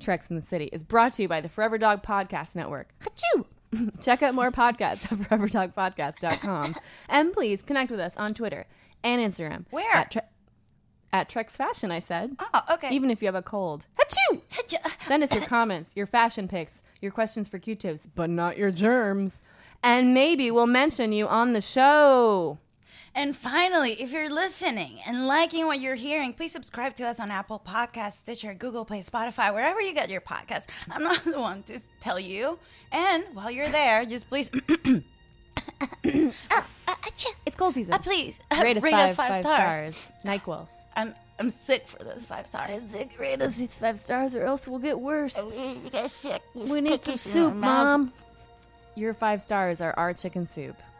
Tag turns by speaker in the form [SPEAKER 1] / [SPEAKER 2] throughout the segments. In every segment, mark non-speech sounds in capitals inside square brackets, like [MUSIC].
[SPEAKER 1] Treks in the City is brought to you by the Forever Dog Podcast Network. Achoo! [LAUGHS] Check out more podcasts at [LAUGHS] foreverdogpodcast.com. and please connect with us on Twitter and Instagram.
[SPEAKER 2] Where?
[SPEAKER 1] At, tre- at Trex Fashion, I said.
[SPEAKER 2] Oh, okay.
[SPEAKER 1] Even if you have a cold.
[SPEAKER 2] Achoo!
[SPEAKER 1] Send
[SPEAKER 2] [LAUGHS]
[SPEAKER 1] us your comments, your fashion pics, your questions for Q-tips, but not your germs. And maybe we'll mention you on the show.
[SPEAKER 2] And finally, if you're listening and liking what you're hearing, please subscribe to us on Apple Podcasts, Stitcher, Google Play, Spotify, wherever you get your podcasts. I'm not [LAUGHS] the one to s- tell you. And while you're there, just please. [CLEARS THROAT] Ah, ah, achoo.
[SPEAKER 1] It's cold season.
[SPEAKER 2] Ah, please, ah,
[SPEAKER 1] Rate us
[SPEAKER 2] rate
[SPEAKER 1] five,
[SPEAKER 2] us five
[SPEAKER 1] five
[SPEAKER 2] stars.
[SPEAKER 1] stars. NyQuil.
[SPEAKER 2] I'm I'm sick for those five stars.
[SPEAKER 1] Sick, rate us these five stars or else we'll get worse.
[SPEAKER 2] Oh, We
[SPEAKER 1] We need some soup, Mom. Your five stars are our chicken soup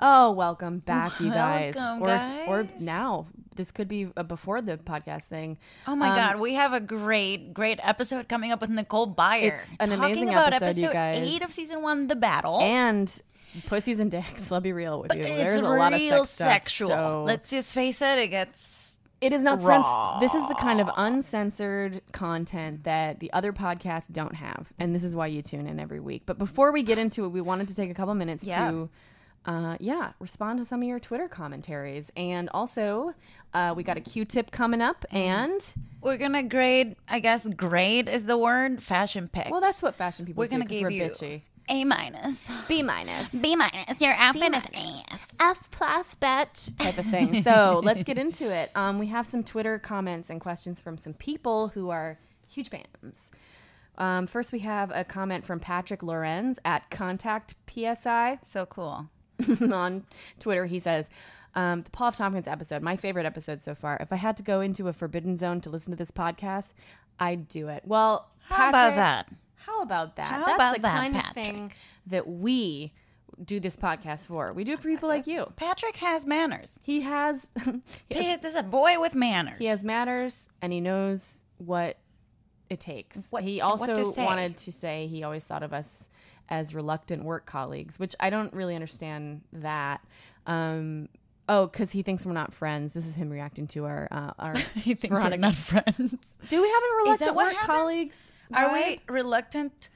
[SPEAKER 1] Oh, welcome back, you guys.
[SPEAKER 2] Welcome,
[SPEAKER 1] or, or
[SPEAKER 2] guys.
[SPEAKER 1] now. This could be a before the podcast thing.
[SPEAKER 2] Oh my
[SPEAKER 1] Um,
[SPEAKER 2] God, we have a great, great episode coming up with Nicole Byer.
[SPEAKER 1] It's an
[SPEAKER 2] talking
[SPEAKER 1] amazing
[SPEAKER 2] about
[SPEAKER 1] episode, you guys.
[SPEAKER 2] eight of season one, The Battle.
[SPEAKER 1] And pussies and dicks, [LAUGHS] I'll be real with you. There's
[SPEAKER 2] it's
[SPEAKER 1] a lot of
[SPEAKER 2] real
[SPEAKER 1] sex stuff,
[SPEAKER 2] sexual.
[SPEAKER 1] so-
[SPEAKER 2] Let's just face it, it gets
[SPEAKER 1] It is not
[SPEAKER 2] Raw.
[SPEAKER 1] cens- This is the kind of uncensored content that the other podcasts don't have, and this is why you tune in every week. But before we get into it, we wanted to take a couple minutes
[SPEAKER 2] Yeah.
[SPEAKER 1] to, uh, yeah, respond to some of your Twitter commentaries, and also uh, we got a Q-tip coming up, and
[SPEAKER 2] we're gonna grade I guess grade is the word fashion picks.
[SPEAKER 1] well, that's what fashion people
[SPEAKER 2] we're
[SPEAKER 1] do.
[SPEAKER 2] gonna
[SPEAKER 1] 'cause
[SPEAKER 2] give
[SPEAKER 1] we're
[SPEAKER 2] you
[SPEAKER 1] bitchy.
[SPEAKER 2] A minus.
[SPEAKER 1] B minus.
[SPEAKER 2] B minus. Your outfit is A.
[SPEAKER 1] F plus bet type of thing. So let's get into it. Um, we have some Twitter comments and questions from some people who are huge fans. Um, first, we have a comment from Patrick Lorenz at Contact PSI
[SPEAKER 2] So cool.
[SPEAKER 1] [LAUGHS] on Twitter. He says, um, "The Paul F. Tompkins episode, my favorite episode so far. If I had to go into a forbidden zone to listen to this podcast, I'd do it." Well,
[SPEAKER 2] How about that?
[SPEAKER 1] How about that?
[SPEAKER 2] How
[SPEAKER 1] That's
[SPEAKER 2] about
[SPEAKER 1] the
[SPEAKER 2] that,
[SPEAKER 1] kind
[SPEAKER 2] Patrick?
[SPEAKER 1] of thing that we do this podcast for. We do it for people like you.
[SPEAKER 2] Patrick has manners.
[SPEAKER 1] He has [LAUGHS] he has,
[SPEAKER 2] He, this is a boy with manners.
[SPEAKER 1] he has matters and he knows what it takes.
[SPEAKER 2] What-
[SPEAKER 1] he
[SPEAKER 2] and what
[SPEAKER 1] also
[SPEAKER 2] to say.
[SPEAKER 1] wanted to say he always thought of us as reluctant work colleagues, which I don't really understand that. Um Oh, because he thinks we're not friends. This is him reacting to our uh,
[SPEAKER 2] [LAUGHS]
[SPEAKER 1] our.
[SPEAKER 2] he thinks we're
[SPEAKER 1] Veronica. [LAUGHS]
[SPEAKER 2] not friends.
[SPEAKER 1] Do we have a reluctant
[SPEAKER 2] what
[SPEAKER 1] work
[SPEAKER 2] happened?
[SPEAKER 1] colleagues?
[SPEAKER 2] Are
[SPEAKER 1] vibe?
[SPEAKER 2] we reluctant?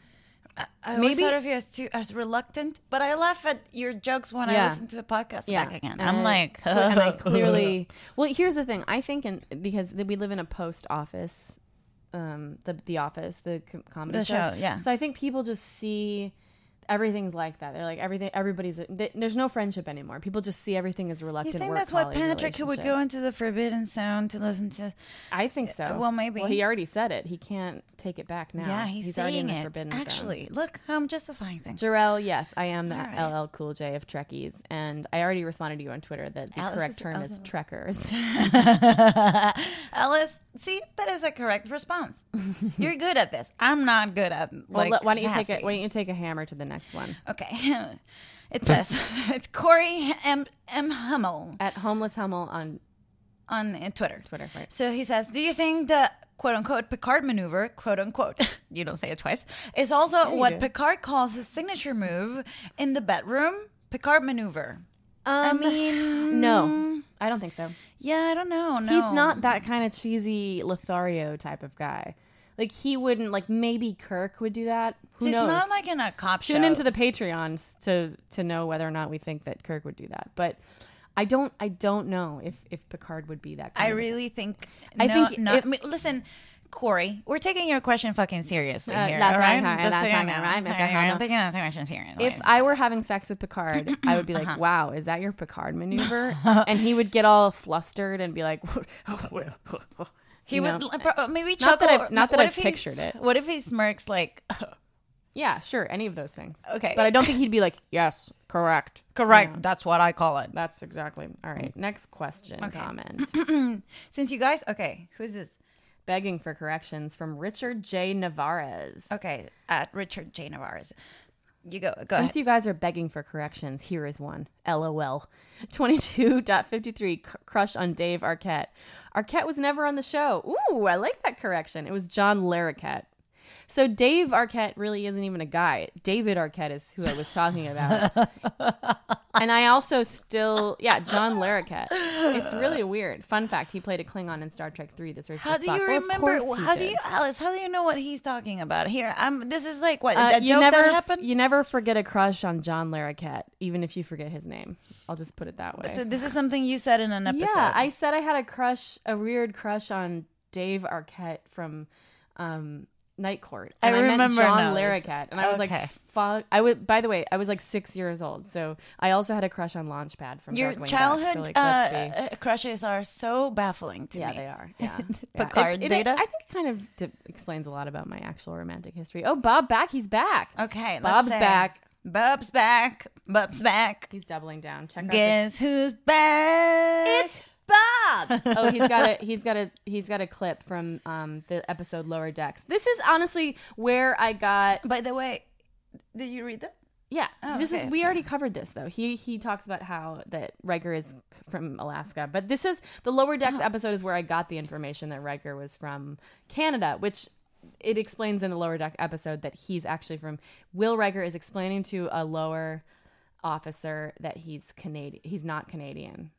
[SPEAKER 2] I- I always
[SPEAKER 1] Maybe-
[SPEAKER 2] thought of you as, too, as reluctant, but I laugh at your jokes when I
[SPEAKER 1] Yeah.
[SPEAKER 2] listen to the podcast
[SPEAKER 1] Yeah,
[SPEAKER 2] back again.
[SPEAKER 1] and
[SPEAKER 2] I'm
[SPEAKER 1] I-
[SPEAKER 2] like,
[SPEAKER 1] and
[SPEAKER 2] [LAUGHS]
[SPEAKER 1] I clearly. Well, here's the thing. I think, in, because th- we live in a post office, um, the the office, the com- comedy
[SPEAKER 2] The show, yeah.
[SPEAKER 1] So I think people just see everything's like that. They're like everything. Everybody's th there's no friendship anymore. People just see everything as
[SPEAKER 2] You
[SPEAKER 1] reluctant.
[SPEAKER 2] think
[SPEAKER 1] work
[SPEAKER 2] that's what
[SPEAKER 1] colleague
[SPEAKER 2] Patrick who would
[SPEAKER 1] relationship.
[SPEAKER 2] go into the forbidden zone to listen to?
[SPEAKER 1] I think so.
[SPEAKER 2] well, maybe.
[SPEAKER 1] Well, he already said it. He can't take it back now.
[SPEAKER 2] yeah, he's,
[SPEAKER 1] already in
[SPEAKER 2] saying
[SPEAKER 1] the
[SPEAKER 2] it.
[SPEAKER 1] forbidden zone.
[SPEAKER 2] Actually, look, how I'm justifying things.
[SPEAKER 1] Jarrell, yes, I am the
[SPEAKER 2] right.
[SPEAKER 1] LL Cool J of Trekkies, and I already responded to you on Twitter that the
[SPEAKER 2] Alice
[SPEAKER 1] correct
[SPEAKER 2] is-
[SPEAKER 1] term is Trekkers.
[SPEAKER 2] Alice, see, that is a correct
[SPEAKER 1] [LAUGHS]
[SPEAKER 2] response. You're good at this. I'm not good at
[SPEAKER 1] Well,
[SPEAKER 2] like.
[SPEAKER 1] let- why don't you take
[SPEAKER 2] sassy.
[SPEAKER 1] it? Why don't you take a hammer to the next one?
[SPEAKER 2] Okay, [LAUGHS] it says it's Corey M. M. Hummel
[SPEAKER 1] At homeless Hummel on
[SPEAKER 2] on uh, Twitter.
[SPEAKER 1] Twitter. Right.
[SPEAKER 2] So he says, Do you think the quote unquote Picard maneuver, quote unquote, [LAUGHS] you don't say it twice, is also
[SPEAKER 1] you
[SPEAKER 2] what
[SPEAKER 1] do.
[SPEAKER 2] Picard calls his signature move in the bedroom? Picard maneuver.
[SPEAKER 1] I mean, Um, [SIGHS] no, I don't think so.
[SPEAKER 2] Yeah, I don't know. No.
[SPEAKER 1] He's not that kind of cheesy Lothario type of guy. Like he wouldn't. Like maybe Kirk would do that. Who
[SPEAKER 2] He's
[SPEAKER 1] knows?
[SPEAKER 2] not like in a cop
[SPEAKER 1] Tune
[SPEAKER 2] show.
[SPEAKER 1] into the Patreons to to know whether or not we think that Kirk would do that. But I don't. I don't know if if Picard would be that. Kind
[SPEAKER 2] I
[SPEAKER 1] of-
[SPEAKER 2] really think.
[SPEAKER 1] Mm. I
[SPEAKER 2] no,
[SPEAKER 1] think
[SPEAKER 2] no.
[SPEAKER 1] it-
[SPEAKER 2] I mean, listen, Corey, we're taking your question fucking seriously
[SPEAKER 1] Uh,
[SPEAKER 2] here.
[SPEAKER 1] that's
[SPEAKER 2] all
[SPEAKER 1] right,
[SPEAKER 2] right,
[SPEAKER 1] all right,
[SPEAKER 2] Just
[SPEAKER 1] that's
[SPEAKER 2] so you
[SPEAKER 1] right,
[SPEAKER 2] know.
[SPEAKER 1] all right, Mr.
[SPEAKER 2] Sorry,
[SPEAKER 1] Harlow.
[SPEAKER 2] I'm taking that question seriously.
[SPEAKER 1] If I were having sex with Picard, I would be like, "Wow, is that your Picard maneuver?" and he would get all flustered and be like, [LAUGHS]
[SPEAKER 2] he
[SPEAKER 1] you
[SPEAKER 2] would
[SPEAKER 1] know,
[SPEAKER 2] l- pro- maybe
[SPEAKER 1] not that
[SPEAKER 2] chuckle
[SPEAKER 1] I've-
[SPEAKER 2] or-
[SPEAKER 1] not that
[SPEAKER 2] what
[SPEAKER 1] I've
[SPEAKER 2] if he's-
[SPEAKER 1] pictured it.
[SPEAKER 2] What if he
[SPEAKER 1] [LAUGHS]
[SPEAKER 2] smirks like, [LAUGHS]
[SPEAKER 1] "Yeah, sure, any of those things."
[SPEAKER 2] Okay.
[SPEAKER 1] but I don't think he'd be like, "Yes, correct,
[SPEAKER 2] correct? That's what I call it.
[SPEAKER 1] that's exactly all right." Next question, comment,
[SPEAKER 2] Since you guys, okay, who's this?
[SPEAKER 1] begging for corrections from Richard J. Navarez.
[SPEAKER 2] Okay, at Richard J. Navarre's. You go. Go ahead.
[SPEAKER 1] Since you guys are begging for corrections, here is one. LOL. [LAUGHS] 22.53 cr- crush on Dave Arquette. Arquette was never on the show. Ooh, I like that correction. It was John Larroquette. So Dave Arquette really isn't even a guy. David Arquette is who I was talking
[SPEAKER 2] [LAUGHS]
[SPEAKER 1] about. and I also still, yeah, John Larroquette. It's really weird. Fun fact: he played a Klingon in Star Trek Three. That's
[SPEAKER 2] how do you remember? How do you, Alice? How do you know what he's talking about? Here, I'm. This is like what
[SPEAKER 1] Uh,
[SPEAKER 2] that
[SPEAKER 1] you
[SPEAKER 2] joke
[SPEAKER 1] never,
[SPEAKER 2] that
[SPEAKER 1] [LAUGHS]
[SPEAKER 2] happened.
[SPEAKER 1] you never forget a crush on John Larroquette, even if you forget his name. I'll just put it that way.
[SPEAKER 2] so this is something you said in an episode.
[SPEAKER 1] yeah, I said I had a crush, a weird crush on Dave Arquette from um, Night Court.
[SPEAKER 2] I
[SPEAKER 1] And meant
[SPEAKER 2] remember
[SPEAKER 1] John
[SPEAKER 2] now.
[SPEAKER 1] Larroquette, and I was
[SPEAKER 2] Okay.
[SPEAKER 1] like, "Fuck!" I would. By the way, I was like six years old, so I also had a crush on Launchpad from
[SPEAKER 2] Your
[SPEAKER 1] Darkwing Duck, so,
[SPEAKER 2] childhood
[SPEAKER 1] like, let's be-
[SPEAKER 2] uh, uh, crushes are so baffling to
[SPEAKER 1] yeah,
[SPEAKER 2] me.
[SPEAKER 1] they [LAUGHS] are. Yeah. Yeah.
[SPEAKER 2] Picard
[SPEAKER 1] It- it-
[SPEAKER 2] data?
[SPEAKER 1] I think it kind of d- explains a lot about my actual romantic history. Oh, Bob back. He's back.
[SPEAKER 2] Okay, let's
[SPEAKER 1] Bob's
[SPEAKER 2] say-
[SPEAKER 1] back.
[SPEAKER 2] Bob's back. Bob's back.
[SPEAKER 1] He's doubling down. Check out this-
[SPEAKER 2] Guess who's back?
[SPEAKER 1] It's Bob. oh, he's got a he's got a he's got a clip from um the episode Lower Decks. This is honestly where I got
[SPEAKER 2] By the way, did you read that?
[SPEAKER 1] yeah.
[SPEAKER 2] Oh,
[SPEAKER 1] this
[SPEAKER 2] okay,
[SPEAKER 1] is we
[SPEAKER 2] sorry.
[SPEAKER 1] already covered this though. He he talks about how that Riker is from Alaska, but this is the Lower Decks episode is where I got the information that Riker was from Canada, which it explains in the Lower Deck episode that he's actually from Will Riker is explaining to a lower officer that he's Canadian. He's not Canadian.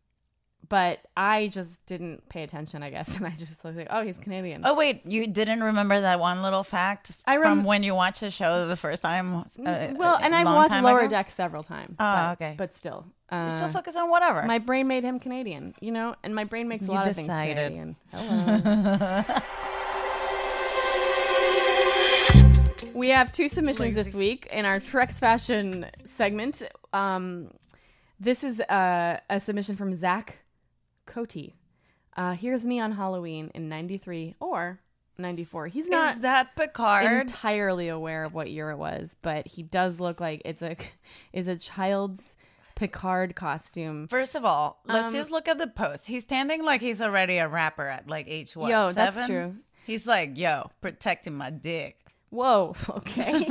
[SPEAKER 1] But I just didn't pay attention, I guess, [LAUGHS] and I just was like, "Oh, he's Canadian."
[SPEAKER 2] Oh wait, you didn't remember that one little fact
[SPEAKER 1] I rem- Mm,
[SPEAKER 2] from when you watched the show the first time. uh,
[SPEAKER 1] well,
[SPEAKER 2] a
[SPEAKER 1] and I've
[SPEAKER 2] long
[SPEAKER 1] watched
[SPEAKER 2] time
[SPEAKER 1] Lower
[SPEAKER 2] ago?
[SPEAKER 1] Deck several times.
[SPEAKER 2] Oh,
[SPEAKER 1] but,
[SPEAKER 2] okay.
[SPEAKER 1] But still,
[SPEAKER 2] You
[SPEAKER 1] uh,
[SPEAKER 2] still focus on whatever.
[SPEAKER 1] my brain made him Canadian, you know, and my brain makes a
[SPEAKER 2] You
[SPEAKER 1] lot of
[SPEAKER 2] decided.
[SPEAKER 1] things Canadian. Hello. we have two submissions this week in our Trex fashion segment. Um, this is uh, a submission from Zach Cote. Uh, here's me on Halloween in '93 or '94. He's not
[SPEAKER 2] is that Picard?
[SPEAKER 1] entirely aware of what year it was, but he does look like it's a [LAUGHS] is a child's Picard costume.
[SPEAKER 2] First of all, let's
[SPEAKER 1] Um,
[SPEAKER 2] just look at the post. He's standing like he's already a rapper at like age what?
[SPEAKER 1] Yo, that's
[SPEAKER 2] seven?
[SPEAKER 1] true.
[SPEAKER 2] He's like, yo, protecting my dick.
[SPEAKER 1] Whoa, [LAUGHS] okay.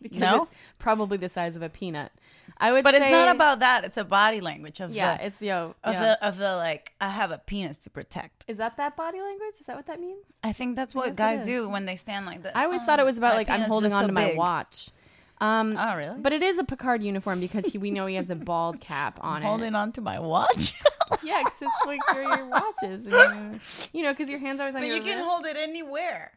[SPEAKER 1] because
[SPEAKER 2] No?
[SPEAKER 1] it's probably the size of a peanut. I would
[SPEAKER 2] But
[SPEAKER 1] say
[SPEAKER 2] it's not about that. It's a body language of
[SPEAKER 1] Yeah,
[SPEAKER 2] the,
[SPEAKER 1] it's yo.
[SPEAKER 2] of
[SPEAKER 1] yeah.
[SPEAKER 2] the of the like. I have a penis to protect.
[SPEAKER 1] is that that body language? Is that what that means?
[SPEAKER 2] I think that's what
[SPEAKER 1] it
[SPEAKER 2] guys
[SPEAKER 1] is.
[SPEAKER 2] do when they stand like this.
[SPEAKER 1] I always thought it was about
[SPEAKER 2] my
[SPEAKER 1] like I'm
[SPEAKER 2] penis is
[SPEAKER 1] holding on
[SPEAKER 2] just so
[SPEAKER 1] to Um, my
[SPEAKER 2] big.
[SPEAKER 1] watch. Um,
[SPEAKER 2] Oh, really?
[SPEAKER 1] But it is a Picard uniform because he, we know he has a [LAUGHS] bald cap on it.
[SPEAKER 2] holding on to
[SPEAKER 1] [LAUGHS]
[SPEAKER 2] my watch.
[SPEAKER 1] Yeah, 'cause it's like where [LAUGHS] your watches. And, you know, because your hands always on
[SPEAKER 2] But
[SPEAKER 1] your
[SPEAKER 2] you can
[SPEAKER 1] wrist.
[SPEAKER 2] hold it anywhere.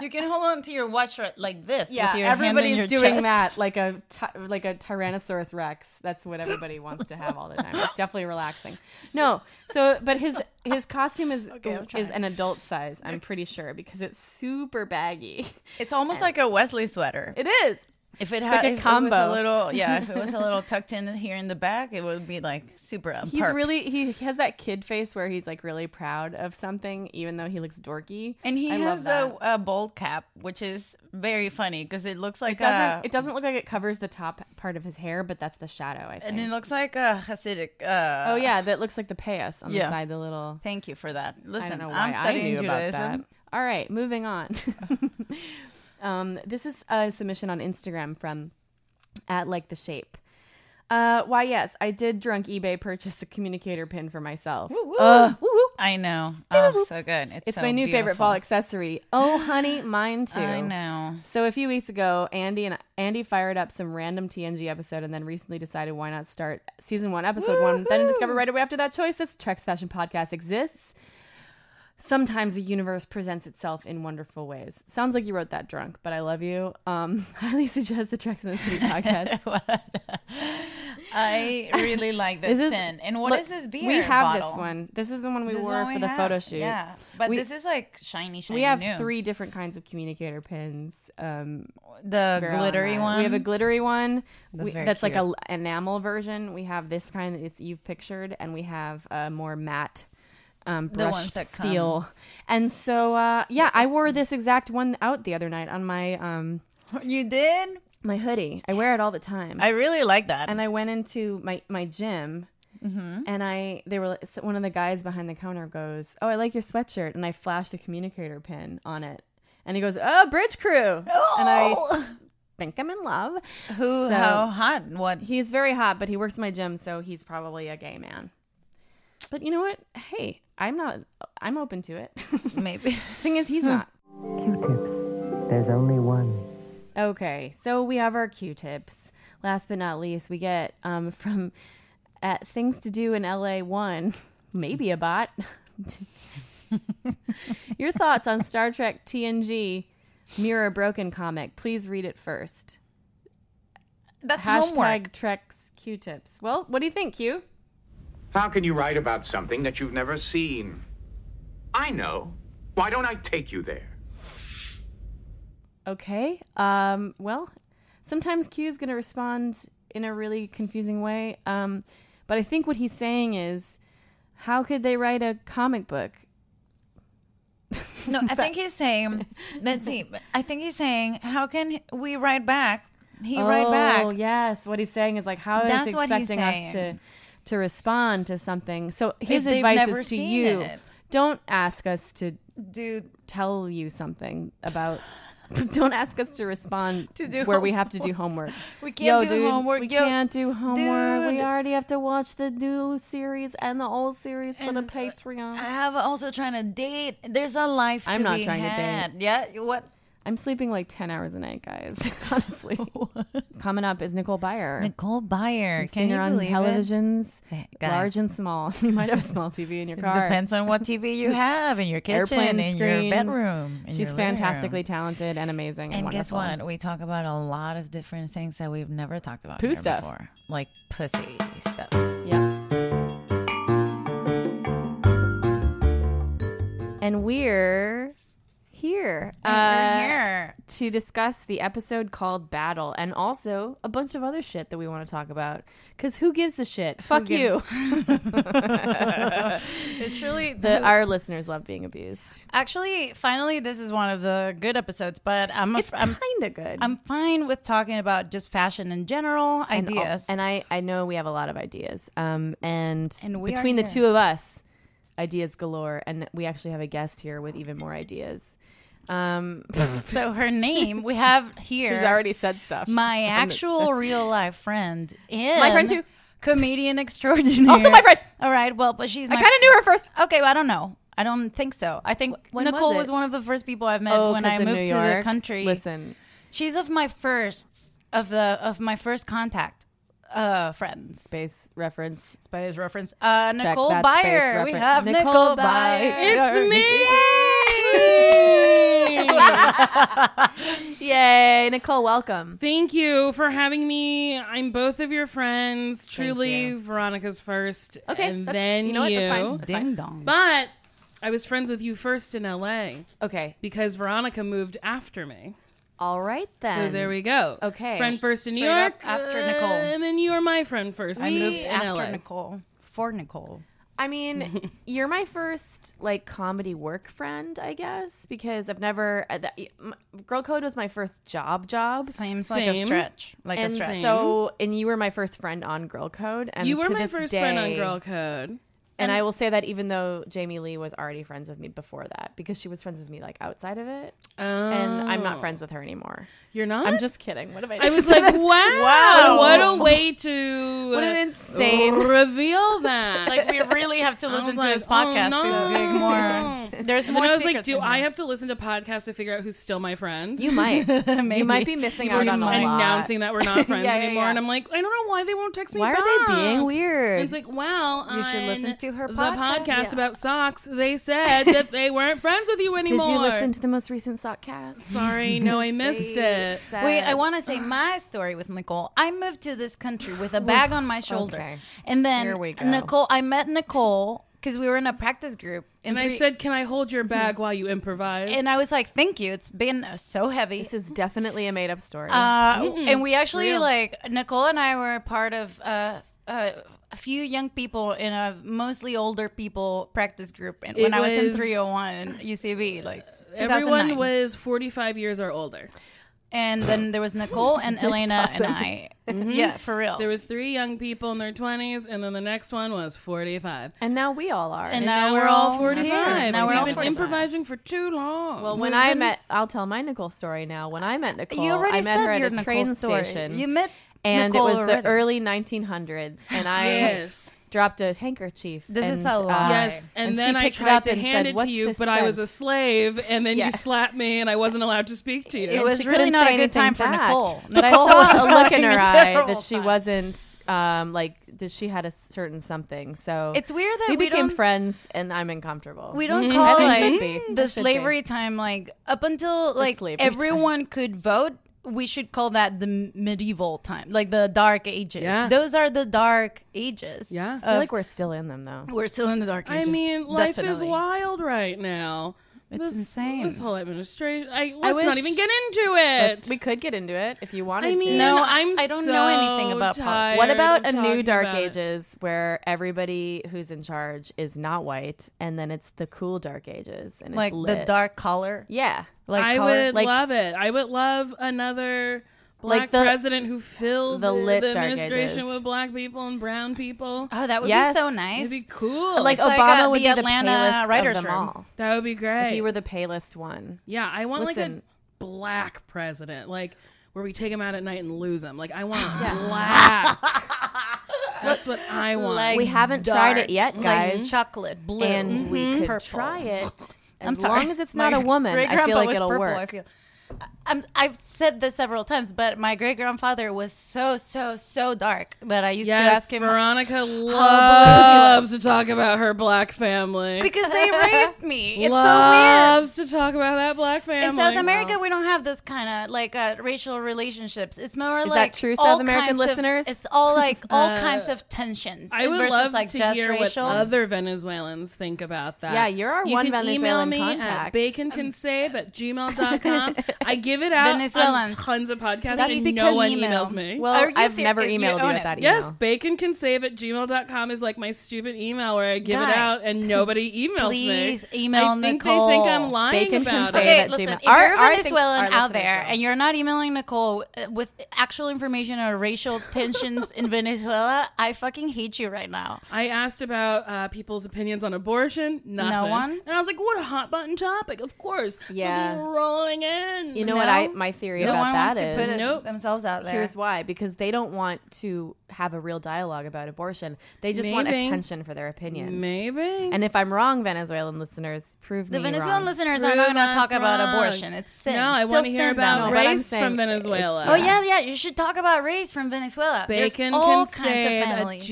[SPEAKER 2] You can hold on to your watch right- like this.
[SPEAKER 1] Yeah,
[SPEAKER 2] with your hand on
[SPEAKER 1] everybody's
[SPEAKER 2] your
[SPEAKER 1] doing
[SPEAKER 2] chest.
[SPEAKER 1] that like a ty- like a Tyrannosaurus Rex. That's what everybody wants to have all the time. It's definitely relaxing. No, so but his his costume is
[SPEAKER 2] I'm
[SPEAKER 1] is
[SPEAKER 2] trying.
[SPEAKER 1] an adult size. I'm pretty sure because it's super baggy. [LAUGHS]
[SPEAKER 2] It's almost like a Wesley sweater.
[SPEAKER 1] It is.
[SPEAKER 2] if it
[SPEAKER 1] like
[SPEAKER 2] had
[SPEAKER 1] a
[SPEAKER 2] if it was
[SPEAKER 1] combo. [LAUGHS]
[SPEAKER 2] a little, yeah, if it was a little tucked in here in the back, it would be like super. um,
[SPEAKER 1] He's
[SPEAKER 2] perps.
[SPEAKER 1] really he has that kid face where he's like really proud of something, even though he looks dorky.
[SPEAKER 2] and he
[SPEAKER 1] I love
[SPEAKER 2] has
[SPEAKER 1] that.
[SPEAKER 2] a, a bowl cap, which is very funny because it looks like
[SPEAKER 1] It doesn't
[SPEAKER 2] a
[SPEAKER 1] it doesn't look like it covers the top part of his hair, but that's the shadow. I
[SPEAKER 2] and
[SPEAKER 1] think.
[SPEAKER 2] it looks like a Hasidic. Uh,
[SPEAKER 1] oh yeah, that looks like the payas on
[SPEAKER 2] Yeah.
[SPEAKER 1] the side, the little
[SPEAKER 2] thank you for that. Listen,
[SPEAKER 1] I don't know why
[SPEAKER 2] am studying
[SPEAKER 1] I knew
[SPEAKER 2] Judaism.
[SPEAKER 1] about that. All right, moving on. [LAUGHS] um, this is a submission on Instagram from at like the shape. Uh, why yes, I did drunk eBay purchase a communicator pin for myself. Woo woo. woo, woo.
[SPEAKER 2] I know. Oh, so good. It's,
[SPEAKER 1] It's
[SPEAKER 2] so
[SPEAKER 1] my new favorite
[SPEAKER 2] beautiful.
[SPEAKER 1] fall accessory. Oh honey, mine too.
[SPEAKER 2] I know.
[SPEAKER 1] So a few weeks ago, Andy and Andy fired up some random TNG episode, and then recently decided why not start season one, episode one. Then discovered right away after that choice that Trex Fashion Podcast exists. Sometimes the universe presents itself in wonderful ways. Sounds like you wrote that drunk, but I love you. Um, [LAUGHS] highly suggest the Treks in the
[SPEAKER 2] [LAUGHS]
[SPEAKER 1] City podcast.
[SPEAKER 2] I really like this,
[SPEAKER 1] This is-
[SPEAKER 2] tin. And what
[SPEAKER 1] look,
[SPEAKER 2] is this beer?
[SPEAKER 1] We have this
[SPEAKER 2] bottle?
[SPEAKER 1] one. This is the one we
[SPEAKER 2] This is
[SPEAKER 1] wore
[SPEAKER 2] what
[SPEAKER 1] for the
[SPEAKER 2] have.
[SPEAKER 1] photo shoot.
[SPEAKER 2] Yeah, but
[SPEAKER 1] We-
[SPEAKER 2] this is like shiny, shiny.
[SPEAKER 1] We have
[SPEAKER 2] new.
[SPEAKER 1] three different kinds of communicator pins. Um,
[SPEAKER 2] The
[SPEAKER 1] Varel and
[SPEAKER 2] glittery
[SPEAKER 1] I.
[SPEAKER 2] one.
[SPEAKER 1] We have a glittery one.
[SPEAKER 2] That's
[SPEAKER 1] We-
[SPEAKER 2] very
[SPEAKER 1] that's like
[SPEAKER 2] cute.
[SPEAKER 1] a l- enamel version. We have this kind that it's, you've pictured, and we have a more matte. Um,
[SPEAKER 2] The ones
[SPEAKER 1] brushed
[SPEAKER 2] that come.
[SPEAKER 1] steel, and so uh, yeah, I wore this exact one out the other night on my um
[SPEAKER 2] you did.
[SPEAKER 1] my hoodie. I wear it all the time.
[SPEAKER 2] I really like that.
[SPEAKER 1] and I went into my my gym,
[SPEAKER 2] Mm-hmm.
[SPEAKER 1] and I they were like- so one of the guys behind the counter goes, "Oh, I like your sweatshirt," and I flashed a communicator pin on it, and he goes, "Oh, Bridge Crew," and I
[SPEAKER 2] Oh!
[SPEAKER 1] think I'm in love.
[SPEAKER 2] Who?
[SPEAKER 1] So-
[SPEAKER 2] how hot? What?
[SPEAKER 1] He's very hot, but he works in my gym, so he's probably a gay man. But you know what? Hey, I'm not. I'm open to it. [LAUGHS]
[SPEAKER 2] Maybe. [LAUGHS]
[SPEAKER 1] Thing is, he's not.
[SPEAKER 3] Q-tips. There's only one.
[SPEAKER 1] Okay, so we have our Q-tips. Last but not least, we get um, [LAUGHS] from at things to do in LA one, [LAUGHS] maybe a bot. [LAUGHS] Your thoughts on Star Trek TNG Mirror Broken comic? Please read it first.
[SPEAKER 2] That's homework.
[SPEAKER 1] Hashtag Treks Q-tips. Well, what do you think, Q?
[SPEAKER 4] How can you write about something that you've never seen? I know. Why don't I take you there?
[SPEAKER 1] Okay. Um, well, sometimes Q is going to respond in a really confusing way. Um, but I think what he's saying is, how could they write a comic book?
[SPEAKER 2] No, I think he's saying.
[SPEAKER 1] [LAUGHS]
[SPEAKER 2] Let's see. I think he's saying, how can we write back? He write
[SPEAKER 1] Oh,
[SPEAKER 2] back.
[SPEAKER 1] yes. What he's saying is like, how is
[SPEAKER 2] That's
[SPEAKER 1] he
[SPEAKER 2] what he's
[SPEAKER 1] expecting us to
[SPEAKER 2] saying.
[SPEAKER 1] to respond to something? So his
[SPEAKER 2] they've
[SPEAKER 1] advice
[SPEAKER 2] never
[SPEAKER 1] is to
[SPEAKER 2] seen
[SPEAKER 1] you:
[SPEAKER 2] it.
[SPEAKER 1] don't ask us to
[SPEAKER 2] Dude,
[SPEAKER 1] tell you something about. [LAUGHS] Don't ask us to
[SPEAKER 2] [LAUGHS]
[SPEAKER 1] respond to
[SPEAKER 2] do
[SPEAKER 1] where we have to do homework.
[SPEAKER 2] We can't do homework.
[SPEAKER 1] We
[SPEAKER 2] Yo,
[SPEAKER 1] can't do homework. We
[SPEAKER 2] dude.
[SPEAKER 1] already have to watch the new series and the old series for the
[SPEAKER 2] uh, I
[SPEAKER 1] Patreon.
[SPEAKER 2] have also trying to date. There's a life.
[SPEAKER 1] I'm
[SPEAKER 2] to
[SPEAKER 1] not
[SPEAKER 2] be
[SPEAKER 1] trying to date.
[SPEAKER 2] had. Yeah. What?
[SPEAKER 1] I'm sleeping like 10 hours a night, guys. [LAUGHS]
[SPEAKER 2] [LAUGHS]
[SPEAKER 1] Honestly. Coming up is Nicole Byer.
[SPEAKER 2] Nicole Byer.
[SPEAKER 1] I've
[SPEAKER 2] can
[SPEAKER 1] seen
[SPEAKER 2] you
[SPEAKER 1] her on
[SPEAKER 2] believe it?
[SPEAKER 1] televisions,
[SPEAKER 2] Guys.
[SPEAKER 1] large and small. [LAUGHS] you might have a small TV in your
[SPEAKER 2] It
[SPEAKER 1] car.
[SPEAKER 2] depends
[SPEAKER 1] [LAUGHS]
[SPEAKER 2] on what TV you have in your kitchen,
[SPEAKER 1] Airplane
[SPEAKER 2] in
[SPEAKER 1] screens.
[SPEAKER 2] your bedroom. in your
[SPEAKER 1] She's
[SPEAKER 2] living room.
[SPEAKER 1] fantastically talented and amazing.
[SPEAKER 2] And guess
[SPEAKER 1] wonderful.
[SPEAKER 2] what? We talk about a lot of different things that we've never talked about
[SPEAKER 1] Poo
[SPEAKER 2] here
[SPEAKER 1] stuff.
[SPEAKER 2] before, like pussy stuff.
[SPEAKER 1] Yeah. And we're here uh, to discuss the episode called Battle and also a bunch of other shit that we want to talk about. Because who gives a shit? Fuck you. [LAUGHS]
[SPEAKER 2] It's really
[SPEAKER 1] The, our listeners love being abused.
[SPEAKER 2] actually finally this is one of the good episodes, but I'm
[SPEAKER 1] It's
[SPEAKER 2] I'm
[SPEAKER 1] kind of good.
[SPEAKER 2] I'm fine with talking about just fashion in general
[SPEAKER 1] and all-
[SPEAKER 2] ideas.
[SPEAKER 1] And I, I know we have a lot of ideas. Um, and,
[SPEAKER 2] And we are
[SPEAKER 1] between the
[SPEAKER 2] here.
[SPEAKER 1] two of us, ideas galore. And we actually have a guest here with even more ideas. Um,
[SPEAKER 2] so her name we have
[SPEAKER 1] [LAUGHS]
[SPEAKER 2] here.
[SPEAKER 1] who's already said stuff.
[SPEAKER 2] my
[SPEAKER 1] on this
[SPEAKER 2] actual
[SPEAKER 1] show.
[SPEAKER 2] real life friend is
[SPEAKER 1] My friend too.
[SPEAKER 2] comedian extraordinaire.
[SPEAKER 1] Also my friend.
[SPEAKER 2] All right, well, but she's.
[SPEAKER 1] I kind of knew her first.
[SPEAKER 2] Okay, well, I don't know. I don't think so. I think
[SPEAKER 1] when was
[SPEAKER 2] Nicole
[SPEAKER 1] it?
[SPEAKER 2] was, one of the first people I've met when
[SPEAKER 1] 'cause
[SPEAKER 2] I
[SPEAKER 1] Oh, in
[SPEAKER 2] moved
[SPEAKER 1] New
[SPEAKER 2] to
[SPEAKER 1] York.
[SPEAKER 2] the country.
[SPEAKER 1] Listen,
[SPEAKER 2] she's of my first of the of my first contact uh friends.
[SPEAKER 1] space reference.
[SPEAKER 2] Space reference. Uh,
[SPEAKER 1] Check
[SPEAKER 2] Nicole
[SPEAKER 1] that space
[SPEAKER 2] Byer. We
[SPEAKER 1] reference.
[SPEAKER 2] have Nicole,
[SPEAKER 1] Nicole
[SPEAKER 2] Byer.
[SPEAKER 1] Byer. It's Yay, Nicole, welcome.
[SPEAKER 5] Thank you for having me. I'm both of your friends. Truly, Veronica's first.
[SPEAKER 1] Okay,
[SPEAKER 5] and
[SPEAKER 1] that's-
[SPEAKER 5] then
[SPEAKER 1] you know what?
[SPEAKER 5] you.
[SPEAKER 1] That's fine. That's
[SPEAKER 2] Ding dong.
[SPEAKER 5] But I was friends with you first in LA
[SPEAKER 1] Okay,
[SPEAKER 5] because Veronica moved after me.
[SPEAKER 1] all right then.
[SPEAKER 5] so there we go.
[SPEAKER 1] Um, Okay.
[SPEAKER 5] friend first in New
[SPEAKER 2] Straight
[SPEAKER 5] York,
[SPEAKER 2] up after Nicole.
[SPEAKER 5] and then you are my friend first.
[SPEAKER 2] I moved
[SPEAKER 5] in
[SPEAKER 2] after
[SPEAKER 5] LA.
[SPEAKER 2] Nicole for Nicole.
[SPEAKER 1] I mean, you're my first like comedy work friend, I guess, because I've never. Uh, that, m- Girl Code was my first job job.
[SPEAKER 2] Seems
[SPEAKER 5] like a
[SPEAKER 2] like a
[SPEAKER 5] Same.
[SPEAKER 2] stretch. Like
[SPEAKER 1] And
[SPEAKER 2] a stretch.
[SPEAKER 5] [LAUGHS]
[SPEAKER 1] so, and you were my first friend on Girl Code, and
[SPEAKER 5] You were
[SPEAKER 1] to
[SPEAKER 5] my
[SPEAKER 1] this
[SPEAKER 5] first
[SPEAKER 1] day,
[SPEAKER 5] friend on Girl Code.
[SPEAKER 1] And I will say that even though Jamie Lee was already friends with me before that, because she was friends with me like outside of it,
[SPEAKER 5] Oh,
[SPEAKER 1] and I'm not friends with her anymore.
[SPEAKER 5] You're not.
[SPEAKER 1] I'm just kidding. What have I?
[SPEAKER 5] I
[SPEAKER 1] done? [LAUGHS]
[SPEAKER 5] was like, wow,
[SPEAKER 2] Wow.
[SPEAKER 5] what a way to
[SPEAKER 1] What
[SPEAKER 5] [LAUGHS]
[SPEAKER 1] an insane- [LAUGHS]
[SPEAKER 5] reveal that.
[SPEAKER 2] like we really have to listen to
[SPEAKER 5] like,
[SPEAKER 2] this podcast
[SPEAKER 5] oh, no.
[SPEAKER 2] to dig
[SPEAKER 5] [LAUGHS]
[SPEAKER 2] more. There's
[SPEAKER 5] And
[SPEAKER 2] more.
[SPEAKER 5] then I was like,
[SPEAKER 2] secrets
[SPEAKER 5] do
[SPEAKER 2] in
[SPEAKER 5] I
[SPEAKER 2] here.
[SPEAKER 5] have to listen to podcasts to figure out who's still my friend? [LAUGHS]
[SPEAKER 1] you might, you might be missing out
[SPEAKER 5] Just
[SPEAKER 1] on a lot.
[SPEAKER 5] announcing that we're not friends
[SPEAKER 1] Yeah, yeah, [LAUGHS]
[SPEAKER 5] anymore,
[SPEAKER 1] yeah.
[SPEAKER 5] and I'm like, I don't know why they won't text me
[SPEAKER 1] Why
[SPEAKER 5] back.
[SPEAKER 1] are they being
[SPEAKER 5] And
[SPEAKER 1] weird?
[SPEAKER 5] it's like, well,
[SPEAKER 6] You should
[SPEAKER 5] on
[SPEAKER 6] listen to her
[SPEAKER 5] the
[SPEAKER 6] podcast.
[SPEAKER 5] podcast about socks. They said
[SPEAKER 1] [LAUGHS]
[SPEAKER 5] that they weren't friends with you
[SPEAKER 1] Did
[SPEAKER 5] anymore.
[SPEAKER 1] you listen to the most recent sockcast? [LAUGHS]
[SPEAKER 5] Sorry, no, I missed it.
[SPEAKER 2] Wait, I want to say my story with Nicole. I moved to this country with a bag on my shoulder,
[SPEAKER 1] Okay.
[SPEAKER 2] and then
[SPEAKER 1] Here we go.
[SPEAKER 2] Nicole. I met Nicole because we were in a practice group,
[SPEAKER 5] And I
[SPEAKER 2] three-
[SPEAKER 5] said, "Can I hold
[SPEAKER 1] Hmm.
[SPEAKER 5] your bag while you improvise?"
[SPEAKER 2] and I was like, "Thank you. It's been so heavy."
[SPEAKER 1] This is definitely a made up story.
[SPEAKER 2] Uh, and we actually like Nicole and I were part of uh, uh, a few young people in a mostly older people practice group and when
[SPEAKER 5] It
[SPEAKER 2] I was in
[SPEAKER 5] was-
[SPEAKER 2] 301 UCB like 2009.
[SPEAKER 5] Everyone was 45 years or older.
[SPEAKER 2] and then there was Nicole
[SPEAKER 5] [LAUGHS]
[SPEAKER 2] and Elena and I yeah for real
[SPEAKER 5] Mm-hmm. There was three young people in their 20s, and then the next one was 45.
[SPEAKER 1] and now we all are.
[SPEAKER 2] And
[SPEAKER 5] Now, we're, all 45.
[SPEAKER 2] here. Now
[SPEAKER 5] Now
[SPEAKER 2] we're
[SPEAKER 5] We've
[SPEAKER 2] all
[SPEAKER 5] been
[SPEAKER 2] 45.
[SPEAKER 5] improvising for too long.
[SPEAKER 1] well, when I met, I'll tell my Nicole story now. When I met Nicole,
[SPEAKER 2] Mm-hmm. you already
[SPEAKER 1] I met
[SPEAKER 2] said
[SPEAKER 1] her at
[SPEAKER 2] your
[SPEAKER 1] a
[SPEAKER 2] Nicole
[SPEAKER 1] train
[SPEAKER 2] story.
[SPEAKER 1] station.
[SPEAKER 2] you met
[SPEAKER 1] and
[SPEAKER 2] Nicole
[SPEAKER 1] it was
[SPEAKER 2] already.
[SPEAKER 1] the early
[SPEAKER 2] [SIGHS]
[SPEAKER 1] 1900s, and I
[SPEAKER 5] yes.
[SPEAKER 1] dropped a handkerchief.
[SPEAKER 2] This is
[SPEAKER 1] and, uh,
[SPEAKER 2] a lie.
[SPEAKER 5] Yes, and,
[SPEAKER 1] and she
[SPEAKER 5] then I
[SPEAKER 1] picked it
[SPEAKER 5] tried
[SPEAKER 1] up
[SPEAKER 5] to
[SPEAKER 1] and
[SPEAKER 5] hand
[SPEAKER 1] said,
[SPEAKER 5] it
[SPEAKER 1] "What's
[SPEAKER 5] to you,
[SPEAKER 1] this
[SPEAKER 5] but I was a
[SPEAKER 1] scent?"
[SPEAKER 5] slave, and then
[SPEAKER 1] Yeah.
[SPEAKER 5] you slapped me, and I wasn't allowed to speak to you.
[SPEAKER 2] it
[SPEAKER 1] and
[SPEAKER 2] was
[SPEAKER 1] she
[SPEAKER 2] really
[SPEAKER 1] couldn't
[SPEAKER 2] not
[SPEAKER 1] say
[SPEAKER 2] a good
[SPEAKER 1] anything
[SPEAKER 2] time for
[SPEAKER 1] back.
[SPEAKER 2] Nicole
[SPEAKER 1] But I
[SPEAKER 2] Nicole was
[SPEAKER 1] saw a look in
[SPEAKER 2] having [LAUGHS]
[SPEAKER 1] her
[SPEAKER 2] a
[SPEAKER 1] eye
[SPEAKER 2] terrible
[SPEAKER 1] that she
[SPEAKER 2] time.
[SPEAKER 1] wasn't um, like that. She had a certain something. So
[SPEAKER 2] It's weird that
[SPEAKER 1] we,
[SPEAKER 2] we
[SPEAKER 1] became
[SPEAKER 2] don't-
[SPEAKER 1] friends, and I'm uncomfortable.
[SPEAKER 2] we
[SPEAKER 5] Mm-hmm.
[SPEAKER 2] don't call
[SPEAKER 1] I
[SPEAKER 2] like
[SPEAKER 1] should be. I
[SPEAKER 2] the
[SPEAKER 1] should be.
[SPEAKER 2] slavery time like up until like
[SPEAKER 1] slavery time.
[SPEAKER 2] everyone could vote we should call that the m- medieval time like the dark ages
[SPEAKER 5] Yeah.
[SPEAKER 2] those are the dark ages
[SPEAKER 5] Yeah.
[SPEAKER 1] I feel like we're still in them though.
[SPEAKER 2] we're still in the dark
[SPEAKER 5] I
[SPEAKER 2] ages
[SPEAKER 5] mean, life is
[SPEAKER 2] definitely.
[SPEAKER 5] wild right now.
[SPEAKER 2] It's
[SPEAKER 5] this,
[SPEAKER 2] insane.
[SPEAKER 5] This whole administration. I, let's
[SPEAKER 2] wish-
[SPEAKER 5] not even get into it.
[SPEAKER 1] We could get into it if you wanted
[SPEAKER 5] I mean,
[SPEAKER 1] to.
[SPEAKER 2] No,
[SPEAKER 5] I'm
[SPEAKER 2] I don't know anything
[SPEAKER 5] so
[SPEAKER 2] about politics.
[SPEAKER 5] tired
[SPEAKER 1] What about
[SPEAKER 5] of
[SPEAKER 1] a new
[SPEAKER 5] talking
[SPEAKER 1] Dark
[SPEAKER 5] about it.
[SPEAKER 1] Ages where everybody who's in charge is not white, and then it's the cool Dark Ages and
[SPEAKER 2] like
[SPEAKER 1] it's
[SPEAKER 2] the
[SPEAKER 1] lit.
[SPEAKER 2] dark color
[SPEAKER 1] Yeah,
[SPEAKER 2] like
[SPEAKER 5] I
[SPEAKER 2] color
[SPEAKER 5] would
[SPEAKER 1] like-
[SPEAKER 5] love it. I would love another black
[SPEAKER 1] Like the-
[SPEAKER 5] president who filled
[SPEAKER 1] the
[SPEAKER 5] the,
[SPEAKER 1] lit
[SPEAKER 5] the
[SPEAKER 1] Dark
[SPEAKER 5] administration
[SPEAKER 1] Ages.
[SPEAKER 5] with black people and brown people.
[SPEAKER 2] oh that would
[SPEAKER 1] Yes.
[SPEAKER 2] be so nice
[SPEAKER 5] It'd be cool.
[SPEAKER 1] like
[SPEAKER 2] like,
[SPEAKER 1] Obama
[SPEAKER 2] uh,
[SPEAKER 1] would
[SPEAKER 2] the
[SPEAKER 1] be
[SPEAKER 2] Atlanta
[SPEAKER 1] the palest
[SPEAKER 2] writers'
[SPEAKER 1] of them
[SPEAKER 2] room.
[SPEAKER 1] all.
[SPEAKER 5] that would be great.
[SPEAKER 1] If he were the palest one.
[SPEAKER 5] yeah, I want like
[SPEAKER 1] Listen.
[SPEAKER 5] a black president, like where we take him out at night and lose him. Like
[SPEAKER 2] [LAUGHS]
[SPEAKER 5] I want black. That's what I want.
[SPEAKER 2] Like
[SPEAKER 1] We haven't tried
[SPEAKER 2] dark,
[SPEAKER 1] it yet,
[SPEAKER 2] like
[SPEAKER 1] guys.
[SPEAKER 2] chocolate blue Mm-hmm.
[SPEAKER 1] and we could
[SPEAKER 2] purple.
[SPEAKER 1] try it.
[SPEAKER 2] [LAUGHS] I'm
[SPEAKER 1] As
[SPEAKER 2] sorry.
[SPEAKER 1] long as it's
[SPEAKER 2] My
[SPEAKER 1] not a woman, I
[SPEAKER 2] great-grandpa
[SPEAKER 1] feel like
[SPEAKER 2] was
[SPEAKER 1] it'll
[SPEAKER 2] purple,
[SPEAKER 1] work.
[SPEAKER 2] I feel. I'm, I've said this several times, but my great grandfather was so, so, so dark that I used to
[SPEAKER 5] Yes,
[SPEAKER 2] ask him
[SPEAKER 5] Veronica loves to talk about her black family.
[SPEAKER 2] because they raised me. It's so weird.
[SPEAKER 5] loves to talk about that black family.
[SPEAKER 2] In South America, we don't have this kind of like uh, racial relationships. It's more
[SPEAKER 1] that
[SPEAKER 2] like
[SPEAKER 1] true,
[SPEAKER 2] all
[SPEAKER 1] South American
[SPEAKER 2] kinds of-
[SPEAKER 1] listeners? Uh,
[SPEAKER 2] it's all
[SPEAKER 1] [LAUGHS]
[SPEAKER 2] like all kinds of tensions.
[SPEAKER 5] I would
[SPEAKER 2] versus,
[SPEAKER 5] love
[SPEAKER 2] like
[SPEAKER 5] to
[SPEAKER 2] just
[SPEAKER 5] hear
[SPEAKER 2] racial.
[SPEAKER 5] what other Venezuelans think about that.
[SPEAKER 1] Yeah, you're our
[SPEAKER 5] you
[SPEAKER 1] one
[SPEAKER 5] can
[SPEAKER 1] Venezuelan
[SPEAKER 5] email me
[SPEAKER 1] contact. Um,
[SPEAKER 5] at baconcansave
[SPEAKER 1] [LAUGHS]
[SPEAKER 5] at gmail.com. I give it out on
[SPEAKER 2] Venezuelans.
[SPEAKER 5] tons of podcasts
[SPEAKER 2] That's
[SPEAKER 5] and no
[SPEAKER 2] because
[SPEAKER 5] one
[SPEAKER 2] email.
[SPEAKER 5] emails me.
[SPEAKER 1] Well,
[SPEAKER 2] Are you
[SPEAKER 1] I've
[SPEAKER 2] ser-
[SPEAKER 1] never
[SPEAKER 2] you
[SPEAKER 1] emailed you,
[SPEAKER 2] own
[SPEAKER 1] at
[SPEAKER 2] it.
[SPEAKER 1] that email.
[SPEAKER 5] yes, baconcansave at gmail.com is like my stupid email where I give
[SPEAKER 2] Guys,
[SPEAKER 5] it out and nobody emails
[SPEAKER 2] please
[SPEAKER 5] me.
[SPEAKER 2] email
[SPEAKER 5] I think
[SPEAKER 2] Nicole.
[SPEAKER 5] they think I'm lying
[SPEAKER 1] Bacon
[SPEAKER 5] about
[SPEAKER 1] can
[SPEAKER 5] it.
[SPEAKER 1] save
[SPEAKER 2] Okay,
[SPEAKER 1] at
[SPEAKER 2] listen.
[SPEAKER 1] Gmail.
[SPEAKER 2] If
[SPEAKER 1] Our-
[SPEAKER 2] you're
[SPEAKER 1] our
[SPEAKER 2] a
[SPEAKER 1] think-
[SPEAKER 2] Venezuelan
[SPEAKER 1] our
[SPEAKER 2] out
[SPEAKER 1] listeners
[SPEAKER 2] there
[SPEAKER 1] will.
[SPEAKER 2] and you're not emailing Nicole uh, with actual information
[SPEAKER 1] [LAUGHS]
[SPEAKER 2] or racial tensions in Venezuela, I fucking hate you right now.
[SPEAKER 5] I asked about uh, people's opinions on abortion. Nothing.
[SPEAKER 2] one?
[SPEAKER 5] And I was like, what a hot button topic. Of course. They'll be
[SPEAKER 1] Yeah.
[SPEAKER 5] rolling in.
[SPEAKER 1] You know what I
[SPEAKER 2] No.
[SPEAKER 1] my theory
[SPEAKER 2] no one
[SPEAKER 1] about that
[SPEAKER 2] wants to put
[SPEAKER 1] is
[SPEAKER 2] it-
[SPEAKER 5] Nope.
[SPEAKER 2] themselves out there.
[SPEAKER 1] here's why because they don't want to have a real dialogue about abortion. They just want
[SPEAKER 5] Maybe.
[SPEAKER 1] attention for their opinions.
[SPEAKER 5] Maybe.
[SPEAKER 1] And if I'm wrong, Venezuelan listeners, prove
[SPEAKER 2] the
[SPEAKER 1] me
[SPEAKER 2] Venezuelan
[SPEAKER 1] wrong.
[SPEAKER 2] listeners are not
[SPEAKER 5] Prove
[SPEAKER 2] going to talk
[SPEAKER 5] us
[SPEAKER 2] about
[SPEAKER 5] wrong.
[SPEAKER 2] abortion. It's sin.
[SPEAKER 5] No, I
[SPEAKER 2] Still
[SPEAKER 5] want to hear
[SPEAKER 2] sin,
[SPEAKER 5] about
[SPEAKER 2] Donald.
[SPEAKER 1] No, but I'm
[SPEAKER 5] race
[SPEAKER 1] saying
[SPEAKER 5] from Venezuela.
[SPEAKER 2] Oh yeah, yeah. You should talk about race from Venezuela. There's
[SPEAKER 5] Bacon
[SPEAKER 2] all
[SPEAKER 5] can
[SPEAKER 2] kinds of
[SPEAKER 5] save at
[SPEAKER 2] families.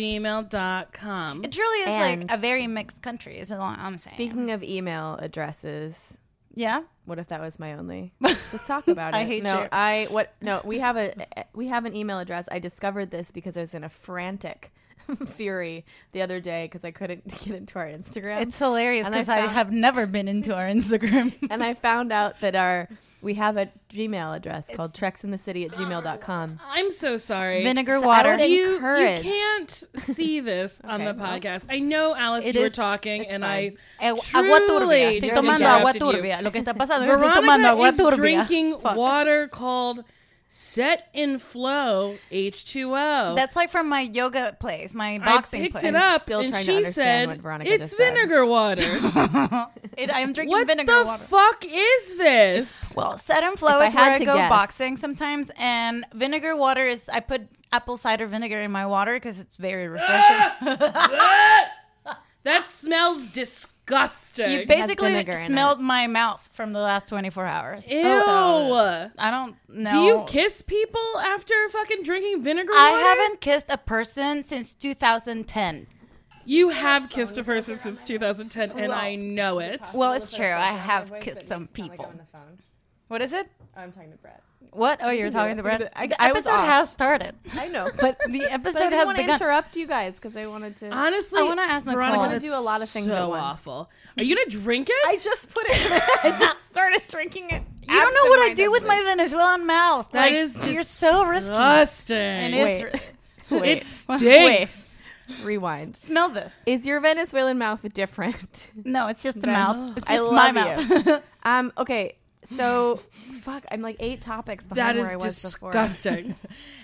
[SPEAKER 5] gmail.com.
[SPEAKER 2] It truly is
[SPEAKER 1] And-
[SPEAKER 2] like a very mixed country. Is all I'm saying.
[SPEAKER 1] Speaking of email addresses,
[SPEAKER 2] yeah.
[SPEAKER 1] what if that was my
[SPEAKER 2] [LAUGHS]
[SPEAKER 1] only? Just talk about it.
[SPEAKER 2] I hate
[SPEAKER 1] no,
[SPEAKER 2] you.
[SPEAKER 1] I what? No, we have a we have an email address. I discovered this because I was in a frantic [LAUGHS] fury the other day because I couldn't [LAUGHS] get into our Instagram.
[SPEAKER 2] It's hilarious
[SPEAKER 1] And I
[SPEAKER 2] because Um, I,
[SPEAKER 1] found-
[SPEAKER 2] have never been into our Instagram. [LAUGHS]
[SPEAKER 1] and I found out that our we have a Gmail address called treksinthecity at gmail.com.
[SPEAKER 5] I'm so sorry.
[SPEAKER 2] Vinegar
[SPEAKER 1] So I
[SPEAKER 2] water.
[SPEAKER 1] would
[SPEAKER 5] You, you
[SPEAKER 1] Encourage.
[SPEAKER 5] can't
[SPEAKER 2] [LAUGHS]
[SPEAKER 5] see this on the podcast. I know, Alice,
[SPEAKER 2] It
[SPEAKER 5] you were
[SPEAKER 2] is-
[SPEAKER 5] talking, and I
[SPEAKER 2] Eh, agua turbia.
[SPEAKER 5] truly
[SPEAKER 2] Estoy
[SPEAKER 5] just
[SPEAKER 2] tomando agua
[SPEAKER 5] interrupted you.
[SPEAKER 2] turbia. Lo que está pasando es que estoy tomando
[SPEAKER 5] Veronica
[SPEAKER 2] agua
[SPEAKER 5] is
[SPEAKER 2] turbia.
[SPEAKER 5] drinking
[SPEAKER 2] Fuck.
[SPEAKER 5] water called Set in Flow H2O.
[SPEAKER 2] That's like from my yoga place, my
[SPEAKER 5] I
[SPEAKER 2] boxing
[SPEAKER 5] picked
[SPEAKER 2] place.
[SPEAKER 5] it up,
[SPEAKER 1] still
[SPEAKER 5] and
[SPEAKER 1] trying to
[SPEAKER 5] she
[SPEAKER 1] understand
[SPEAKER 5] said,
[SPEAKER 1] what Veronica
[SPEAKER 5] "It's
[SPEAKER 1] just said."
[SPEAKER 2] [LAUGHS]
[SPEAKER 5] vinegar water.
[SPEAKER 2] It- I'm drinking
[SPEAKER 5] what
[SPEAKER 2] vinegar
[SPEAKER 5] the
[SPEAKER 2] water.
[SPEAKER 5] fuck is
[SPEAKER 2] [LAUGHS]
[SPEAKER 5] this?"
[SPEAKER 2] well, set and flow
[SPEAKER 1] If I
[SPEAKER 2] is where
[SPEAKER 1] had
[SPEAKER 2] I
[SPEAKER 1] to
[SPEAKER 2] go
[SPEAKER 1] guess.
[SPEAKER 2] boxing sometimes, and vinegar water is I put apple cider vinegar
[SPEAKER 5] Ah!
[SPEAKER 2] in my water because it's very refreshing.
[SPEAKER 5] That smells disgusting. disgusting.
[SPEAKER 2] You
[SPEAKER 1] has
[SPEAKER 2] basically
[SPEAKER 1] vinegar in it.
[SPEAKER 2] smelled my mouth from the last 24 hours.
[SPEAKER 5] Ew.
[SPEAKER 2] So, I don't know.
[SPEAKER 5] Do you kiss people after fucking drinking vinegar?
[SPEAKER 2] I
[SPEAKER 5] water?
[SPEAKER 2] haven't kissed a person since 2010.
[SPEAKER 5] You have kissed a person since 2010, and I know it.
[SPEAKER 2] Well, it's true. I have kissed some people.
[SPEAKER 1] phone.
[SPEAKER 2] What is it?
[SPEAKER 1] I'm talking to Brett.
[SPEAKER 2] What? Oh, you're talking to Brad.
[SPEAKER 1] I-
[SPEAKER 2] The
[SPEAKER 1] I was
[SPEAKER 2] episode
[SPEAKER 1] off.
[SPEAKER 2] has started.
[SPEAKER 1] I know,
[SPEAKER 2] [LAUGHS] But the episode
[SPEAKER 1] but I didn't
[SPEAKER 2] has
[SPEAKER 1] want to
[SPEAKER 2] begun.
[SPEAKER 1] interrupt you guys because I wanted to.
[SPEAKER 5] Honestly,
[SPEAKER 2] I wanna ask Nicole.
[SPEAKER 5] Veronica,
[SPEAKER 2] I wanna
[SPEAKER 1] do
[SPEAKER 5] that's
[SPEAKER 1] a lot of things
[SPEAKER 5] So
[SPEAKER 1] at once.
[SPEAKER 5] awful. Are you gonna drink it?
[SPEAKER 1] I just put it.
[SPEAKER 2] [LAUGHS]
[SPEAKER 1] I just started drinking it.
[SPEAKER 2] You don't know what I do with my Venezuelan mouth.
[SPEAKER 5] That
[SPEAKER 2] Like,
[SPEAKER 5] is
[SPEAKER 2] you're so risky.
[SPEAKER 5] disgusting.
[SPEAKER 2] And
[SPEAKER 5] It,
[SPEAKER 2] it's
[SPEAKER 1] Wait.
[SPEAKER 2] [LAUGHS]
[SPEAKER 1] [LAUGHS]
[SPEAKER 5] stinks.
[SPEAKER 1] Rewind.
[SPEAKER 2] smell this.
[SPEAKER 1] Is your Venezuelan mouth different? [LAUGHS]
[SPEAKER 2] No, it's just the
[SPEAKER 1] Mouth.
[SPEAKER 2] mouth. It's
[SPEAKER 1] I
[SPEAKER 2] just my
[SPEAKER 1] love
[SPEAKER 2] mouth. [LAUGHS]
[SPEAKER 1] you. um. Okay. So, fuck. I'm like eight topics
[SPEAKER 5] That
[SPEAKER 1] behind where
[SPEAKER 5] is
[SPEAKER 1] I was before. [LAUGHS]
[SPEAKER 5] disgusting.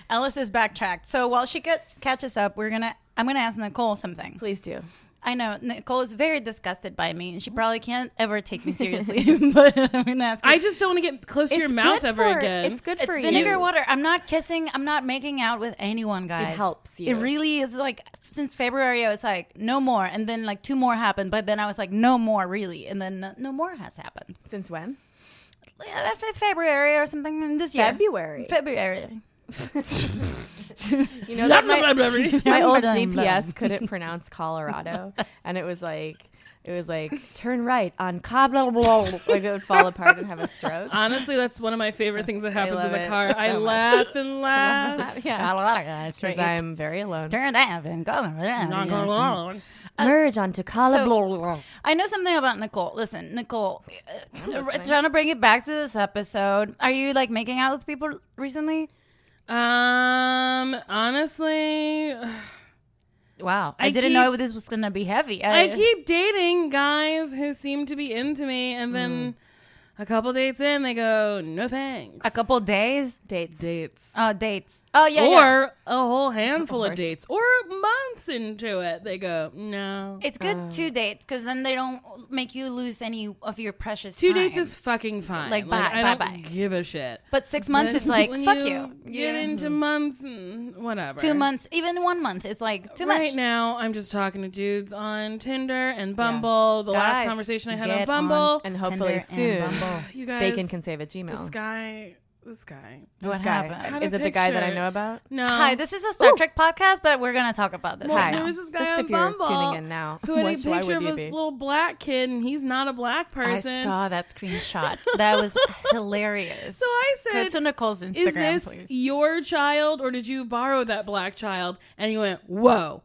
[SPEAKER 2] Alice is backtracked. So while she get, catches up, we're gonna. I'm gonna ask Nicole something.
[SPEAKER 1] Please do.
[SPEAKER 2] I know Nicole is very disgusted by me, and she probably can't ever take [LAUGHS] me seriously. but I'm gonna ask. Her.
[SPEAKER 5] I just don't want to get close to your
[SPEAKER 1] It's
[SPEAKER 5] mouth
[SPEAKER 1] good
[SPEAKER 5] ever
[SPEAKER 1] for-
[SPEAKER 5] again. [LAUGHS]
[SPEAKER 1] It's good
[SPEAKER 2] it's
[SPEAKER 1] for you.
[SPEAKER 2] vinegar water. I'm not kissing. I'm not making out with anyone, guys.
[SPEAKER 1] helps you.
[SPEAKER 2] It really is like since February, I was like no more, and then like two more happened, but then I was like no more really, and then uh, no more has happened.
[SPEAKER 1] Since when?
[SPEAKER 2] Like, uh, Fe- February or something this year.
[SPEAKER 1] February.
[SPEAKER 2] February.
[SPEAKER 1] You know that
[SPEAKER 5] Blah,
[SPEAKER 1] my,
[SPEAKER 5] blah,
[SPEAKER 1] [LAUGHS]
[SPEAKER 5] blah, blah.
[SPEAKER 1] my old
[SPEAKER 2] Blah, blah, blah.
[SPEAKER 1] GPS
[SPEAKER 2] [LAUGHS]
[SPEAKER 1] couldn't pronounce Colorado, and it was like it was like turn right on Cabo. Like it would fall apart and have a
[SPEAKER 2] [LAUGHS]
[SPEAKER 1] stroke. Uh,
[SPEAKER 5] Honestly, that's one of my favorite things that happens
[SPEAKER 1] love
[SPEAKER 5] in the
[SPEAKER 1] it
[SPEAKER 5] car.
[SPEAKER 1] so
[SPEAKER 5] I
[SPEAKER 1] much. [LAUGHS]
[SPEAKER 5] laugh and laugh.
[SPEAKER 1] yeah,
[SPEAKER 2] a lot of guys.
[SPEAKER 1] because I'm very alone.
[SPEAKER 2] turned out and gone.
[SPEAKER 5] Not gonna lie.
[SPEAKER 1] Merge onto Colorado.
[SPEAKER 2] I know something about Nicole. Listen, Nicole, uh, trying to bring it back to this episode. Are you like making out with people recently?
[SPEAKER 5] Um, honestly,
[SPEAKER 2] Wow, I,
[SPEAKER 5] I
[SPEAKER 2] didn't
[SPEAKER 5] keep-
[SPEAKER 2] know this was gonna be heavy.
[SPEAKER 5] I keep dating guys who seem to be into me, and then a couple dates in, they go, "No thanks."
[SPEAKER 2] Mm. a couple days,
[SPEAKER 1] dates.
[SPEAKER 5] dates,
[SPEAKER 2] oh dates. Oh yeah,
[SPEAKER 5] or
[SPEAKER 2] yeah.
[SPEAKER 5] a whole handful of dates, or months into it, they go, "No."
[SPEAKER 2] It's good two dates because then they don't make you lose any of your precious.
[SPEAKER 5] Two
[SPEAKER 2] time.
[SPEAKER 5] dates is fucking fine.
[SPEAKER 2] Like, bye,
[SPEAKER 5] I
[SPEAKER 2] bye,
[SPEAKER 5] don't
[SPEAKER 2] bye.
[SPEAKER 5] give a shit.
[SPEAKER 2] But six months,
[SPEAKER 5] Then
[SPEAKER 2] it's like
[SPEAKER 5] when
[SPEAKER 2] fuck you.
[SPEAKER 5] Get into months, and whatever.
[SPEAKER 2] Two months, even one month is like too
[SPEAKER 5] right
[SPEAKER 2] much.
[SPEAKER 5] now, I'm just talking to dudes on Tinder and Bumble. The last
[SPEAKER 2] Guys,
[SPEAKER 5] conversation I had
[SPEAKER 2] get
[SPEAKER 5] on
[SPEAKER 2] on
[SPEAKER 5] Bumble,
[SPEAKER 1] And hopefully
[SPEAKER 2] Tinder and
[SPEAKER 1] soon,
[SPEAKER 2] Bumble.
[SPEAKER 5] you guys,
[SPEAKER 1] Bacon can save a Gmail.
[SPEAKER 5] This guy, this guy.
[SPEAKER 2] what
[SPEAKER 1] guy.
[SPEAKER 2] happened?
[SPEAKER 5] Had
[SPEAKER 1] Is
[SPEAKER 5] a
[SPEAKER 1] it the guy that I
[SPEAKER 5] picture.
[SPEAKER 1] know
[SPEAKER 5] [LAUGHS]
[SPEAKER 1] about? [LAUGHS]
[SPEAKER 5] No.
[SPEAKER 2] Hi, this is a Star Trek podcast, but we're gonna talk about this.
[SPEAKER 1] Hi.
[SPEAKER 2] right
[SPEAKER 5] There
[SPEAKER 2] now.
[SPEAKER 5] was this guy
[SPEAKER 1] Just
[SPEAKER 5] on
[SPEAKER 1] if you're
[SPEAKER 5] Bumble
[SPEAKER 1] tuning in now,
[SPEAKER 5] who had a
[SPEAKER 1] which- why
[SPEAKER 5] picture of
[SPEAKER 1] would you
[SPEAKER 5] this
[SPEAKER 1] be?
[SPEAKER 5] little black kid, and he's not a black person.
[SPEAKER 2] I saw that
[SPEAKER 5] [LAUGHS]
[SPEAKER 2] screenshot. That was hilarious.
[SPEAKER 5] So I
[SPEAKER 2] Go
[SPEAKER 5] said,
[SPEAKER 2] to Nicole's Instagram,
[SPEAKER 5] "Is this
[SPEAKER 2] please.
[SPEAKER 5] your child, or did you borrow that black child?" And he went, "Whoa."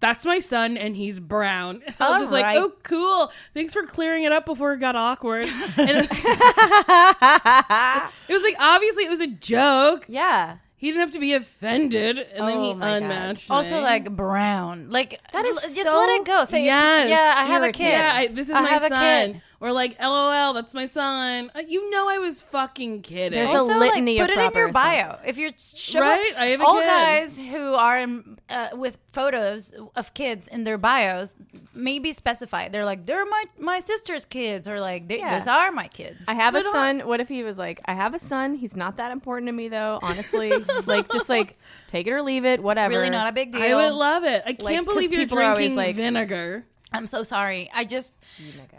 [SPEAKER 5] That's my son, and he's brown. [LAUGHS] And I was just
[SPEAKER 2] Alright.
[SPEAKER 5] like, "Oh, cool! Thanks for clearing it up before it got
[SPEAKER 1] [LAUGHS]
[SPEAKER 5] awkward." And it was, it was like obviously it was a joke.
[SPEAKER 1] Yeah,
[SPEAKER 5] He didn't have to be offended, and then he
[SPEAKER 1] Oh my God.
[SPEAKER 5] unmatched.
[SPEAKER 2] Also,
[SPEAKER 5] me.
[SPEAKER 2] like brown, like
[SPEAKER 1] That is
[SPEAKER 2] just
[SPEAKER 1] so-
[SPEAKER 2] let it go. Say,
[SPEAKER 5] Yes.
[SPEAKER 2] it's, yeah, I have a
[SPEAKER 1] Irritating.
[SPEAKER 2] kid.
[SPEAKER 5] Yeah, I, this is
[SPEAKER 2] I
[SPEAKER 5] my
[SPEAKER 2] have a
[SPEAKER 5] son.
[SPEAKER 2] kid.
[SPEAKER 5] Or like, LOL, that's my son. Uh, You know, I was fucking kidding.
[SPEAKER 1] There's a-
[SPEAKER 2] Also,
[SPEAKER 1] litany
[SPEAKER 2] like,
[SPEAKER 1] of
[SPEAKER 2] put it in your
[SPEAKER 1] proper
[SPEAKER 2] bio. If you're showing
[SPEAKER 5] Right? I have a
[SPEAKER 2] all
[SPEAKER 5] kid.
[SPEAKER 2] guys who are in, uh, with photos of kids in their bios, maybe specify they're like they're my my sister's kids or like they,
[SPEAKER 1] Yeah.
[SPEAKER 2] these are my kids.
[SPEAKER 1] I have a
[SPEAKER 5] But on-
[SPEAKER 1] son. What if he was like, I have a son. He's not that important to me, though.
[SPEAKER 2] [LAUGHS]
[SPEAKER 1] Honestly, like just like take it or leave it, whatever.
[SPEAKER 2] really not a
[SPEAKER 5] [LAUGHS]
[SPEAKER 2] big deal.
[SPEAKER 5] I would love it. I can't
[SPEAKER 1] 'cause
[SPEAKER 5] believe you're
[SPEAKER 1] people are always
[SPEAKER 5] drinking
[SPEAKER 1] like-
[SPEAKER 5] vinegar.
[SPEAKER 2] I'm so sorry. I just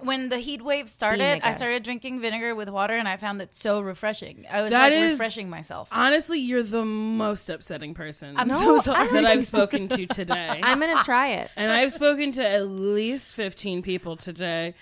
[SPEAKER 2] when the heat wave started,
[SPEAKER 1] nigga.
[SPEAKER 2] I started drinking vinegar with water, and I found it so refreshing. I was
[SPEAKER 5] That
[SPEAKER 2] like
[SPEAKER 5] is-
[SPEAKER 2] refreshing myself.
[SPEAKER 5] Honestly, you're the most upsetting person
[SPEAKER 2] I'm
[SPEAKER 1] No,
[SPEAKER 2] so
[SPEAKER 1] I
[SPEAKER 2] sorry.
[SPEAKER 1] don't
[SPEAKER 5] [LAUGHS] that I've
[SPEAKER 2] [LAUGHS]
[SPEAKER 5] spoken to today.
[SPEAKER 1] I'm gonna try it.
[SPEAKER 5] and I've spoken to at least 15 people today,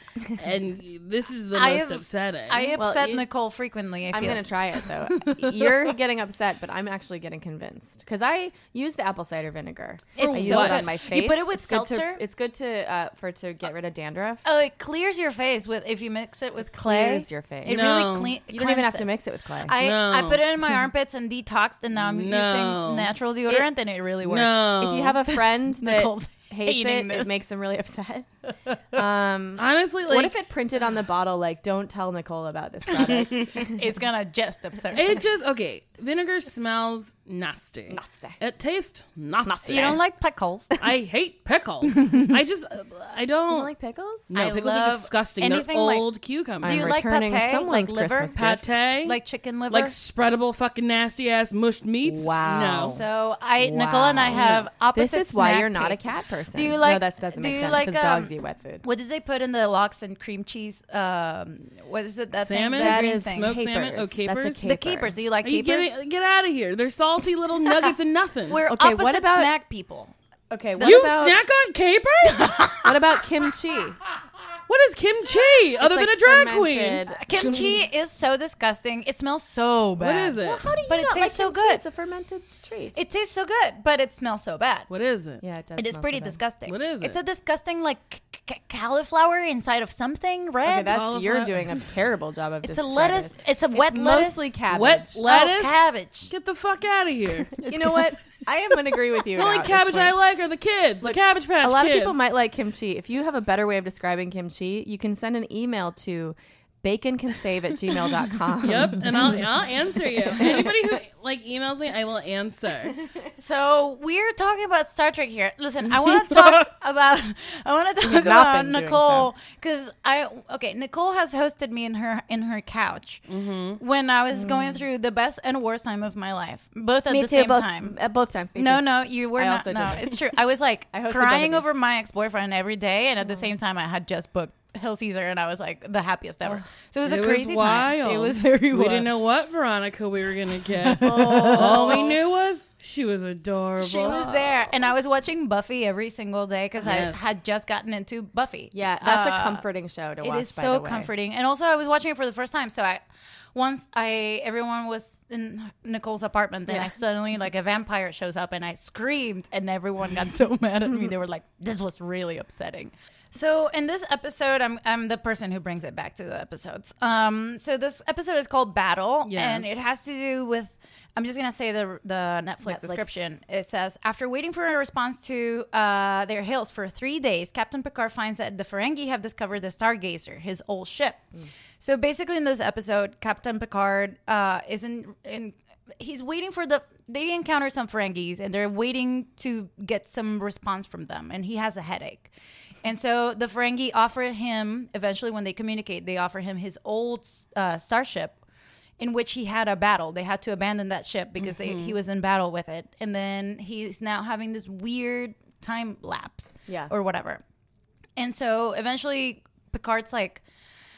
[SPEAKER 5] and this is
[SPEAKER 2] [LAUGHS]
[SPEAKER 5] the
[SPEAKER 2] I
[SPEAKER 5] most
[SPEAKER 2] have-
[SPEAKER 5] upsetting.
[SPEAKER 2] I
[SPEAKER 1] Well,
[SPEAKER 2] upset
[SPEAKER 1] you-
[SPEAKER 2] Nicole frequently. I
[SPEAKER 1] I'm
[SPEAKER 2] feel.
[SPEAKER 1] gonna try it
[SPEAKER 2] [LAUGHS]
[SPEAKER 1] though. You're getting upset, but I'm actually getting convinced because I use the apple cider vinegar.
[SPEAKER 2] For
[SPEAKER 1] I use
[SPEAKER 2] what?
[SPEAKER 1] it on my face.
[SPEAKER 2] You put it with
[SPEAKER 1] it's good to-
[SPEAKER 2] seltzer?
[SPEAKER 1] it's good to uh, for to get rid of dandruff.
[SPEAKER 2] Oh, it clears your face with if you mix it with clay.
[SPEAKER 1] clears your face.
[SPEAKER 2] It
[SPEAKER 5] No.
[SPEAKER 2] really clean.
[SPEAKER 1] You don't even have to mix it with clay.
[SPEAKER 2] I, I
[SPEAKER 5] No.
[SPEAKER 2] put it in
[SPEAKER 5] [LAUGHS]
[SPEAKER 2] my armpits and detoxed, and now I'm
[SPEAKER 5] No.
[SPEAKER 2] using natural deodorant, and it really works.
[SPEAKER 5] no.
[SPEAKER 1] if you have a
[SPEAKER 2] [LAUGHS]
[SPEAKER 1] friend that
[SPEAKER 2] Oh. Nicole's
[SPEAKER 1] hates
[SPEAKER 2] hating
[SPEAKER 1] it,
[SPEAKER 2] this.
[SPEAKER 1] it makes them really
[SPEAKER 2] [LAUGHS]
[SPEAKER 1] upset.
[SPEAKER 5] Honestly, like,
[SPEAKER 1] what if it printed
[SPEAKER 2] [LAUGHS]
[SPEAKER 1] on the bottle like "Don't tell Nicole about this product"?
[SPEAKER 2] It's gonna just upset.
[SPEAKER 5] It just okay. Vinegar smells nasty.
[SPEAKER 1] Nasty.
[SPEAKER 5] It tastes nasty.
[SPEAKER 1] Nasty.
[SPEAKER 2] You don't like pickles.
[SPEAKER 5] I
[SPEAKER 1] [LAUGHS]
[SPEAKER 5] hate pickles. I just, I don't.
[SPEAKER 1] don't like pickles?
[SPEAKER 5] no,
[SPEAKER 2] I
[SPEAKER 5] pickles are
[SPEAKER 2] love
[SPEAKER 5] disgusting. They're
[SPEAKER 2] anything like-
[SPEAKER 5] old cucumbers.
[SPEAKER 2] Do you
[SPEAKER 1] I'm
[SPEAKER 2] like
[SPEAKER 1] returning
[SPEAKER 2] pate?
[SPEAKER 1] someone's
[SPEAKER 2] Like liver?
[SPEAKER 1] Christmas gift.
[SPEAKER 5] Pate,
[SPEAKER 2] like chicken liver.
[SPEAKER 5] like spreadable fucking nasty ass mushed meats.
[SPEAKER 2] wow.
[SPEAKER 5] No.
[SPEAKER 2] So I, Nicola and I have opposite.
[SPEAKER 1] Oh. This is why
[SPEAKER 2] snack
[SPEAKER 1] you're not a
[SPEAKER 2] taste.
[SPEAKER 1] cat person.
[SPEAKER 2] Do you like?
[SPEAKER 1] No, that doesn't
[SPEAKER 2] do
[SPEAKER 1] make
[SPEAKER 2] you
[SPEAKER 1] sense
[SPEAKER 2] like,
[SPEAKER 1] because
[SPEAKER 2] um,
[SPEAKER 1] dogs eat wet food.
[SPEAKER 2] What did they put in the lox and cream cheese? Um, what is it? That
[SPEAKER 5] Salmon?
[SPEAKER 2] Thing, that
[SPEAKER 5] That
[SPEAKER 2] green
[SPEAKER 5] is
[SPEAKER 2] thing.
[SPEAKER 5] smoked salmon?
[SPEAKER 1] Capers.
[SPEAKER 5] Oh, capers?
[SPEAKER 1] That's a
[SPEAKER 2] the
[SPEAKER 1] caper.
[SPEAKER 2] keepers. Do you like
[SPEAKER 5] Are you
[SPEAKER 2] keepers?
[SPEAKER 5] getting, get out of here. They're
[SPEAKER 2] [LAUGHS]
[SPEAKER 5] salty little nuggets and nothing.
[SPEAKER 2] We're
[SPEAKER 1] Okay,
[SPEAKER 2] opposite
[SPEAKER 1] what about-
[SPEAKER 2] snack people.
[SPEAKER 1] Okay, what
[SPEAKER 5] you
[SPEAKER 1] about
[SPEAKER 5] snack on capers?
[SPEAKER 2] [LAUGHS]
[SPEAKER 1] what about kimchi?
[SPEAKER 5] what is kimchi other than
[SPEAKER 1] Like
[SPEAKER 5] a drag
[SPEAKER 1] fermented-
[SPEAKER 5] queen?
[SPEAKER 2] Kimchi is so disgusting. It smells so bad.
[SPEAKER 5] What is it?
[SPEAKER 1] How do you
[SPEAKER 2] But it
[SPEAKER 1] not
[SPEAKER 2] tastes
[SPEAKER 1] like
[SPEAKER 2] so
[SPEAKER 1] kimchi?
[SPEAKER 2] good.
[SPEAKER 1] It's a fermented treat.
[SPEAKER 2] It tastes so good, but it smells so bad.
[SPEAKER 5] what is it?
[SPEAKER 1] yeah, it does.
[SPEAKER 2] It is
[SPEAKER 1] smell
[SPEAKER 2] pretty
[SPEAKER 1] so bad.
[SPEAKER 2] disgusting.
[SPEAKER 5] What is
[SPEAKER 2] It's
[SPEAKER 5] it?
[SPEAKER 2] a disgusting like c- c- cauliflower inside of something red.
[SPEAKER 1] Okay, that's you're
[SPEAKER 5] Cauliflower.
[SPEAKER 1] doing a terrible job of.
[SPEAKER 2] it's a
[SPEAKER 1] describing
[SPEAKER 2] lettuce.
[SPEAKER 1] it.
[SPEAKER 2] It's a wet
[SPEAKER 1] it's
[SPEAKER 2] lettuce.
[SPEAKER 1] mostly cabbage.
[SPEAKER 5] Wet lettuce?
[SPEAKER 2] Oh, cabbage.
[SPEAKER 5] Get the fuck out
[SPEAKER 2] [LAUGHS]
[SPEAKER 5] of here.
[SPEAKER 1] You know what? I am gonna agree with you.
[SPEAKER 5] the [LAUGHS] only
[SPEAKER 1] now at this
[SPEAKER 5] cabbage I
[SPEAKER 1] point.
[SPEAKER 5] like are the kids, the Cabbage Patch
[SPEAKER 1] A lot
[SPEAKER 5] kids.
[SPEAKER 1] of people might like kimchi. If you have a better way of describing kimchi, you can send an email to baconcansave at gmail.com.
[SPEAKER 5] Yep, and I'll,
[SPEAKER 2] [LAUGHS]
[SPEAKER 5] I'll answer you. Anybody who like emails me, I will answer.
[SPEAKER 2] So we're talking about Star Trek here. Listen, I
[SPEAKER 1] [LAUGHS]
[SPEAKER 2] want to talk about I want to talk about
[SPEAKER 1] been doing
[SPEAKER 2] Nicole because I okay Nicole has hosted me in her in her couch
[SPEAKER 1] Mm-hmm.
[SPEAKER 2] when I was going through the best and worst time of my life, both at
[SPEAKER 1] Mm. Me
[SPEAKER 2] the
[SPEAKER 1] too.
[SPEAKER 2] same
[SPEAKER 1] both,
[SPEAKER 2] time.
[SPEAKER 1] At both times. me
[SPEAKER 2] No,
[SPEAKER 1] too.
[SPEAKER 2] no, you were
[SPEAKER 1] I
[SPEAKER 2] not.
[SPEAKER 1] also
[SPEAKER 2] No,
[SPEAKER 1] just-
[SPEAKER 2] it's true. I was like
[SPEAKER 1] [LAUGHS] I hosted both
[SPEAKER 2] crying
[SPEAKER 1] of Mm. these.
[SPEAKER 2] over my ex boyfriend every day, and at the same time, I had just booked Hill Caesar, and I was like the happiest ever. So it was a crazy time. It was very
[SPEAKER 5] We
[SPEAKER 2] wild. Oh.
[SPEAKER 5] didn't know what Veronica we were
[SPEAKER 2] [LAUGHS]
[SPEAKER 5] gonna get. All we knew was she was adorable.
[SPEAKER 2] She was there, and I was watching Buffy every single day because
[SPEAKER 5] Yes.
[SPEAKER 2] I had just gotten into Buffy.
[SPEAKER 1] Yeah, that's
[SPEAKER 2] Uh,
[SPEAKER 1] a comforting show to
[SPEAKER 2] It
[SPEAKER 1] watch.
[SPEAKER 2] is
[SPEAKER 1] by
[SPEAKER 2] so
[SPEAKER 1] the way.
[SPEAKER 2] comforting, and also I was watching it for the first time. So I, once I, everyone was in Nicole's apartment, then I suddenly like a vampire shows up, and I screamed, and everyone got so [LAUGHS] mad at me. They were like, "This was really upsetting." So in this episode, I'm I'm the person who brings it back to the episodes. Um, so this episode is called Battle, and
[SPEAKER 5] Yes.
[SPEAKER 2] it has to do with. I'm just gonna say the the Netflix, description. It says after waiting for a response to uh, their hails for three days, Captain Picard finds that the Ferengi have discovered the Stargazer, his old ship. So basically, in this episode, Captain Picard uh, is in, in. He's waiting for the. They encounter some Ferengis, and they're waiting to get some response from them, and he has a headache. And so the Ferengi offer him eventually when they communicate, they offer him his old uh, starship, in which he had a battle. They had to abandon that ship because they,
[SPEAKER 1] Mm-hmm.
[SPEAKER 2] he was in battle with it. And then he's now having this weird time lapse
[SPEAKER 1] Yeah.
[SPEAKER 2] or whatever. And so eventually Picard's like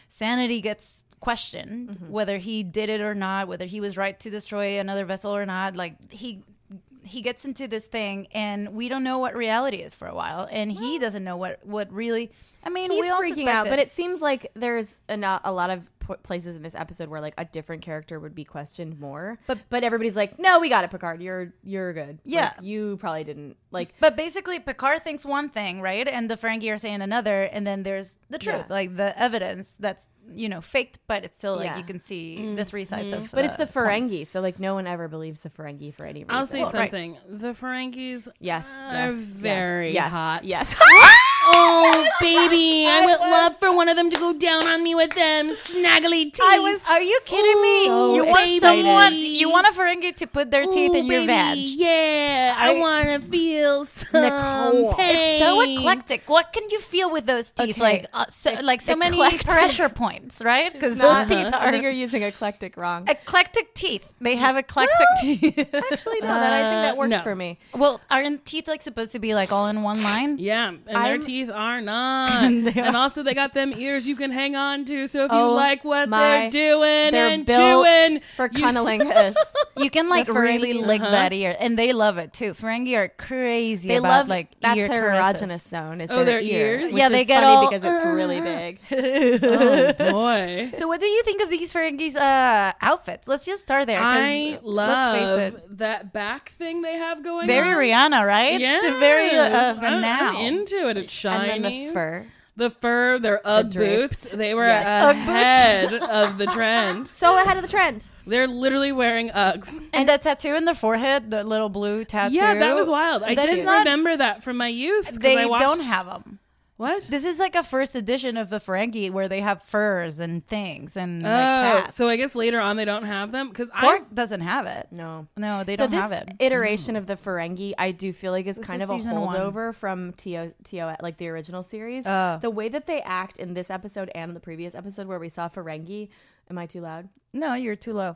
[SPEAKER 2] sanity gets questioned
[SPEAKER 1] Mm-hmm.
[SPEAKER 2] whether he did it or not, whether he was right to destroy another vessel or not. Like he he gets into this thing and we don't know what reality is for a while and he doesn't know what what really I mean,
[SPEAKER 1] He's
[SPEAKER 2] we all
[SPEAKER 1] freaking
[SPEAKER 2] suspect
[SPEAKER 1] out, but it seems like there's a, no- a lot of p- places in this episode where like a different character would be questioned more. But but everybody's like, no, we got it, Picard. You're you're good.
[SPEAKER 2] Yeah.
[SPEAKER 1] Like, you probably didn't [LAUGHS] like.
[SPEAKER 2] But basically, Picard thinks one thing, right? And the Ferengi are saying another. And then there's the truth,
[SPEAKER 1] Yeah.
[SPEAKER 2] like the evidence that's, you know, faked, but it's still like
[SPEAKER 1] Yeah.
[SPEAKER 2] you can see the three sides of uh,
[SPEAKER 1] But it's the
[SPEAKER 2] coin.
[SPEAKER 1] Ferengi, so like no one ever believes the Ferengi for any reason.
[SPEAKER 5] I'll say
[SPEAKER 2] Well, right.
[SPEAKER 5] something. The Ferengis
[SPEAKER 1] Yes, yes,
[SPEAKER 5] are
[SPEAKER 1] yes,
[SPEAKER 5] very
[SPEAKER 1] yes,
[SPEAKER 5] hot. [LAUGHS]
[SPEAKER 1] Yes.
[SPEAKER 2] [LAUGHS]
[SPEAKER 5] Oh baby, I would love for one of them to go down on me with them snaggly teeth.
[SPEAKER 2] I was, are you kidding me?
[SPEAKER 5] so
[SPEAKER 2] you want
[SPEAKER 5] excited.
[SPEAKER 2] someone, you want a Ferengi to put their teeth in your
[SPEAKER 5] baby,
[SPEAKER 2] vag.
[SPEAKER 5] Yeah, I, want to feel some pain.
[SPEAKER 2] It's so eclectic. What can you feel with those teeth?
[SPEAKER 1] Okay. E-
[SPEAKER 2] Like, uh, so, like so many
[SPEAKER 1] Eclectic.
[SPEAKER 2] pressure points, right? Because
[SPEAKER 1] Not-
[SPEAKER 2] those teeth
[SPEAKER 1] I think
[SPEAKER 2] are
[SPEAKER 1] you're using eclectic wrong.
[SPEAKER 2] eclectic teeth. They have eclectic
[SPEAKER 1] [LAUGHS]
[SPEAKER 2] teeth. [LAUGHS]
[SPEAKER 1] Actually, no. That I think that works
[SPEAKER 5] Uh, no.
[SPEAKER 1] for me.
[SPEAKER 2] Well, aren't teeth like supposed to be like all in one line?
[SPEAKER 5] Yeah, and their
[SPEAKER 1] I'm-
[SPEAKER 5] teeth are not. and, also, they got them ears you can hang on to. So if
[SPEAKER 1] Oh
[SPEAKER 5] you like what
[SPEAKER 1] my-
[SPEAKER 5] they're doing
[SPEAKER 1] They're
[SPEAKER 5] and
[SPEAKER 1] built
[SPEAKER 5] chewing,
[SPEAKER 1] for
[SPEAKER 5] you-
[SPEAKER 1] cunnilingus. [LAUGHS]
[SPEAKER 2] You can like
[SPEAKER 1] Ferengi,
[SPEAKER 2] really lick
[SPEAKER 5] uh-huh.
[SPEAKER 2] that ear, and they love it too. Ferengi are crazy.
[SPEAKER 1] They
[SPEAKER 2] about,
[SPEAKER 1] love
[SPEAKER 2] like
[SPEAKER 1] that's
[SPEAKER 2] ear
[SPEAKER 1] their
[SPEAKER 2] caresses.
[SPEAKER 1] erogenous zone. Is
[SPEAKER 5] Oh,
[SPEAKER 1] their
[SPEAKER 5] their
[SPEAKER 1] ear,
[SPEAKER 5] ears?
[SPEAKER 1] which
[SPEAKER 2] Yeah,
[SPEAKER 1] is
[SPEAKER 2] they get
[SPEAKER 1] funny
[SPEAKER 2] all,
[SPEAKER 1] because it's [LAUGHS] really big.
[SPEAKER 5] [LAUGHS] oh boy.
[SPEAKER 2] So, what do you think of these Ferengi's uh, outfits? Let's just start there. 'cause
[SPEAKER 5] I
[SPEAKER 2] Let's
[SPEAKER 5] love
[SPEAKER 2] face it.
[SPEAKER 5] that back thing they have going
[SPEAKER 2] Very
[SPEAKER 5] on.
[SPEAKER 2] Rihanna, right?
[SPEAKER 5] Yeah,
[SPEAKER 2] The very uh,
[SPEAKER 5] I'm, I'm
[SPEAKER 2] now.
[SPEAKER 5] into it. It's
[SPEAKER 1] [LAUGHS]
[SPEAKER 5] shiny.
[SPEAKER 1] And then the fur.
[SPEAKER 5] the fur, their UGG boots. They were ahead of the trend.
[SPEAKER 1] So ahead of the trend.
[SPEAKER 5] They're literally wearing UGGs.
[SPEAKER 2] and the tattoo in the forehead, the little blue tattoo.
[SPEAKER 5] Yeah, that was wild. I
[SPEAKER 2] That is
[SPEAKER 5] didn't
[SPEAKER 2] not-
[SPEAKER 5] remember that from my youth. 'cause
[SPEAKER 2] They
[SPEAKER 5] I watched-
[SPEAKER 2] don't have them.
[SPEAKER 5] What?
[SPEAKER 2] This is like a first edition of the Ferengi where they have furs and things and like,
[SPEAKER 5] oh,
[SPEAKER 2] cats.
[SPEAKER 5] so I guess later on they don't have them because I
[SPEAKER 2] Quark doesn't have it.
[SPEAKER 1] No.
[SPEAKER 2] No, they
[SPEAKER 1] so
[SPEAKER 2] don't
[SPEAKER 1] this
[SPEAKER 2] have it.
[SPEAKER 1] iteration of the Ferengi, I do feel like is kind
[SPEAKER 2] is
[SPEAKER 1] of a
[SPEAKER 2] season one.
[SPEAKER 1] holdover from TO, TO like the original series. the way that they act in this episode and the previous episode where we saw Ferengi, am I too loud?
[SPEAKER 2] No, you're too low.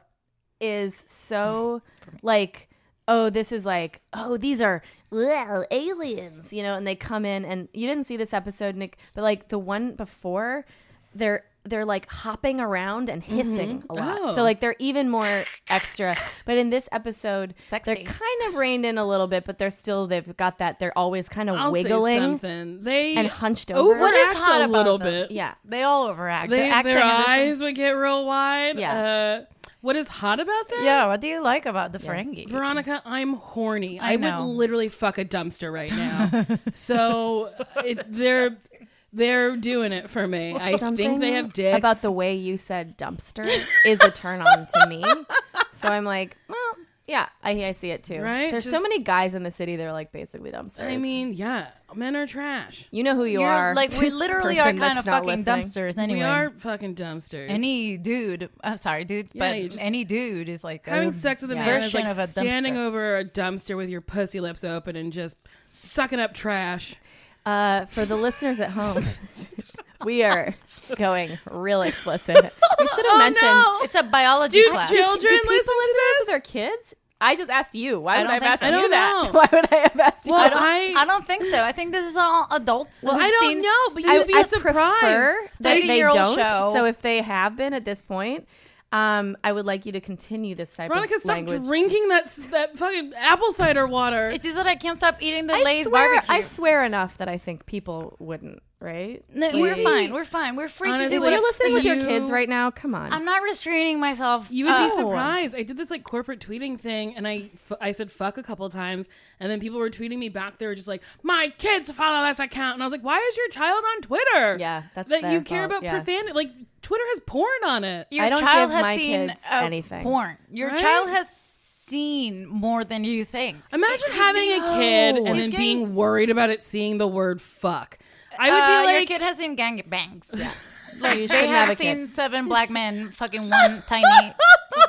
[SPEAKER 1] Is
[SPEAKER 5] [SIGHS]
[SPEAKER 1] so like, oh, this is like, oh, these are well, aliens, you know, and they come in and you didn't see this episode, Nick, but like the one before, they're they're like hopping around and hissing a lot.
[SPEAKER 5] Oh.
[SPEAKER 1] So like they're even more extra. But in this episode,
[SPEAKER 2] Sexy.
[SPEAKER 1] they're kind of reined in a little bit, but they're still they've got that they're always kind of
[SPEAKER 5] I'll say
[SPEAKER 1] wiggling
[SPEAKER 5] something. They Oh,
[SPEAKER 1] and hunched over.
[SPEAKER 5] overact
[SPEAKER 1] What is
[SPEAKER 2] hot
[SPEAKER 5] a
[SPEAKER 2] about
[SPEAKER 5] little
[SPEAKER 2] them?
[SPEAKER 5] bit.
[SPEAKER 1] Yeah.
[SPEAKER 2] They all overact.
[SPEAKER 5] They,
[SPEAKER 2] the acting
[SPEAKER 5] their
[SPEAKER 2] is a shame.
[SPEAKER 5] eyes would get real wide.
[SPEAKER 1] Yeah.
[SPEAKER 5] Uh, what is hot about them?
[SPEAKER 2] Yeah, what do you like about the Ferengi?
[SPEAKER 5] Veronica, I'm horny. I, would
[SPEAKER 2] know.
[SPEAKER 5] literally fuck a dumpster right now. so it, they're they're doing it for me. I think they have dicks.
[SPEAKER 1] About the way you said dumpster is a turn on to
[SPEAKER 5] [LAUGHS]
[SPEAKER 1] me. So I'm like, well, yeah, I, I see it too.
[SPEAKER 5] Right?
[SPEAKER 1] There's so
[SPEAKER 5] Just-
[SPEAKER 1] many guys in the city that are like basically dumpsters.
[SPEAKER 5] I mean, yeah, men are trash.
[SPEAKER 1] you know who you
[SPEAKER 2] You're-
[SPEAKER 1] are.
[SPEAKER 2] like
[SPEAKER 1] [LAUGHS]
[SPEAKER 2] we literally are
[SPEAKER 1] person
[SPEAKER 2] kind of
[SPEAKER 1] that's not
[SPEAKER 2] fucking
[SPEAKER 1] listening.
[SPEAKER 2] dumpsters anyway.
[SPEAKER 5] We are fucking dumpsters.
[SPEAKER 2] any dude. I'm sorry, dudes,
[SPEAKER 5] Yeah,
[SPEAKER 2] but
[SPEAKER 5] you just-
[SPEAKER 2] any dude is like
[SPEAKER 5] Having
[SPEAKER 2] a
[SPEAKER 5] sex with a
[SPEAKER 2] yeah.
[SPEAKER 5] man is like
[SPEAKER 2] version of a
[SPEAKER 5] standing
[SPEAKER 2] dumpster.
[SPEAKER 5] over a dumpster with your pussy lips open and just sucking up trash.
[SPEAKER 1] Uh, for the listeners at
[SPEAKER 5] [LAUGHS]
[SPEAKER 1] home, we are going real explicit.
[SPEAKER 5] [LAUGHS]
[SPEAKER 1] We should have mentioned.
[SPEAKER 2] It's a biology
[SPEAKER 5] Dude,
[SPEAKER 2] class.
[SPEAKER 5] Oh, children
[SPEAKER 1] Do people
[SPEAKER 5] listen to
[SPEAKER 1] with
[SPEAKER 5] this?
[SPEAKER 1] their kids? I just asked you. Why would
[SPEAKER 2] don't
[SPEAKER 1] I have
[SPEAKER 2] think
[SPEAKER 1] asked
[SPEAKER 2] so.
[SPEAKER 1] you
[SPEAKER 5] I don't
[SPEAKER 1] that? [LAUGHS]
[SPEAKER 5] know.
[SPEAKER 1] Why would I have asked you?
[SPEAKER 5] Well,
[SPEAKER 1] that?
[SPEAKER 5] I,
[SPEAKER 2] I don't think so. I think this is all adults.
[SPEAKER 5] Well,
[SPEAKER 2] who've
[SPEAKER 5] I don't
[SPEAKER 2] seen-
[SPEAKER 5] know, but
[SPEAKER 1] I,
[SPEAKER 5] you'd be
[SPEAKER 1] I
[SPEAKER 5] surprised.
[SPEAKER 1] prefer that they
[SPEAKER 2] 30-year-old
[SPEAKER 1] don't.
[SPEAKER 2] show.
[SPEAKER 1] So if they have been at this point, um, I would like you to continue this type
[SPEAKER 5] Veronica,
[SPEAKER 1] of
[SPEAKER 5] stop
[SPEAKER 1] language.
[SPEAKER 5] drinking that s- that fucking apple cider water.
[SPEAKER 2] It's just that I can't stop eating the
[SPEAKER 1] I
[SPEAKER 2] Lay's
[SPEAKER 1] swear,
[SPEAKER 2] barbecue.
[SPEAKER 1] I swear enough that I think people wouldn't, right?
[SPEAKER 2] No, we're fine. We're fine. We're freaking.
[SPEAKER 5] Honestly,
[SPEAKER 1] If you're listening with your
[SPEAKER 5] You-
[SPEAKER 1] kids right now, come on.
[SPEAKER 2] I'm not restraining myself.
[SPEAKER 5] You would
[SPEAKER 2] Uh,
[SPEAKER 5] be surprised. I did this like corporate tweeting thing, and I f- I said fuck a couple times, and then people were tweeting me back. They were just like, "My kids follow this account," and I was like, "Why is your child on Twitter?
[SPEAKER 1] Yeah, that's
[SPEAKER 5] that
[SPEAKER 1] their
[SPEAKER 5] you care
[SPEAKER 1] fault,
[SPEAKER 5] about
[SPEAKER 1] yeah.
[SPEAKER 5] profanity. Like Twitter has porn on it.
[SPEAKER 2] Your
[SPEAKER 1] I don't
[SPEAKER 2] child
[SPEAKER 1] give
[SPEAKER 2] has
[SPEAKER 1] my
[SPEAKER 2] seen
[SPEAKER 1] kids
[SPEAKER 2] uh,
[SPEAKER 1] anything.
[SPEAKER 2] Porn. Your
[SPEAKER 5] Right?
[SPEAKER 2] child has seen more than you think.
[SPEAKER 5] Imagine having a kid and
[SPEAKER 2] He's
[SPEAKER 5] then
[SPEAKER 2] getting-
[SPEAKER 5] being worried about it seeing the word fuck. I would
[SPEAKER 2] Uh,
[SPEAKER 5] be like,
[SPEAKER 2] your kid has seen gang bangs. Yeah.
[SPEAKER 1] like, you
[SPEAKER 2] They
[SPEAKER 1] shouldn't
[SPEAKER 2] have,
[SPEAKER 1] have a kid.
[SPEAKER 2] seen seven
[SPEAKER 5] [LAUGHS]
[SPEAKER 2] black men fucking one tiny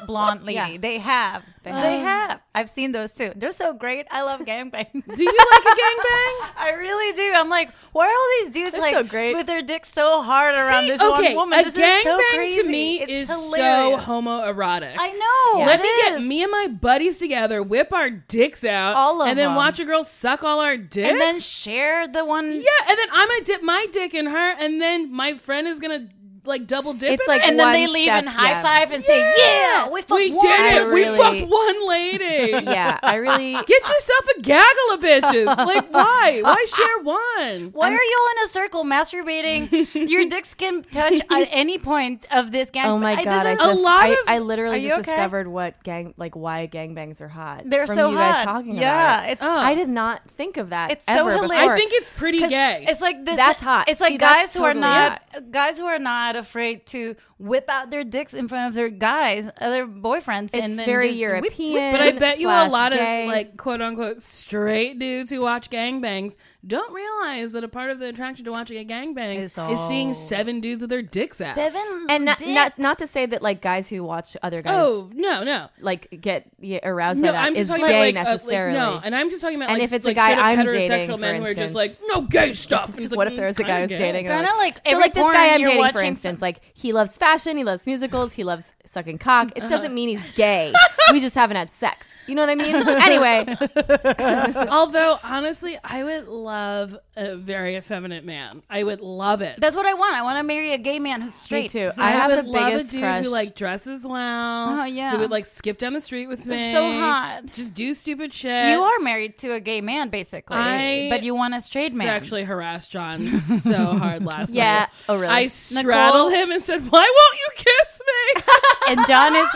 [SPEAKER 2] blonde lady.
[SPEAKER 1] Yeah.
[SPEAKER 2] They have. They have. I've seen those too. They're so great. I love
[SPEAKER 5] [LAUGHS]
[SPEAKER 2] gangbangs.
[SPEAKER 5] "Do you like a [LAUGHS] gangbang?"
[SPEAKER 2] [LAUGHS] I really do. I'm like, why are all these dudes
[SPEAKER 1] They're
[SPEAKER 2] like
[SPEAKER 1] so great.
[SPEAKER 2] with their dicks so hard around
[SPEAKER 5] See,
[SPEAKER 2] this one woman?
[SPEAKER 5] A
[SPEAKER 2] this
[SPEAKER 5] gangbang
[SPEAKER 2] is so crazy.
[SPEAKER 5] to me
[SPEAKER 2] It's
[SPEAKER 5] is
[SPEAKER 2] hilarious.
[SPEAKER 5] so homoerotic.
[SPEAKER 2] I know.
[SPEAKER 5] Let
[SPEAKER 2] it
[SPEAKER 5] me
[SPEAKER 2] is.
[SPEAKER 5] get me and my buddies together, whip our dicks out,
[SPEAKER 2] All of
[SPEAKER 5] and then
[SPEAKER 2] them.
[SPEAKER 5] watch a girl suck all our dicks.
[SPEAKER 2] and then share the one.
[SPEAKER 5] yeah, and then I'm gonna dip my dick in her, and then my friend is gonna like double dip.
[SPEAKER 1] It's
[SPEAKER 5] in
[SPEAKER 1] like
[SPEAKER 5] her.
[SPEAKER 2] And then they
[SPEAKER 1] One
[SPEAKER 2] leave
[SPEAKER 1] step,
[SPEAKER 2] and high
[SPEAKER 1] yeah.
[SPEAKER 2] five and say, "Yeah, we fucked
[SPEAKER 5] we
[SPEAKER 2] one."
[SPEAKER 5] did it.
[SPEAKER 1] I
[SPEAKER 5] We
[SPEAKER 1] really-
[SPEAKER 5] fucked
[SPEAKER 2] [LAUGHS]
[SPEAKER 5] one lady.
[SPEAKER 1] [LAUGHS] yeah, I really.
[SPEAKER 5] Get yourself a gaggle of bitches.
[SPEAKER 2] [LAUGHS]
[SPEAKER 5] Like why? Why share one?
[SPEAKER 2] Why are you all in a circle
[SPEAKER 1] [LAUGHS]
[SPEAKER 2] masturbating? Your dicks can touch at any point of this gang.
[SPEAKER 1] Oh my
[SPEAKER 2] I- this
[SPEAKER 1] god! I
[SPEAKER 2] is-
[SPEAKER 1] just,
[SPEAKER 5] a lot
[SPEAKER 1] I,
[SPEAKER 5] of-
[SPEAKER 1] I
[SPEAKER 2] Are
[SPEAKER 1] literally
[SPEAKER 2] you
[SPEAKER 1] just
[SPEAKER 2] okay?
[SPEAKER 1] discovered what gang, like why gangbangs are hot.
[SPEAKER 2] They're
[SPEAKER 1] from
[SPEAKER 2] so
[SPEAKER 1] you guys
[SPEAKER 2] hot.
[SPEAKER 1] talking
[SPEAKER 2] Yeah,
[SPEAKER 1] about. it.
[SPEAKER 2] it's-
[SPEAKER 1] I did not think of that.
[SPEAKER 2] It's so
[SPEAKER 1] ever
[SPEAKER 2] hilarious.
[SPEAKER 5] I
[SPEAKER 1] before.
[SPEAKER 5] think it's pretty
[SPEAKER 1] 'Cause
[SPEAKER 5] gay.
[SPEAKER 2] It's like this.
[SPEAKER 1] That's hot.
[SPEAKER 2] It's like
[SPEAKER 1] See, that's
[SPEAKER 2] guys who are
[SPEAKER 1] totally
[SPEAKER 2] not guys who are not afraid to whip out their dicks in front of their guys, other boyfriends,
[SPEAKER 1] It's
[SPEAKER 2] and then
[SPEAKER 1] very
[SPEAKER 2] just
[SPEAKER 1] European.
[SPEAKER 2] whip-
[SPEAKER 5] But I bet you a
[SPEAKER 1] slash
[SPEAKER 5] lot
[SPEAKER 1] gay.
[SPEAKER 5] of like quote unquote straight dudes who watch gangbangs don't realize that a part of the attraction to watching a gangbang
[SPEAKER 2] Is
[SPEAKER 5] is, seeing seven dudes with their dicks out.
[SPEAKER 2] seven
[SPEAKER 1] and not, not
[SPEAKER 2] dicks.
[SPEAKER 1] not to say that like guys who watch other guys
[SPEAKER 5] Oh no, no,
[SPEAKER 1] like get yeah, aroused
[SPEAKER 5] no!
[SPEAKER 1] by that
[SPEAKER 5] I'm
[SPEAKER 1] is
[SPEAKER 5] just
[SPEAKER 1] gay
[SPEAKER 5] talking about like, a- like
[SPEAKER 1] necessarily.
[SPEAKER 5] no, and I'm just talking about
[SPEAKER 1] And
[SPEAKER 5] like,
[SPEAKER 1] if it's a
[SPEAKER 5] like
[SPEAKER 1] guy
[SPEAKER 5] straight up
[SPEAKER 1] I'm
[SPEAKER 5] heterosexual
[SPEAKER 1] dating, for
[SPEAKER 5] men who are just like [LAUGHS]
[SPEAKER 1] instance.
[SPEAKER 5] no gay
[SPEAKER 1] [LAUGHS]
[SPEAKER 5] stuff. And it's like,
[SPEAKER 1] what if there was a
[SPEAKER 5] mm,
[SPEAKER 1] guy I
[SPEAKER 5] kinda
[SPEAKER 1] was
[SPEAKER 5] gay.
[SPEAKER 1] dating?
[SPEAKER 2] Kinda like
[SPEAKER 1] so
[SPEAKER 2] every
[SPEAKER 1] like this
[SPEAKER 2] porn
[SPEAKER 1] guy I'm
[SPEAKER 2] you're
[SPEAKER 1] dating, for
[SPEAKER 2] watching
[SPEAKER 1] instance, like he loves fashion, he loves musicals, he loves sucking cock. It
[SPEAKER 5] Uh-huh.
[SPEAKER 1] doesn't mean he's gay. we just haven't had sex. You know what I
[SPEAKER 5] [LAUGHS]
[SPEAKER 1] mean? anyway,
[SPEAKER 5] Although honestly, I would love a very effeminate man. I would love it.
[SPEAKER 2] That's what I want. I want to marry a gay man who's straight.
[SPEAKER 1] me too.
[SPEAKER 5] I,
[SPEAKER 1] I have
[SPEAKER 5] would
[SPEAKER 1] the
[SPEAKER 5] love a
[SPEAKER 1] biggest
[SPEAKER 5] dude
[SPEAKER 1] crush.
[SPEAKER 5] who like dresses well.
[SPEAKER 2] Oh, yeah.
[SPEAKER 5] who would like skip down the street with me.
[SPEAKER 2] so hot.
[SPEAKER 5] Just do stupid shit.
[SPEAKER 2] You are married to a gay man, basically,
[SPEAKER 5] I
[SPEAKER 2] but you want a straight man.
[SPEAKER 5] Sexually harassed
[SPEAKER 2] [LAUGHS]
[SPEAKER 5] John so hard last night.
[SPEAKER 1] Yeah. Oh, really?
[SPEAKER 5] I straddled him and said, "Why won't you kiss me?"
[SPEAKER 2] [LAUGHS] and John is.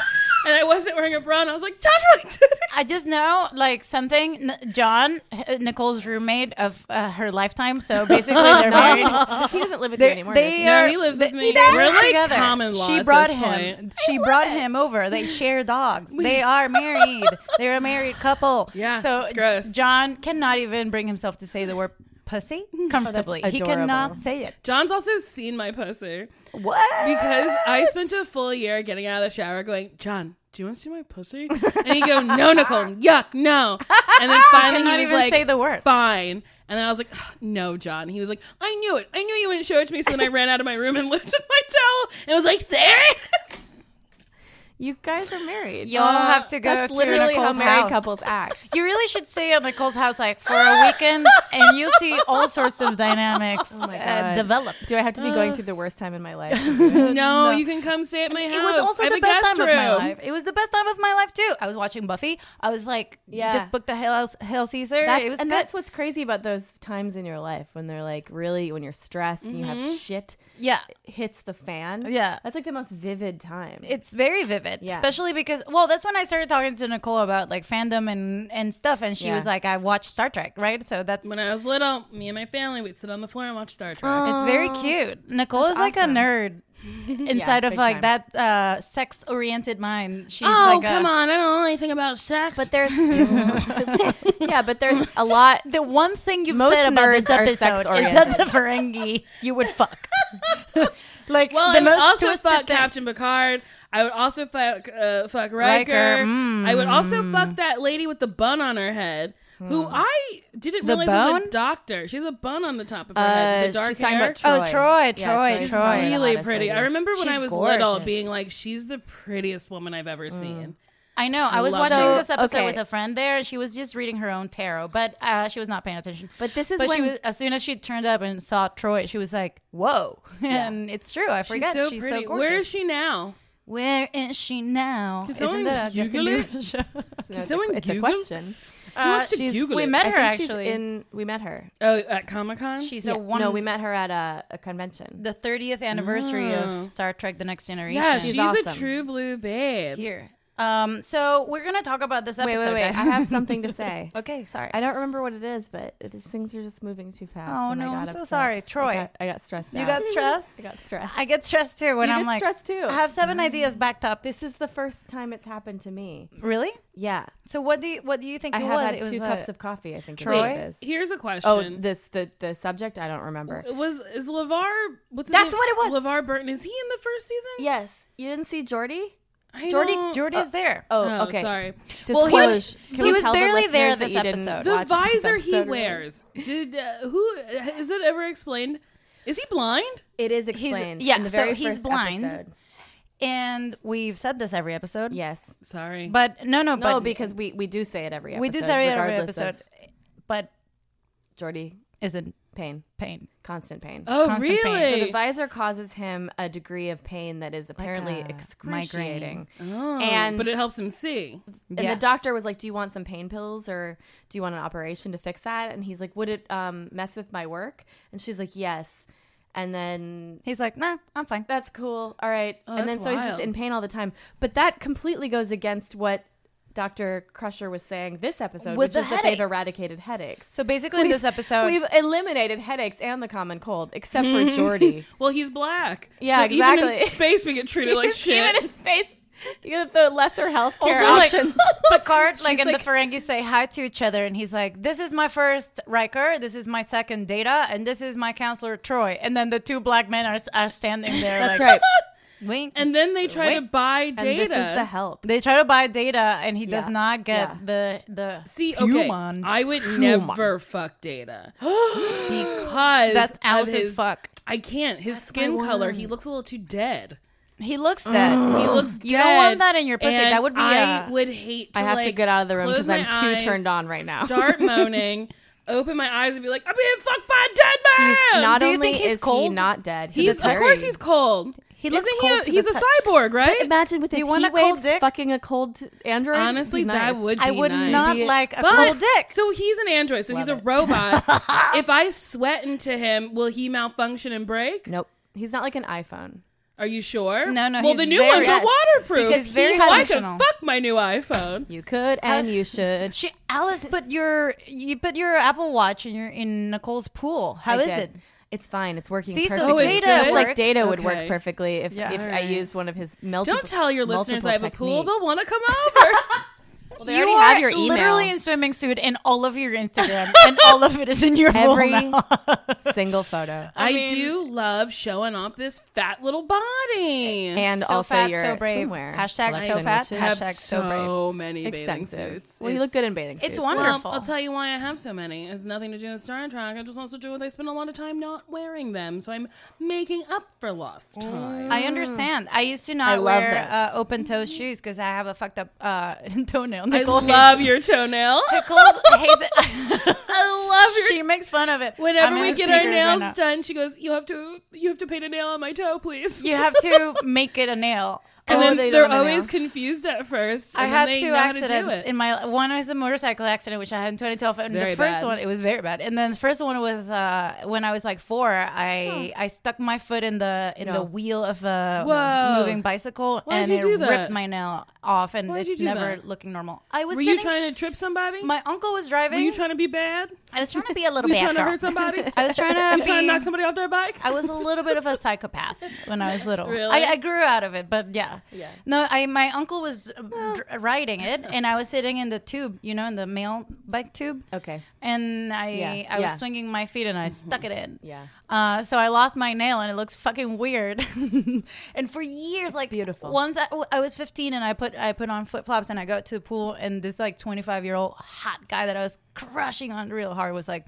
[SPEAKER 5] and I wasn't wearing a bra, and I was like, "Josh, my titties."
[SPEAKER 2] I just know like something. N- John, H- Nicole's roommate of uh, her lifetime.
[SPEAKER 5] [LAUGHS]
[SPEAKER 2] So basically, they're married.
[SPEAKER 1] 'cause he doesn't live with you
[SPEAKER 2] They're-
[SPEAKER 1] anymore.
[SPEAKER 2] they
[SPEAKER 1] does
[SPEAKER 2] are.
[SPEAKER 5] No, he lives with me.
[SPEAKER 2] does.
[SPEAKER 5] We're like
[SPEAKER 2] Together.
[SPEAKER 5] common law.
[SPEAKER 2] She
[SPEAKER 5] at
[SPEAKER 2] brought
[SPEAKER 5] this
[SPEAKER 2] him.
[SPEAKER 5] point.
[SPEAKER 2] She brought him over. They share dogs. they are married. They're a married couple.
[SPEAKER 5] Yeah,
[SPEAKER 2] So
[SPEAKER 5] it's gross.
[SPEAKER 2] John cannot even bring himself to say the word [LAUGHS] pussy comfortably. he
[SPEAKER 1] adorable.
[SPEAKER 2] cannot say it.
[SPEAKER 5] John's also seen my pussy
[SPEAKER 2] What?
[SPEAKER 5] because I spent a full year getting out of the shower going, John, do you want to see my
[SPEAKER 2] [LAUGHS]
[SPEAKER 5] pussy? And he go, No, Nicole, yuck, no. And then finally
[SPEAKER 2] Cannot
[SPEAKER 5] he was
[SPEAKER 2] even
[SPEAKER 5] like,
[SPEAKER 2] say the word.
[SPEAKER 5] Fine. And then I was like, "Ugh, No, John. He was like, I knew it. I knew you wouldn't show it to me. So then I ran out of my room and [LAUGHS] looked at my towel and was like, There it is.
[SPEAKER 1] You guys are married.
[SPEAKER 2] You'll have to go
[SPEAKER 1] That's
[SPEAKER 2] to
[SPEAKER 1] literally
[SPEAKER 2] Nicole's
[SPEAKER 1] how married
[SPEAKER 2] house.
[SPEAKER 1] couples act.
[SPEAKER 2] You really should stay at Nicole's house like for a weekend, and you'll see all sorts of dynamics uh,
[SPEAKER 1] God.
[SPEAKER 2] develop.
[SPEAKER 1] Do I have to be going through the worst time in my life?
[SPEAKER 5] No, you can come stay at my house.
[SPEAKER 2] It was also
[SPEAKER 5] I have
[SPEAKER 2] the
[SPEAKER 5] a
[SPEAKER 2] best
[SPEAKER 5] guest
[SPEAKER 2] time of my
[SPEAKER 5] room."
[SPEAKER 2] life. It was the best time of my life too. I was watching Buffy. I was like,
[SPEAKER 1] Yeah.
[SPEAKER 2] just booked the Hail, Hail Caesar.
[SPEAKER 1] That's,
[SPEAKER 2] it was
[SPEAKER 1] and
[SPEAKER 2] good.
[SPEAKER 1] that's what's crazy about those times in your life when they're like really when you're stressed and you have shit
[SPEAKER 2] yeah.
[SPEAKER 1] hits the fan.
[SPEAKER 2] Mm-hmm. Yeah.
[SPEAKER 1] that's like the most vivid time. [LAUGHS]
[SPEAKER 2] It's very vivid,
[SPEAKER 1] Yeah.
[SPEAKER 2] especially because well, that's when I started talking to Nicole about like fandom and and stuff, and she
[SPEAKER 1] Yeah.
[SPEAKER 2] was like, "I watched Star Trek, right?" So that's
[SPEAKER 5] When I was little, me and my family would sit on the floor and watch Star Trek.
[SPEAKER 2] It's very cute. Nicole is like a [LAUGHS] nerd inside of
[SPEAKER 1] big
[SPEAKER 2] like that uh, sex oriented mind. She's
[SPEAKER 5] oh,
[SPEAKER 2] like
[SPEAKER 5] come
[SPEAKER 2] a,
[SPEAKER 5] on. I don't know anything about sex.
[SPEAKER 1] but there's [LAUGHS] yeah, but there's a lot.
[SPEAKER 2] The one thing you've
[SPEAKER 1] Most
[SPEAKER 2] said about this
[SPEAKER 1] nerds are
[SPEAKER 2] episode is
[SPEAKER 1] sex-oriented.
[SPEAKER 2] that the Ferengi you would fuck. like
[SPEAKER 5] Well,
[SPEAKER 2] the
[SPEAKER 5] I would
[SPEAKER 2] most
[SPEAKER 5] also
[SPEAKER 2] twisted
[SPEAKER 5] fuck
[SPEAKER 2] thing.
[SPEAKER 5] Captain Picard. I would also fuck uh, fuck Riker.
[SPEAKER 2] Riker, mm.
[SPEAKER 5] I would also fuck that lady with the bun on her head, who I didn't
[SPEAKER 2] Hmm. The
[SPEAKER 5] realize was a
[SPEAKER 2] bone?
[SPEAKER 5] doctor. She has a bun on the top of her head. The
[SPEAKER 1] Uh,
[SPEAKER 5] dark
[SPEAKER 1] she's
[SPEAKER 5] hair.
[SPEAKER 1] talking about
[SPEAKER 2] Oh, Troy,
[SPEAKER 1] Yeah,
[SPEAKER 2] Troy,
[SPEAKER 1] Troy's
[SPEAKER 2] Troy.
[SPEAKER 1] probably the
[SPEAKER 5] Really
[SPEAKER 1] hottest
[SPEAKER 5] pretty.
[SPEAKER 1] lady.
[SPEAKER 5] I remember when
[SPEAKER 2] She's
[SPEAKER 5] I was little,
[SPEAKER 2] gorgeous. Mm.
[SPEAKER 5] being like, "She's the prettiest woman I've ever seen."
[SPEAKER 2] I know. I was
[SPEAKER 5] love
[SPEAKER 2] watching
[SPEAKER 5] it.
[SPEAKER 2] this episode
[SPEAKER 1] Okay.
[SPEAKER 2] with a friend there. She was just reading her own tarot, but uh, she was not paying attention.
[SPEAKER 1] But this is
[SPEAKER 2] but she
[SPEAKER 1] when-
[SPEAKER 2] was, as soon as she turned up and saw Troy, she was like, "Whoa!" [LAUGHS] and it's true. I
[SPEAKER 5] She's
[SPEAKER 2] forget.
[SPEAKER 5] so pretty.
[SPEAKER 2] gorgeous.
[SPEAKER 5] Where is she now?
[SPEAKER 2] Where is she now?
[SPEAKER 5] Can
[SPEAKER 2] Isn't
[SPEAKER 5] someone
[SPEAKER 2] that a Justin
[SPEAKER 5] Google it?
[SPEAKER 2] Bieber [LAUGHS] show?
[SPEAKER 1] No, it's a-
[SPEAKER 5] someone
[SPEAKER 1] it's
[SPEAKER 5] Google?
[SPEAKER 1] a question.
[SPEAKER 5] Who wants to
[SPEAKER 2] Uh, she's-
[SPEAKER 5] Google
[SPEAKER 2] we
[SPEAKER 5] it?
[SPEAKER 2] met
[SPEAKER 1] I
[SPEAKER 2] her
[SPEAKER 1] think she's
[SPEAKER 2] actually.
[SPEAKER 1] in. We met her.
[SPEAKER 5] Oh, at Comic Con.
[SPEAKER 2] she's
[SPEAKER 1] Yeah.
[SPEAKER 2] a one.
[SPEAKER 1] no, we met her at a, a convention.
[SPEAKER 2] the 30th anniversary
[SPEAKER 5] Oh.
[SPEAKER 2] of Star Trek: The Next Generation.
[SPEAKER 5] yeah,
[SPEAKER 1] she's
[SPEAKER 5] she's, a
[SPEAKER 1] awesome.
[SPEAKER 5] true blue babe.
[SPEAKER 2] here. Um, so we're gonna talk about this
[SPEAKER 1] wait,
[SPEAKER 2] episode.
[SPEAKER 1] wait, wait!
[SPEAKER 2] guys.
[SPEAKER 1] I have something
[SPEAKER 2] [LAUGHS]
[SPEAKER 1] to say.
[SPEAKER 2] okay, sorry.
[SPEAKER 1] I don't remember what it is, but it- these things are just moving too fast.
[SPEAKER 2] Oh,
[SPEAKER 1] and I
[SPEAKER 2] no,
[SPEAKER 1] got
[SPEAKER 2] I'm so
[SPEAKER 1] upset.
[SPEAKER 2] sorry.
[SPEAKER 1] I
[SPEAKER 2] Troy.
[SPEAKER 1] got- I got stressed.
[SPEAKER 2] you
[SPEAKER 1] out.
[SPEAKER 2] got stressed.
[SPEAKER 1] [LAUGHS] I got stressed.
[SPEAKER 2] [LAUGHS] I get stressed too when
[SPEAKER 1] You
[SPEAKER 2] I'm
[SPEAKER 1] get
[SPEAKER 2] like
[SPEAKER 1] stressed too.
[SPEAKER 2] I have seven ideas backed up.
[SPEAKER 1] This is the first time it's happened to me.
[SPEAKER 2] Really?
[SPEAKER 1] Yeah,
[SPEAKER 2] So what do you what do you think
[SPEAKER 1] I
[SPEAKER 2] it
[SPEAKER 1] have
[SPEAKER 2] was?
[SPEAKER 1] had
[SPEAKER 2] It was
[SPEAKER 1] two
[SPEAKER 2] a-
[SPEAKER 1] cups of coffee. I think is
[SPEAKER 2] Troy?
[SPEAKER 1] what it is.
[SPEAKER 5] Here's a question.
[SPEAKER 1] Oh, this the the subject. I don't remember.
[SPEAKER 5] It was is Levar? What's his
[SPEAKER 1] That's
[SPEAKER 5] name?
[SPEAKER 1] what it was.
[SPEAKER 5] Levar Burton. Is he in the first season?
[SPEAKER 1] Yes, you didn't see Jordy.
[SPEAKER 5] I
[SPEAKER 1] Jordy-
[SPEAKER 5] don't-
[SPEAKER 2] Jordy is there.
[SPEAKER 1] Oh,
[SPEAKER 5] Oh,
[SPEAKER 1] okay.
[SPEAKER 5] sorry.
[SPEAKER 2] Well, he was-
[SPEAKER 1] Disclosure. Can
[SPEAKER 2] he
[SPEAKER 1] we
[SPEAKER 2] was
[SPEAKER 1] tell the
[SPEAKER 2] barely there
[SPEAKER 1] listeners that
[SPEAKER 2] this
[SPEAKER 1] you didn't
[SPEAKER 2] episode.
[SPEAKER 5] The
[SPEAKER 1] watch this
[SPEAKER 5] visor he
[SPEAKER 1] episode?
[SPEAKER 5] wears. Did uh, who is it ever explained? Is he blind?
[SPEAKER 1] It is explained.
[SPEAKER 2] yeah,
[SPEAKER 1] in the
[SPEAKER 2] so
[SPEAKER 1] very
[SPEAKER 2] he's
[SPEAKER 1] first
[SPEAKER 2] blind.
[SPEAKER 1] episode.
[SPEAKER 2] And we've said this every episode.
[SPEAKER 1] Yes.
[SPEAKER 5] Sorry.
[SPEAKER 2] But no, no,
[SPEAKER 1] No,
[SPEAKER 2] but
[SPEAKER 1] because we we do say it every episode.
[SPEAKER 2] Oh, we do say it every
[SPEAKER 1] regardless of
[SPEAKER 2] episode. But
[SPEAKER 1] Jordy
[SPEAKER 2] isn't
[SPEAKER 1] pain,
[SPEAKER 2] pain.
[SPEAKER 1] constant pain.
[SPEAKER 5] oh,
[SPEAKER 2] constant pain.
[SPEAKER 1] So the
[SPEAKER 5] really?
[SPEAKER 1] visor causes him a degree of pain that is apparently
[SPEAKER 2] a
[SPEAKER 1] excruciating.
[SPEAKER 5] Oh,
[SPEAKER 1] and-
[SPEAKER 5] but it helps him see.
[SPEAKER 1] And
[SPEAKER 2] Yes.
[SPEAKER 1] the doctor was like, "Do you want some pain pills or do you want an operation to fix that?" And he's like, "Would it um, mess with my work?" And she's like, "Yes." And then
[SPEAKER 2] He's like, nah, I'm fine.
[SPEAKER 1] that's cool. All right.
[SPEAKER 5] Oh,
[SPEAKER 1] and then
[SPEAKER 5] that's
[SPEAKER 1] so he's just
[SPEAKER 5] wild.
[SPEAKER 1] in pain all the time. But that completely goes against what Dr. Crusher was saying this episode,
[SPEAKER 2] With
[SPEAKER 1] which
[SPEAKER 2] the
[SPEAKER 1] is that they've
[SPEAKER 2] headaches.
[SPEAKER 1] eradicated headaches.
[SPEAKER 2] So basically, in this episode,
[SPEAKER 1] We've eliminated headaches and the common cold, except
[SPEAKER 2] [LAUGHS]
[SPEAKER 1] for Jordy.
[SPEAKER 5] Well, he's black.
[SPEAKER 1] Yeah,
[SPEAKER 5] so Even in
[SPEAKER 1] exactly.
[SPEAKER 5] space, we get treated like shit.
[SPEAKER 1] [LAUGHS] Even in space, you get the lesser health care
[SPEAKER 2] also like
[SPEAKER 1] options.
[SPEAKER 2] [LAUGHS] Picard, like,
[SPEAKER 5] She's
[SPEAKER 2] and
[SPEAKER 5] like-
[SPEAKER 2] the Ferengi say hi to each other, and he's like, "This is my first Riker, this is my second Data, and this is my counselor Troy." And then the two black men are, are standing there.
[SPEAKER 1] That's
[SPEAKER 2] like,
[SPEAKER 1] [LAUGHS] right.
[SPEAKER 2] Wink.
[SPEAKER 5] and then they try to buy
[SPEAKER 1] And
[SPEAKER 5] data.
[SPEAKER 1] this is the help.
[SPEAKER 2] they try to buy Data, and he
[SPEAKER 1] Yeah.
[SPEAKER 2] does not get
[SPEAKER 1] Yeah.
[SPEAKER 2] the the
[SPEAKER 5] See, okay,
[SPEAKER 2] human.
[SPEAKER 5] I would never
[SPEAKER 1] [GASPS]
[SPEAKER 5] fuck Data because
[SPEAKER 2] That's
[SPEAKER 5] of
[SPEAKER 2] Alice as
[SPEAKER 5] his-
[SPEAKER 2] fuck.
[SPEAKER 5] I can't. His skin color. He looks a little
[SPEAKER 1] [GASPS]
[SPEAKER 5] too dead.
[SPEAKER 2] He looks that.
[SPEAKER 5] He looks dead.
[SPEAKER 2] You don't want that in your pussy.
[SPEAKER 5] and
[SPEAKER 2] That would be
[SPEAKER 5] I
[SPEAKER 2] a-
[SPEAKER 5] would hate. To,
[SPEAKER 1] I have to
[SPEAKER 5] like,
[SPEAKER 1] get out of the room
[SPEAKER 5] close
[SPEAKER 1] 'cause I'm
[SPEAKER 5] my
[SPEAKER 1] too
[SPEAKER 5] eyes,
[SPEAKER 1] turned on right now. [LAUGHS]
[SPEAKER 5] Start moaning. Open my eyes and be like, I'm being fucked by a dead man.
[SPEAKER 1] He's not
[SPEAKER 2] Do you
[SPEAKER 1] only
[SPEAKER 2] think he's
[SPEAKER 1] is he
[SPEAKER 2] cold?
[SPEAKER 1] not dead,
[SPEAKER 5] He's
[SPEAKER 1] he's
[SPEAKER 5] of course he's cold. He
[SPEAKER 2] looks
[SPEAKER 5] Isn't
[SPEAKER 2] cold to
[SPEAKER 5] He
[SPEAKER 2] the
[SPEAKER 5] a, he's a
[SPEAKER 2] touch.
[SPEAKER 5] cyborg, right?
[SPEAKER 1] Imagine with his
[SPEAKER 2] you want
[SPEAKER 1] heat
[SPEAKER 2] a cold
[SPEAKER 1] waves
[SPEAKER 2] dick?
[SPEAKER 1] fucking a cold android.
[SPEAKER 5] Honestly,
[SPEAKER 1] He's
[SPEAKER 5] that
[SPEAKER 1] nice.
[SPEAKER 5] would. Be
[SPEAKER 2] I would
[SPEAKER 5] nice.
[SPEAKER 2] not
[SPEAKER 1] Be-
[SPEAKER 2] like a
[SPEAKER 5] But-
[SPEAKER 2] cold dick.
[SPEAKER 5] So he's an android. So he's a
[SPEAKER 2] [LAUGHS]
[SPEAKER 5] robot. if I sweat into him, will he malfunction and break?
[SPEAKER 1] Nope. He's not like an iPhone.
[SPEAKER 5] Are you sure?
[SPEAKER 2] No, no,
[SPEAKER 5] Well,
[SPEAKER 2] he's
[SPEAKER 5] the new
[SPEAKER 2] very-
[SPEAKER 5] ones are
[SPEAKER 1] Yes.
[SPEAKER 5] waterproof.
[SPEAKER 2] Because very
[SPEAKER 5] so I could
[SPEAKER 2] functional.
[SPEAKER 5] fuck my new iPhone.
[SPEAKER 1] You could and you
[SPEAKER 5] [LAUGHS]
[SPEAKER 1] should.
[SPEAKER 2] She, Alice, put your you put your Apple Watch in your in Nicole's pool. How
[SPEAKER 1] I
[SPEAKER 2] is
[SPEAKER 1] did.
[SPEAKER 2] it?
[SPEAKER 1] It's fine. It's working
[SPEAKER 2] See, so
[SPEAKER 1] perfectly.
[SPEAKER 5] data
[SPEAKER 1] just like
[SPEAKER 5] works.
[SPEAKER 1] data would
[SPEAKER 5] Okay.
[SPEAKER 1] work perfectly if,
[SPEAKER 2] Yeah.
[SPEAKER 1] if I
[SPEAKER 5] Alright.
[SPEAKER 1] used one of his multiple.
[SPEAKER 5] Don't tell your listeners
[SPEAKER 1] multiple
[SPEAKER 5] I have a pool.
[SPEAKER 2] [LAUGHS]
[SPEAKER 1] techniques.
[SPEAKER 5] They'll want to come over.
[SPEAKER 7] they
[SPEAKER 2] you
[SPEAKER 7] already
[SPEAKER 2] are
[SPEAKER 1] have your email.
[SPEAKER 2] literally in swimming suit in all of your Instagram, and all of it is in your phone
[SPEAKER 1] Every
[SPEAKER 5] [LAUGHS]
[SPEAKER 2] now.
[SPEAKER 1] single photo.
[SPEAKER 5] I, do love showing off this fat little body.
[SPEAKER 1] And
[SPEAKER 2] So
[SPEAKER 1] also
[SPEAKER 2] fat,
[SPEAKER 1] your
[SPEAKER 2] so brave.
[SPEAKER 1] swimwear
[SPEAKER 2] Hashtag so
[SPEAKER 1] collection,
[SPEAKER 2] fat,
[SPEAKER 1] which is
[SPEAKER 5] have
[SPEAKER 2] hashtag
[SPEAKER 5] so,
[SPEAKER 2] so brave.
[SPEAKER 5] many
[SPEAKER 1] extensive.
[SPEAKER 5] bathing suits.
[SPEAKER 1] Well, you look good in bathing suits.
[SPEAKER 2] It's wonderful.
[SPEAKER 5] Well, I'll tell you why I have so many. It's nothing to do with Star Trek. It just has to do with I spend a lot of time not wearing them, so I'm making up for lost
[SPEAKER 2] Mm.
[SPEAKER 5] time.
[SPEAKER 2] I understand. I used to not
[SPEAKER 1] love
[SPEAKER 2] wear uh,
[SPEAKER 1] that.
[SPEAKER 2] open toe shoes because I have a fucked up uh, [LAUGHS] toenail.
[SPEAKER 5] I
[SPEAKER 2] Nicole
[SPEAKER 5] love
[SPEAKER 2] [LAUGHS]
[SPEAKER 5] your toenail.
[SPEAKER 2] Nicole hates [LAUGHS] it. I love her. She makes fun of it. I'm
[SPEAKER 5] Whenever
[SPEAKER 2] in
[SPEAKER 5] we
[SPEAKER 2] the
[SPEAKER 5] get our
[SPEAKER 2] sneakers right
[SPEAKER 5] nails
[SPEAKER 2] now.
[SPEAKER 5] done, she goes, "You have to, you have to paint a nail on my toe, please."
[SPEAKER 2] you have to make it a nail.
[SPEAKER 5] [LAUGHS] And
[SPEAKER 1] Oh,
[SPEAKER 5] then
[SPEAKER 1] they
[SPEAKER 5] they are
[SPEAKER 1] don't know.
[SPEAKER 5] always confused at first.
[SPEAKER 2] I
[SPEAKER 5] and
[SPEAKER 2] had
[SPEAKER 5] then they
[SPEAKER 2] two
[SPEAKER 5] know how to do
[SPEAKER 2] accidents
[SPEAKER 5] it.
[SPEAKER 2] in my one was a motorcycle accident which I had in 2012 and the
[SPEAKER 5] very
[SPEAKER 2] first
[SPEAKER 5] bad.
[SPEAKER 2] one it was very bad and then the first one was uh, when I was like 4 I I stuck my foot in the in
[SPEAKER 1] No.
[SPEAKER 2] the wheel of a
[SPEAKER 5] Whoa.
[SPEAKER 2] moving bicycle
[SPEAKER 5] Why'd
[SPEAKER 2] and
[SPEAKER 5] you
[SPEAKER 2] it
[SPEAKER 5] do
[SPEAKER 2] ripped
[SPEAKER 5] that?
[SPEAKER 2] my nail off and
[SPEAKER 5] Why'd you
[SPEAKER 2] it's
[SPEAKER 5] do
[SPEAKER 2] never
[SPEAKER 5] that?
[SPEAKER 2] looking normal. I was
[SPEAKER 5] Were
[SPEAKER 2] sitting,
[SPEAKER 5] you trying to trip somebody?
[SPEAKER 2] my uncle was
[SPEAKER 5] Were
[SPEAKER 2] driving
[SPEAKER 5] you trying to be bad?
[SPEAKER 2] I was trying to be a little
[SPEAKER 5] [LAUGHS] Were you
[SPEAKER 2] bad
[SPEAKER 5] trying to
[SPEAKER 2] girl. [LAUGHS]
[SPEAKER 5] hurt somebody?
[SPEAKER 2] I was trying to
[SPEAKER 5] Were [LAUGHS] you trying to
[SPEAKER 2] be-
[SPEAKER 5] knock somebody off their bike?
[SPEAKER 2] I was a little bit of a psychopath when I was little.
[SPEAKER 5] Really?
[SPEAKER 2] I, I grew out of it, but yeah. Yeah. No, I my uncle was uh, dr- riding it, and I was sitting in the tube, you know, in the mail bike tube.
[SPEAKER 1] Okay.
[SPEAKER 2] And I
[SPEAKER 1] Yeah,
[SPEAKER 2] I was
[SPEAKER 1] yeah.
[SPEAKER 2] swinging my feet, and I
[SPEAKER 5] Mm-hmm.
[SPEAKER 2] stuck it in.
[SPEAKER 1] Yeah.
[SPEAKER 2] Uh, so I lost my nail, and it looks fucking weird. [LAUGHS] and for years, like
[SPEAKER 1] beautiful.
[SPEAKER 2] Once I, I was 15, and I put I put on flip flops, and I go to the pool, and this like 25 year old hot guy that I was crushing on real hard was like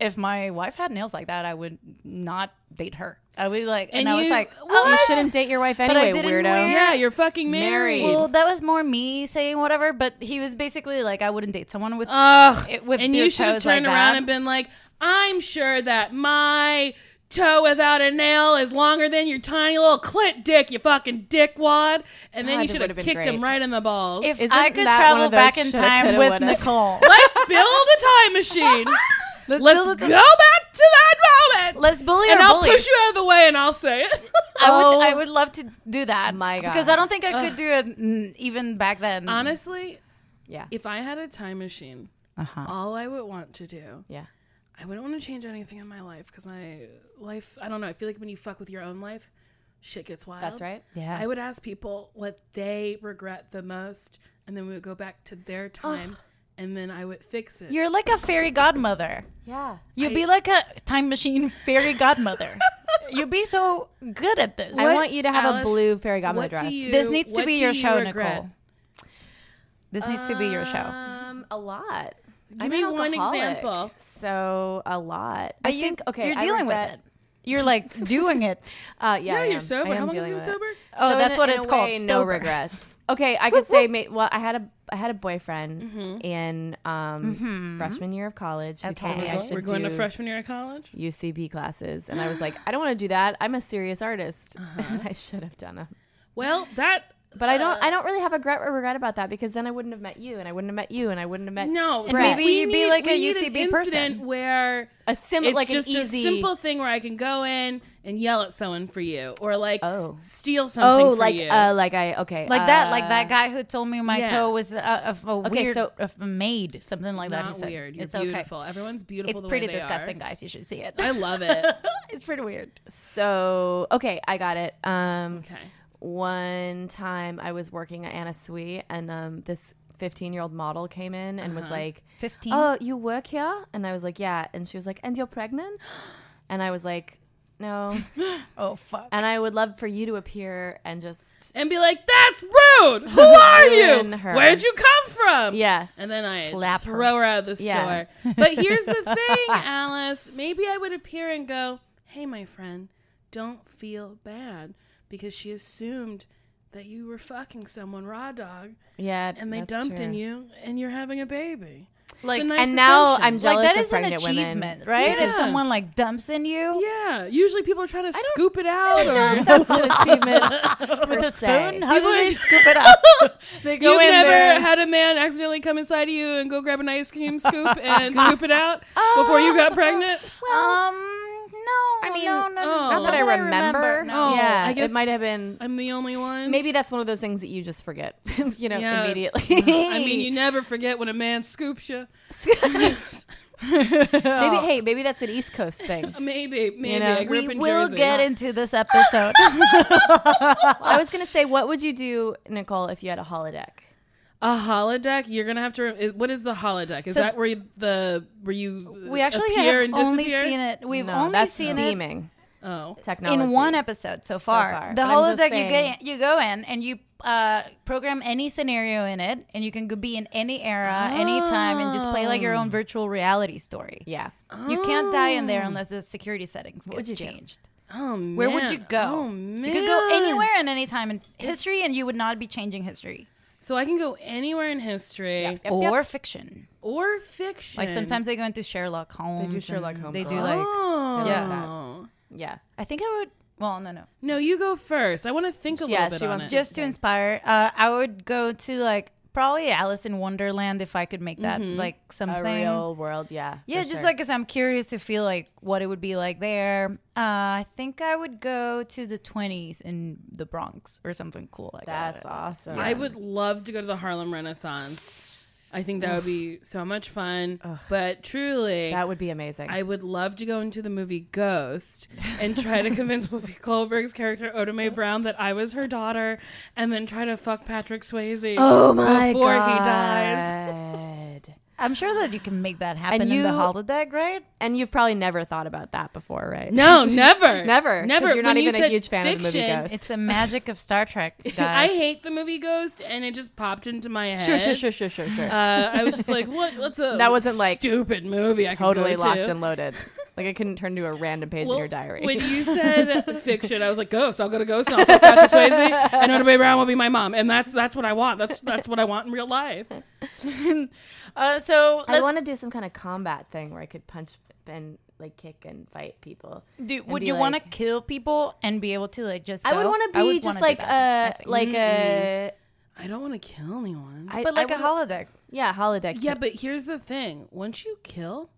[SPEAKER 2] if my wife had nails like that, I would not date her. I would like, and,
[SPEAKER 5] And
[SPEAKER 2] I was
[SPEAKER 5] you-
[SPEAKER 2] like,
[SPEAKER 5] You
[SPEAKER 2] oh,
[SPEAKER 1] You shouldn't date your wife
[SPEAKER 2] I
[SPEAKER 1] anyway,
[SPEAKER 2] didn't
[SPEAKER 1] weirdo.
[SPEAKER 2] wear-
[SPEAKER 5] yeah, you're fucking
[SPEAKER 1] Married.
[SPEAKER 5] married.
[SPEAKER 2] Well, that was more me saying whatever, but he was basically like, I wouldn't date someone with.
[SPEAKER 5] Ugh.
[SPEAKER 2] it- with
[SPEAKER 5] and
[SPEAKER 2] your
[SPEAKER 5] you should have
[SPEAKER 2] toes like
[SPEAKER 5] turned around
[SPEAKER 2] that.
[SPEAKER 5] and been like, I'm sure that my toe without a nail is longer than your tiny little clit dick, you fucking dickwad. And then
[SPEAKER 1] God,
[SPEAKER 5] you
[SPEAKER 1] it
[SPEAKER 5] should
[SPEAKER 1] would've been
[SPEAKER 5] have kicked him
[SPEAKER 1] great.
[SPEAKER 5] right in the balls.
[SPEAKER 2] if
[SPEAKER 1] Isn't
[SPEAKER 2] I could
[SPEAKER 1] that one
[SPEAKER 2] travel
[SPEAKER 1] of those
[SPEAKER 2] back in
[SPEAKER 1] shoulda,
[SPEAKER 2] time
[SPEAKER 1] coulda,
[SPEAKER 2] with
[SPEAKER 1] woulda? [LAUGHS]
[SPEAKER 2] Nicole,
[SPEAKER 5] [LAUGHS] Let's build a time machine.
[SPEAKER 2] [LAUGHS]
[SPEAKER 5] Let's,
[SPEAKER 2] build a-
[SPEAKER 5] go back to that moment.
[SPEAKER 2] let's bully
[SPEAKER 5] and
[SPEAKER 2] or
[SPEAKER 5] I'll
[SPEAKER 2] bully.
[SPEAKER 5] push you out of the way and I'll say it. [LAUGHS]
[SPEAKER 2] I would,
[SPEAKER 1] Oh.
[SPEAKER 2] I would love to do that.
[SPEAKER 1] My God.
[SPEAKER 2] because I don't think I could do it mm, even back then.
[SPEAKER 5] Honestly,
[SPEAKER 1] Yeah.
[SPEAKER 5] if I had a time machine,
[SPEAKER 2] Uh-huh.
[SPEAKER 5] all I would want to do
[SPEAKER 1] Yeah.
[SPEAKER 5] I wouldn't want to change anything in my life because my life, I don't know. I feel like when you fuck with your own life, shit gets wild.
[SPEAKER 1] That's right.
[SPEAKER 2] Yeah.
[SPEAKER 5] I would ask people what they regret the most, and then we would go back to their time, and then I would fix it.
[SPEAKER 2] You're like a fairy godmother.
[SPEAKER 1] Yeah.
[SPEAKER 2] You'd be like a time machine [LAUGHS]
[SPEAKER 1] [LAUGHS]
[SPEAKER 2] fairy godmother. You'd be so good at this.
[SPEAKER 1] I want you to have a
[SPEAKER 5] Alice,
[SPEAKER 1] blue fairy godmother
[SPEAKER 5] what do
[SPEAKER 1] dress.
[SPEAKER 5] you-
[SPEAKER 2] This needs to
[SPEAKER 5] what
[SPEAKER 2] be
[SPEAKER 5] do
[SPEAKER 2] your
[SPEAKER 5] you
[SPEAKER 2] show,
[SPEAKER 5] regret?
[SPEAKER 2] Nicole. This needs to be your show.
[SPEAKER 1] Uh,
[SPEAKER 5] Um,
[SPEAKER 1] a lot.
[SPEAKER 5] Give me one example.
[SPEAKER 1] So a lot. I
[SPEAKER 2] But you-
[SPEAKER 1] think okay.
[SPEAKER 2] you're
[SPEAKER 1] I
[SPEAKER 2] dealing
[SPEAKER 1] regret-
[SPEAKER 2] with it.
[SPEAKER 1] [LAUGHS]
[SPEAKER 2] You're like doing it.
[SPEAKER 1] Uh, yeah,
[SPEAKER 5] yeah,
[SPEAKER 1] I
[SPEAKER 5] you're
[SPEAKER 1] am.
[SPEAKER 5] sober.
[SPEAKER 1] I am
[SPEAKER 5] How long have
[SPEAKER 1] dealing
[SPEAKER 5] you been
[SPEAKER 1] with it.
[SPEAKER 5] sober?
[SPEAKER 2] Oh,
[SPEAKER 1] So in
[SPEAKER 2] that's
[SPEAKER 1] a-
[SPEAKER 2] what
[SPEAKER 1] in
[SPEAKER 2] it's
[SPEAKER 1] a
[SPEAKER 2] called.
[SPEAKER 1] way, No
[SPEAKER 2] sober.
[SPEAKER 1] regrets. Okay, I could say. ma- Well, I had a I had a boyfriend in um, freshman year of college. who told
[SPEAKER 2] Okay.
[SPEAKER 1] me I should
[SPEAKER 5] We're going to
[SPEAKER 1] do
[SPEAKER 5] freshman year of college.
[SPEAKER 1] UCB classes, and I was like, I don't want to do that. I'm a serious artist,
[SPEAKER 5] Uh-huh.
[SPEAKER 1] and [LAUGHS] I should have done them.
[SPEAKER 5] Well, that.
[SPEAKER 1] But I don't. I don't really have a regret, regret about that because then I wouldn't have met you, and I wouldn't have met you, and I wouldn't have met
[SPEAKER 5] No,
[SPEAKER 1] Brett.
[SPEAKER 2] maybe
[SPEAKER 5] we
[SPEAKER 2] you'd be
[SPEAKER 5] need-
[SPEAKER 2] like
[SPEAKER 5] we
[SPEAKER 2] a
[SPEAKER 5] need an
[SPEAKER 2] UCB person.
[SPEAKER 5] incident where
[SPEAKER 1] a sim
[SPEAKER 5] it's
[SPEAKER 1] like
[SPEAKER 5] just
[SPEAKER 1] an easy
[SPEAKER 5] a simple thing where I can go in and yell at someone for you, or like
[SPEAKER 1] Oh.
[SPEAKER 5] steal something.
[SPEAKER 1] oh
[SPEAKER 5] for
[SPEAKER 1] like
[SPEAKER 5] you.
[SPEAKER 1] uh like I okay
[SPEAKER 2] Like that, like
[SPEAKER 1] uh,
[SPEAKER 2] that guy who told me my
[SPEAKER 5] yeah.
[SPEAKER 2] toe was uh, of a
[SPEAKER 1] Okay,
[SPEAKER 2] weird,
[SPEAKER 1] so-
[SPEAKER 2] of a maid, something like that. he
[SPEAKER 5] not
[SPEAKER 2] said.
[SPEAKER 5] weird. You're
[SPEAKER 2] it's
[SPEAKER 5] beautiful.
[SPEAKER 2] okay.
[SPEAKER 5] Everyone's beautiful.
[SPEAKER 2] It's
[SPEAKER 5] the way
[SPEAKER 2] pretty
[SPEAKER 5] they are.
[SPEAKER 2] disgusting, guys. You should see it.
[SPEAKER 5] I love it.
[SPEAKER 2] [LAUGHS] it's pretty weird.
[SPEAKER 1] So okay, I got it. Um,
[SPEAKER 5] Okay.
[SPEAKER 1] One time I was working at Anna Sui, and um, this 15 year old model came in and was like,
[SPEAKER 2] 15?
[SPEAKER 1] Oh, you work here?" And I was like, "Yeah." And she was like, "And you're pregnant?" And I was like, "No."
[SPEAKER 2] Oh fuck.
[SPEAKER 1] And I would love for you to appear and just
[SPEAKER 5] And be like, that's rude. Who are
[SPEAKER 1] Ruin
[SPEAKER 5] you?
[SPEAKER 1] her.
[SPEAKER 5] Where'd you come from?
[SPEAKER 1] Yeah.
[SPEAKER 5] And then I
[SPEAKER 2] Slap
[SPEAKER 5] slap
[SPEAKER 2] her.
[SPEAKER 5] throw her. out of the
[SPEAKER 1] Yeah.
[SPEAKER 5] store. But here's the thing, Alice. Maybe I would appear and go, hey, my friend, don't feel bad because she assumed that you were fucking someone raw dog
[SPEAKER 1] yeah.
[SPEAKER 5] and they
[SPEAKER 1] that's
[SPEAKER 5] dumped in
[SPEAKER 1] true.
[SPEAKER 5] you and you're having a baby. It's a
[SPEAKER 2] Like-
[SPEAKER 5] nice
[SPEAKER 1] And now
[SPEAKER 5] assumption.
[SPEAKER 1] I'm jealous
[SPEAKER 2] like that
[SPEAKER 1] of
[SPEAKER 2] is an
[SPEAKER 1] pregnant women.
[SPEAKER 2] achievement, right? If
[SPEAKER 5] Yeah.
[SPEAKER 2] someone like dumps in you
[SPEAKER 5] Yeah. Usually people are trying to scoop it out
[SPEAKER 1] [LAUGHS]
[SPEAKER 5] or.
[SPEAKER 1] That's an achievement per se.
[SPEAKER 2] spoon, how do they scoop it [LAUGHS] up? they go
[SPEAKER 5] You've
[SPEAKER 2] in
[SPEAKER 5] never
[SPEAKER 2] there.
[SPEAKER 5] had a man accidentally come inside you and go grab an ice
[SPEAKER 2] [LAUGHS]
[SPEAKER 5] cream scoop and
[SPEAKER 2] Oh,
[SPEAKER 5] scoop it out before you got pregnant?
[SPEAKER 2] um, no.
[SPEAKER 1] I mean,
[SPEAKER 2] no, no, no,
[SPEAKER 5] oh.
[SPEAKER 1] Not that I remember.
[SPEAKER 2] no.
[SPEAKER 5] Oh,
[SPEAKER 1] yeah,
[SPEAKER 5] I guess-
[SPEAKER 1] it might have been.
[SPEAKER 5] I'm the only one.
[SPEAKER 1] Maybe that's one of those things that you just forget, [LAUGHS] you know,
[SPEAKER 5] Yeah.
[SPEAKER 1] immediately.
[SPEAKER 5] [LAUGHS] I mean, you never forget when a man scoops you.
[SPEAKER 1] maybe hey, maybe that's an East Coast
[SPEAKER 5] [LAUGHS]
[SPEAKER 1] thing.
[SPEAKER 5] Maybe, maybe.
[SPEAKER 1] know.
[SPEAKER 5] I grew
[SPEAKER 2] We
[SPEAKER 5] up in
[SPEAKER 2] will
[SPEAKER 5] Jersey.
[SPEAKER 2] get into
[SPEAKER 5] [LAUGHS]
[SPEAKER 2] this episode.
[SPEAKER 1] I was gonna say, what would you do, Nicole, if you had a holodeck?
[SPEAKER 5] A holodeck? You're gonna have to. Rem- is- what is the holodeck? Is
[SPEAKER 2] So-
[SPEAKER 5] that where you, the where you uh,
[SPEAKER 2] We actually
[SPEAKER 5] appear
[SPEAKER 2] have
[SPEAKER 5] and
[SPEAKER 2] only
[SPEAKER 5] disappear?
[SPEAKER 2] seen it. We've
[SPEAKER 1] No,
[SPEAKER 2] only
[SPEAKER 1] that's
[SPEAKER 2] seen it
[SPEAKER 1] beaming
[SPEAKER 5] Oh,
[SPEAKER 1] technology
[SPEAKER 2] in one episode so far.
[SPEAKER 1] far. But
[SPEAKER 2] The
[SPEAKER 1] I'm just
[SPEAKER 2] holodeck you
[SPEAKER 1] saying-
[SPEAKER 2] get, you go in and you uh, program any scenario in it, and you can go be in any era, any time, and just play like your own virtual reality story.
[SPEAKER 1] Ah. Yeah. Ah.
[SPEAKER 2] You can't die in there unless the security settings get
[SPEAKER 1] would you do?
[SPEAKER 2] changed.
[SPEAKER 5] oh man.
[SPEAKER 2] Where would you go?
[SPEAKER 5] Oh man.
[SPEAKER 2] You could go anywhere and any time in history, and you would not be changing history
[SPEAKER 5] So I can go anywhere in history
[SPEAKER 2] or fiction.
[SPEAKER 5] or fiction.
[SPEAKER 2] Like sometimes they go into Sherlock Holmes. and
[SPEAKER 1] Sherlock Holmes
[SPEAKER 2] They
[SPEAKER 1] a
[SPEAKER 2] do
[SPEAKER 1] lot. Ah.
[SPEAKER 2] like.
[SPEAKER 5] Oh.
[SPEAKER 2] Yeah.
[SPEAKER 1] Yeah.
[SPEAKER 2] I think I would. Well, no, no.
[SPEAKER 5] No, you go first. I want to think a
[SPEAKER 1] Yeah,
[SPEAKER 5] little bit
[SPEAKER 1] she
[SPEAKER 5] on
[SPEAKER 1] wants
[SPEAKER 2] [LAUGHS]
[SPEAKER 5] it.
[SPEAKER 2] Just to inspire, uh, I would go to like probably Alice in Wonderland if I could make that like
[SPEAKER 1] A
[SPEAKER 2] something.
[SPEAKER 1] real world. Yeah.
[SPEAKER 2] yeah,
[SPEAKER 1] for
[SPEAKER 2] just
[SPEAKER 1] sure.
[SPEAKER 2] like because I'm curious to feel like what it would be like there. Uh, I think I would go to the 20s in the Bronx or something cool like
[SPEAKER 1] that's
[SPEAKER 2] that.
[SPEAKER 1] awesome.
[SPEAKER 5] I would love to go to the Harlem Renaissance. I think that would be so much fun. But truly,
[SPEAKER 1] That would be amazing.
[SPEAKER 5] I would love to go into the movie Ghost and try
[SPEAKER 1] [LAUGHS]
[SPEAKER 5] to convince Whoopi Goldberg's character Oda Brown that I was her daughter, and then try to fuck Patrick Swayze
[SPEAKER 1] Oh
[SPEAKER 5] before he dies.
[SPEAKER 1] [LAUGHS] dies.
[SPEAKER 2] I'm sure that you can make that happen in
[SPEAKER 1] you-
[SPEAKER 2] the holodeck, right?
[SPEAKER 1] and you've probably never thought about that before, right?
[SPEAKER 5] No, never,
[SPEAKER 1] Never, 'cause
[SPEAKER 5] never.
[SPEAKER 1] you're not
[SPEAKER 5] When you
[SPEAKER 1] even a
[SPEAKER 5] said
[SPEAKER 1] huge fan of the movie
[SPEAKER 5] fiction,
[SPEAKER 1] Ghost.
[SPEAKER 2] It's the magic of Star [LAUGHS] Trek, guys.
[SPEAKER 5] I hate the movie Ghost, and it just popped into my head.
[SPEAKER 1] Sure, sure, sure, sure, sure, sure.
[SPEAKER 5] Uh, I was just like,
[SPEAKER 1] [LAUGHS]
[SPEAKER 5] "What? What's a
[SPEAKER 1] That wasn't, like,
[SPEAKER 5] stupid movie? I could
[SPEAKER 1] totally
[SPEAKER 5] go
[SPEAKER 1] locked
[SPEAKER 5] to.
[SPEAKER 1] and loaded. Like I couldn't turn to a random page in your
[SPEAKER 5] Well,
[SPEAKER 1] diary. [LAUGHS]
[SPEAKER 5] When you said fiction, I was like, Ghost. I'll go to Ghost. And I'll fuck Patrick Swayze, and Oda Mae Brown will be my mom, and that's that's what I want. That's that's what I want in
[SPEAKER 1] [LAUGHS]
[SPEAKER 5] real life.
[SPEAKER 2] Uh, so
[SPEAKER 1] I want to do some kind of combat thing where I could punch and like kick and fight people.
[SPEAKER 2] Do,
[SPEAKER 1] and
[SPEAKER 2] would
[SPEAKER 1] be
[SPEAKER 2] you want to
[SPEAKER 1] like-
[SPEAKER 2] kill people and be able to like just?
[SPEAKER 1] I would
[SPEAKER 2] go?
[SPEAKER 1] want to
[SPEAKER 2] I
[SPEAKER 1] be
[SPEAKER 2] would wanna
[SPEAKER 1] just
[SPEAKER 2] do
[SPEAKER 1] like
[SPEAKER 2] that, I
[SPEAKER 1] a
[SPEAKER 2] think.
[SPEAKER 1] like a
[SPEAKER 5] I don't want to kill anyone.
[SPEAKER 1] I-
[SPEAKER 2] but like
[SPEAKER 1] I
[SPEAKER 2] a
[SPEAKER 1] would-
[SPEAKER 2] holodeck.
[SPEAKER 1] yeah holodeck.
[SPEAKER 5] yeah, but here's the thing: once you kill,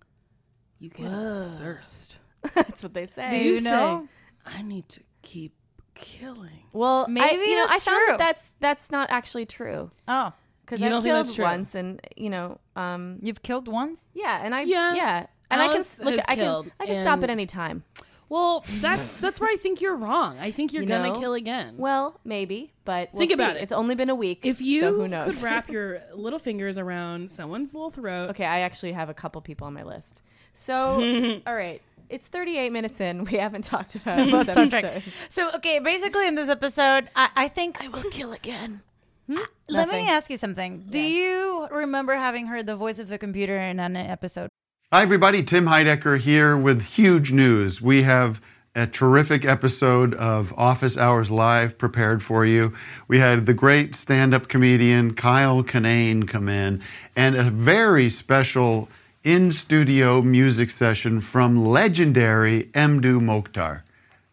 [SPEAKER 5] you get a thirst.
[SPEAKER 1] that's what they say.
[SPEAKER 2] Do you,
[SPEAKER 5] You
[SPEAKER 2] know?
[SPEAKER 5] say, I need to keep killing.
[SPEAKER 1] Well, maybe
[SPEAKER 2] Maybe
[SPEAKER 1] you know
[SPEAKER 2] that's
[SPEAKER 1] I found
[SPEAKER 2] true.
[SPEAKER 1] that that's that's not actually true
[SPEAKER 2] Oh,
[SPEAKER 1] because
[SPEAKER 5] You
[SPEAKER 1] I
[SPEAKER 5] don't
[SPEAKER 1] killed
[SPEAKER 5] think that's true?
[SPEAKER 1] once and you know um
[SPEAKER 2] you've killed one.
[SPEAKER 1] yeah and I
[SPEAKER 5] Yeah.
[SPEAKER 1] yeah and
[SPEAKER 5] Alice
[SPEAKER 1] I can look
[SPEAKER 5] has
[SPEAKER 1] I can
[SPEAKER 5] killed
[SPEAKER 1] I can stop
[SPEAKER 5] and-
[SPEAKER 1] at any time.
[SPEAKER 5] Well, that's that's where I think you're wrong. I think you're
[SPEAKER 1] You
[SPEAKER 5] gonna
[SPEAKER 1] know?
[SPEAKER 5] kill again.
[SPEAKER 1] Well, maybe, but we'll
[SPEAKER 5] Think
[SPEAKER 1] see.
[SPEAKER 5] about it.
[SPEAKER 1] It's only been a week.
[SPEAKER 5] if you
[SPEAKER 1] so who knows?
[SPEAKER 5] could wrap
[SPEAKER 1] [LAUGHS]
[SPEAKER 5] your little fingers around someone's little throat,
[SPEAKER 1] Okay, I actually have a couple people on my list. So, all right, it's 38 minutes in. We haven't talked about this episode.
[SPEAKER 2] So okay, basically in this episode, I, I think hmm?
[SPEAKER 1] will kill again.
[SPEAKER 2] let me
[SPEAKER 1] nothing.
[SPEAKER 2] ask you something. Do you remember having heard the voice of the computer in an episode?
[SPEAKER 8] Hi, everybody. Tim Heidecker here with huge news. We have a terrific episode of Office Hours Live prepared for you. We had the great stand up comedian Kyle Kinane come in and a very special in studio music session from legendary Mdu Mokhtar.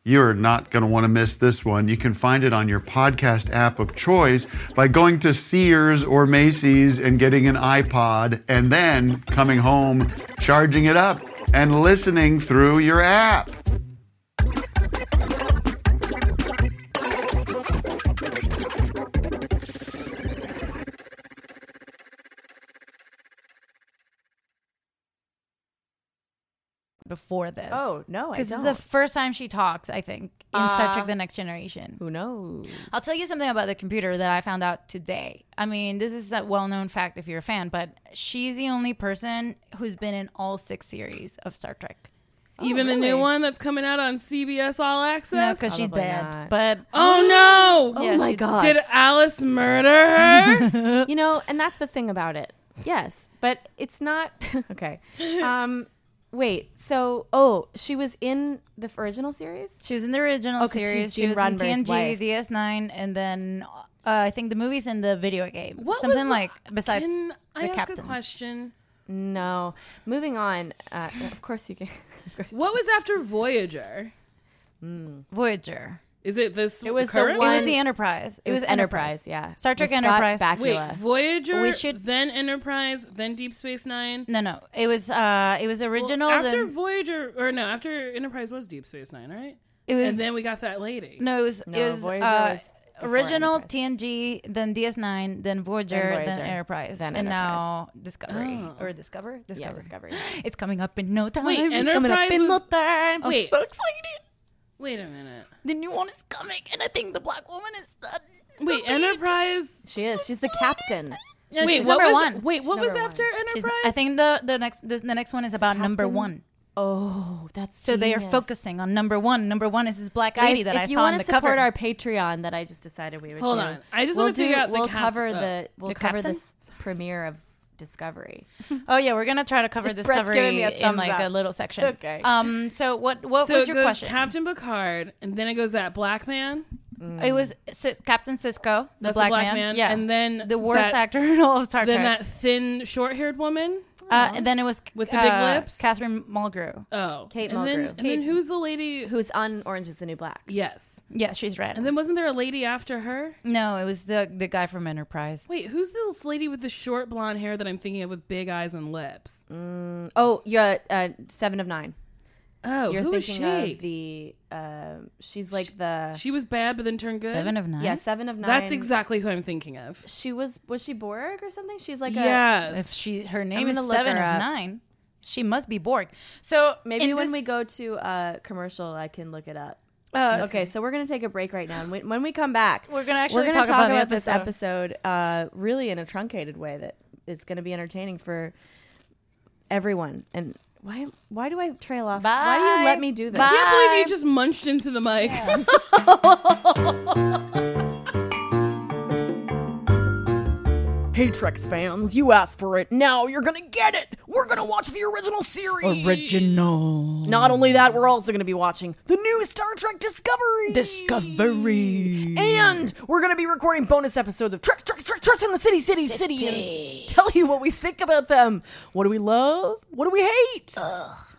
[SPEAKER 8] You're not going to want to miss this one. You can find it on your podcast app of choice by going to Sears or Macy's and getting an iPod and then coming home, charging it up, and listening through your app.
[SPEAKER 2] Before this,
[SPEAKER 1] Oh, no, I
[SPEAKER 2] because this is
[SPEAKER 1] don't. Uh,
[SPEAKER 2] the first time she talks. I think in Star Trek: The Next Generation.
[SPEAKER 1] Who knows?
[SPEAKER 2] I'll tell you something about the computer that I found out today. I mean, this is a well known fact if you're a fan, but she's the only person who's been in all six series of Star Trek.
[SPEAKER 1] Oh,
[SPEAKER 5] even the new one that's coming out on CBS All
[SPEAKER 2] No,
[SPEAKER 5] Access.
[SPEAKER 2] because she's
[SPEAKER 1] Probably
[SPEAKER 2] dead.
[SPEAKER 1] not.
[SPEAKER 2] But
[SPEAKER 5] Oh [GASPS] no!
[SPEAKER 2] Yeah,
[SPEAKER 1] oh my
[SPEAKER 2] she-
[SPEAKER 1] god!
[SPEAKER 5] Did Alice murder her?
[SPEAKER 1] you know, and that's the thing about it. Yes, but it's not [LAUGHS] okay. Um, wait. So, oh, she was in the original series.
[SPEAKER 2] she was in the original
[SPEAKER 1] Oh, 'cause she's
[SPEAKER 2] series. She
[SPEAKER 1] Gene
[SPEAKER 2] was
[SPEAKER 1] Roddenberry's
[SPEAKER 2] in TNG,
[SPEAKER 1] wife.
[SPEAKER 2] DS9, and then uh, I think the movies and the video game.
[SPEAKER 5] What was
[SPEAKER 2] Something
[SPEAKER 5] the-
[SPEAKER 2] like [LAUGHS] besides
[SPEAKER 5] Can
[SPEAKER 2] the
[SPEAKER 5] I ask
[SPEAKER 2] captains.
[SPEAKER 5] a question?
[SPEAKER 1] No. Moving on. Uh, of course you can. [LAUGHS] Of course.
[SPEAKER 5] What was after Voyager?
[SPEAKER 2] Voyager.
[SPEAKER 5] Is it this? It
[SPEAKER 1] was the
[SPEAKER 5] current?
[SPEAKER 2] It
[SPEAKER 1] one-
[SPEAKER 2] was the Enterprise. It,
[SPEAKER 1] was Enterprise, yeah.
[SPEAKER 2] Star Trek
[SPEAKER 1] With Scott
[SPEAKER 2] Enterprise.
[SPEAKER 1] Bakula.
[SPEAKER 5] Wait, Voyager.
[SPEAKER 2] We should-
[SPEAKER 5] then Enterprise, then Deep Space Nine.
[SPEAKER 2] No, no. It was uh it was
[SPEAKER 5] Well,
[SPEAKER 2] original
[SPEAKER 5] after
[SPEAKER 2] then-
[SPEAKER 5] Voyager, or no, after Enterprise was Deep Space Nine, right?
[SPEAKER 2] it was
[SPEAKER 5] and then we got that lady.
[SPEAKER 2] No, it was
[SPEAKER 1] No,
[SPEAKER 2] it was,
[SPEAKER 1] Voyager
[SPEAKER 2] uh,
[SPEAKER 1] was before
[SPEAKER 2] original
[SPEAKER 1] Enterprise.
[SPEAKER 2] TNG, then DS9, then Voyager, then,
[SPEAKER 1] Voyager,
[SPEAKER 2] Enterprise,
[SPEAKER 1] then Enterprise.
[SPEAKER 2] and now Discovery
[SPEAKER 5] Oh.
[SPEAKER 2] or Discover, Discover,
[SPEAKER 1] Yeah, Discovery.
[SPEAKER 2] It's coming up in no time.
[SPEAKER 5] Wait,
[SPEAKER 2] it's coming up
[SPEAKER 5] Enterprise
[SPEAKER 2] in no
[SPEAKER 5] was-
[SPEAKER 2] time.
[SPEAKER 5] Wait.
[SPEAKER 2] I'm so excited.
[SPEAKER 5] Wait a minute.
[SPEAKER 2] The new one is coming, and I think the black woman is the
[SPEAKER 5] Wait, Enterprise.
[SPEAKER 1] She is. She's the captain.
[SPEAKER 9] No,
[SPEAKER 2] wait,
[SPEAKER 9] she's
[SPEAKER 2] what
[SPEAKER 9] number
[SPEAKER 2] was
[SPEAKER 9] one.
[SPEAKER 5] Wait, what
[SPEAKER 10] She's
[SPEAKER 5] was
[SPEAKER 10] number
[SPEAKER 5] after
[SPEAKER 10] one.
[SPEAKER 2] She's-
[SPEAKER 5] Enterprise?
[SPEAKER 2] I think the the next the, the next one is about number
[SPEAKER 10] Captain-
[SPEAKER 2] one.
[SPEAKER 10] Oh, that's
[SPEAKER 2] So they are
[SPEAKER 10] genius.
[SPEAKER 2] focusing on number one. Number one is this black
[SPEAKER 10] Guys,
[SPEAKER 2] lady that
[SPEAKER 10] if
[SPEAKER 2] I
[SPEAKER 10] you
[SPEAKER 2] saw
[SPEAKER 10] want
[SPEAKER 2] on
[SPEAKER 10] to
[SPEAKER 2] the
[SPEAKER 10] support
[SPEAKER 2] cover.
[SPEAKER 10] our Patreon that I just decided we would
[SPEAKER 5] Hold
[SPEAKER 10] do.
[SPEAKER 5] on. I just
[SPEAKER 10] we'll
[SPEAKER 5] wanna figure
[SPEAKER 10] do-
[SPEAKER 5] out the
[SPEAKER 10] we'll
[SPEAKER 5] cap-
[SPEAKER 10] cover
[SPEAKER 5] uh,
[SPEAKER 10] the we'll
[SPEAKER 2] the
[SPEAKER 10] cover
[SPEAKER 2] captain?
[SPEAKER 10] this premiere of Discovery.
[SPEAKER 2] oh yeah, we're gonna try to cover
[SPEAKER 10] Brett's giving
[SPEAKER 2] discovery
[SPEAKER 10] me a
[SPEAKER 2] in
[SPEAKER 10] thumbs
[SPEAKER 2] like
[SPEAKER 10] up.
[SPEAKER 2] a little section.
[SPEAKER 10] Okay.
[SPEAKER 2] Um. So what what
[SPEAKER 5] so
[SPEAKER 2] was
[SPEAKER 5] it
[SPEAKER 2] your
[SPEAKER 5] goes
[SPEAKER 2] question?
[SPEAKER 5] Captain Picard, and then it goes that black man.
[SPEAKER 2] it was Sis- Captain Cisco, the,
[SPEAKER 5] That's the
[SPEAKER 2] black,
[SPEAKER 5] black
[SPEAKER 2] man.
[SPEAKER 5] man,
[SPEAKER 2] Yeah.
[SPEAKER 5] and then
[SPEAKER 2] the worst
[SPEAKER 5] that-
[SPEAKER 2] actor [LAUGHS] in all of Star
[SPEAKER 5] Then
[SPEAKER 2] Trek.
[SPEAKER 5] that thin, short-haired woman.
[SPEAKER 2] uh, and then it was
[SPEAKER 5] With the big
[SPEAKER 2] uh,
[SPEAKER 5] lips?
[SPEAKER 2] Catherine Mulgrew.
[SPEAKER 5] Oh,
[SPEAKER 10] Kate
[SPEAKER 5] and then,
[SPEAKER 10] Mulgrew.
[SPEAKER 5] and then who's the lady? Who?
[SPEAKER 10] Who's on Orange is the New Black?
[SPEAKER 5] Yes.
[SPEAKER 2] Yeah, she's red.
[SPEAKER 5] And then wasn't there a lady after her?
[SPEAKER 2] no, it was the the guy from Enterprise.
[SPEAKER 5] Wait, who's this lady with the short blonde hair that I'm thinking of with big eyes and lips?
[SPEAKER 10] Oh, yeah, uh, Seven of Nine.
[SPEAKER 5] Oh,
[SPEAKER 10] You're
[SPEAKER 5] who is
[SPEAKER 10] thinking
[SPEAKER 5] she?
[SPEAKER 10] of the. um she's like the.
[SPEAKER 5] she was bad, but then turned good.
[SPEAKER 2] Seven of nine.
[SPEAKER 10] yeah, Seven of Nine.
[SPEAKER 5] That's exactly who I'm thinking of.
[SPEAKER 10] She was was she Borg or something? She's like a.
[SPEAKER 5] yes.
[SPEAKER 2] If she her name is
[SPEAKER 10] gonna look
[SPEAKER 2] seven
[SPEAKER 10] her
[SPEAKER 2] of
[SPEAKER 10] up.
[SPEAKER 2] nine, she must be Borg. So
[SPEAKER 10] Maybe
[SPEAKER 2] in
[SPEAKER 10] when
[SPEAKER 2] this-
[SPEAKER 10] we go to uh, commercial, I can look it up.
[SPEAKER 2] uh,
[SPEAKER 10] Okay, so we're gonna take a break right now. And when when we come back,
[SPEAKER 2] We're gonna actually
[SPEAKER 10] gonna
[SPEAKER 2] talk about the
[SPEAKER 10] this episode uh, really in a truncated way that is gonna be entertaining for everyone. And why why do I trail off? Why do
[SPEAKER 2] Bye.
[SPEAKER 10] you let me do this?
[SPEAKER 5] I can't believe you just munched into the mic. [LAUGHS]
[SPEAKER 1] Hey Trex fans, you asked for it. Now you're gonna get it. We're gonna watch the original series.
[SPEAKER 2] original
[SPEAKER 1] Not only that, we're also gonna be watching the new Star Trek Discovery.
[SPEAKER 2] discovery.
[SPEAKER 1] And we're gonna be recording bonus episodes of Trex, Trex, Trex, Trex in the city, city, city, and tell you what we think about them. What do we love? What do we hate?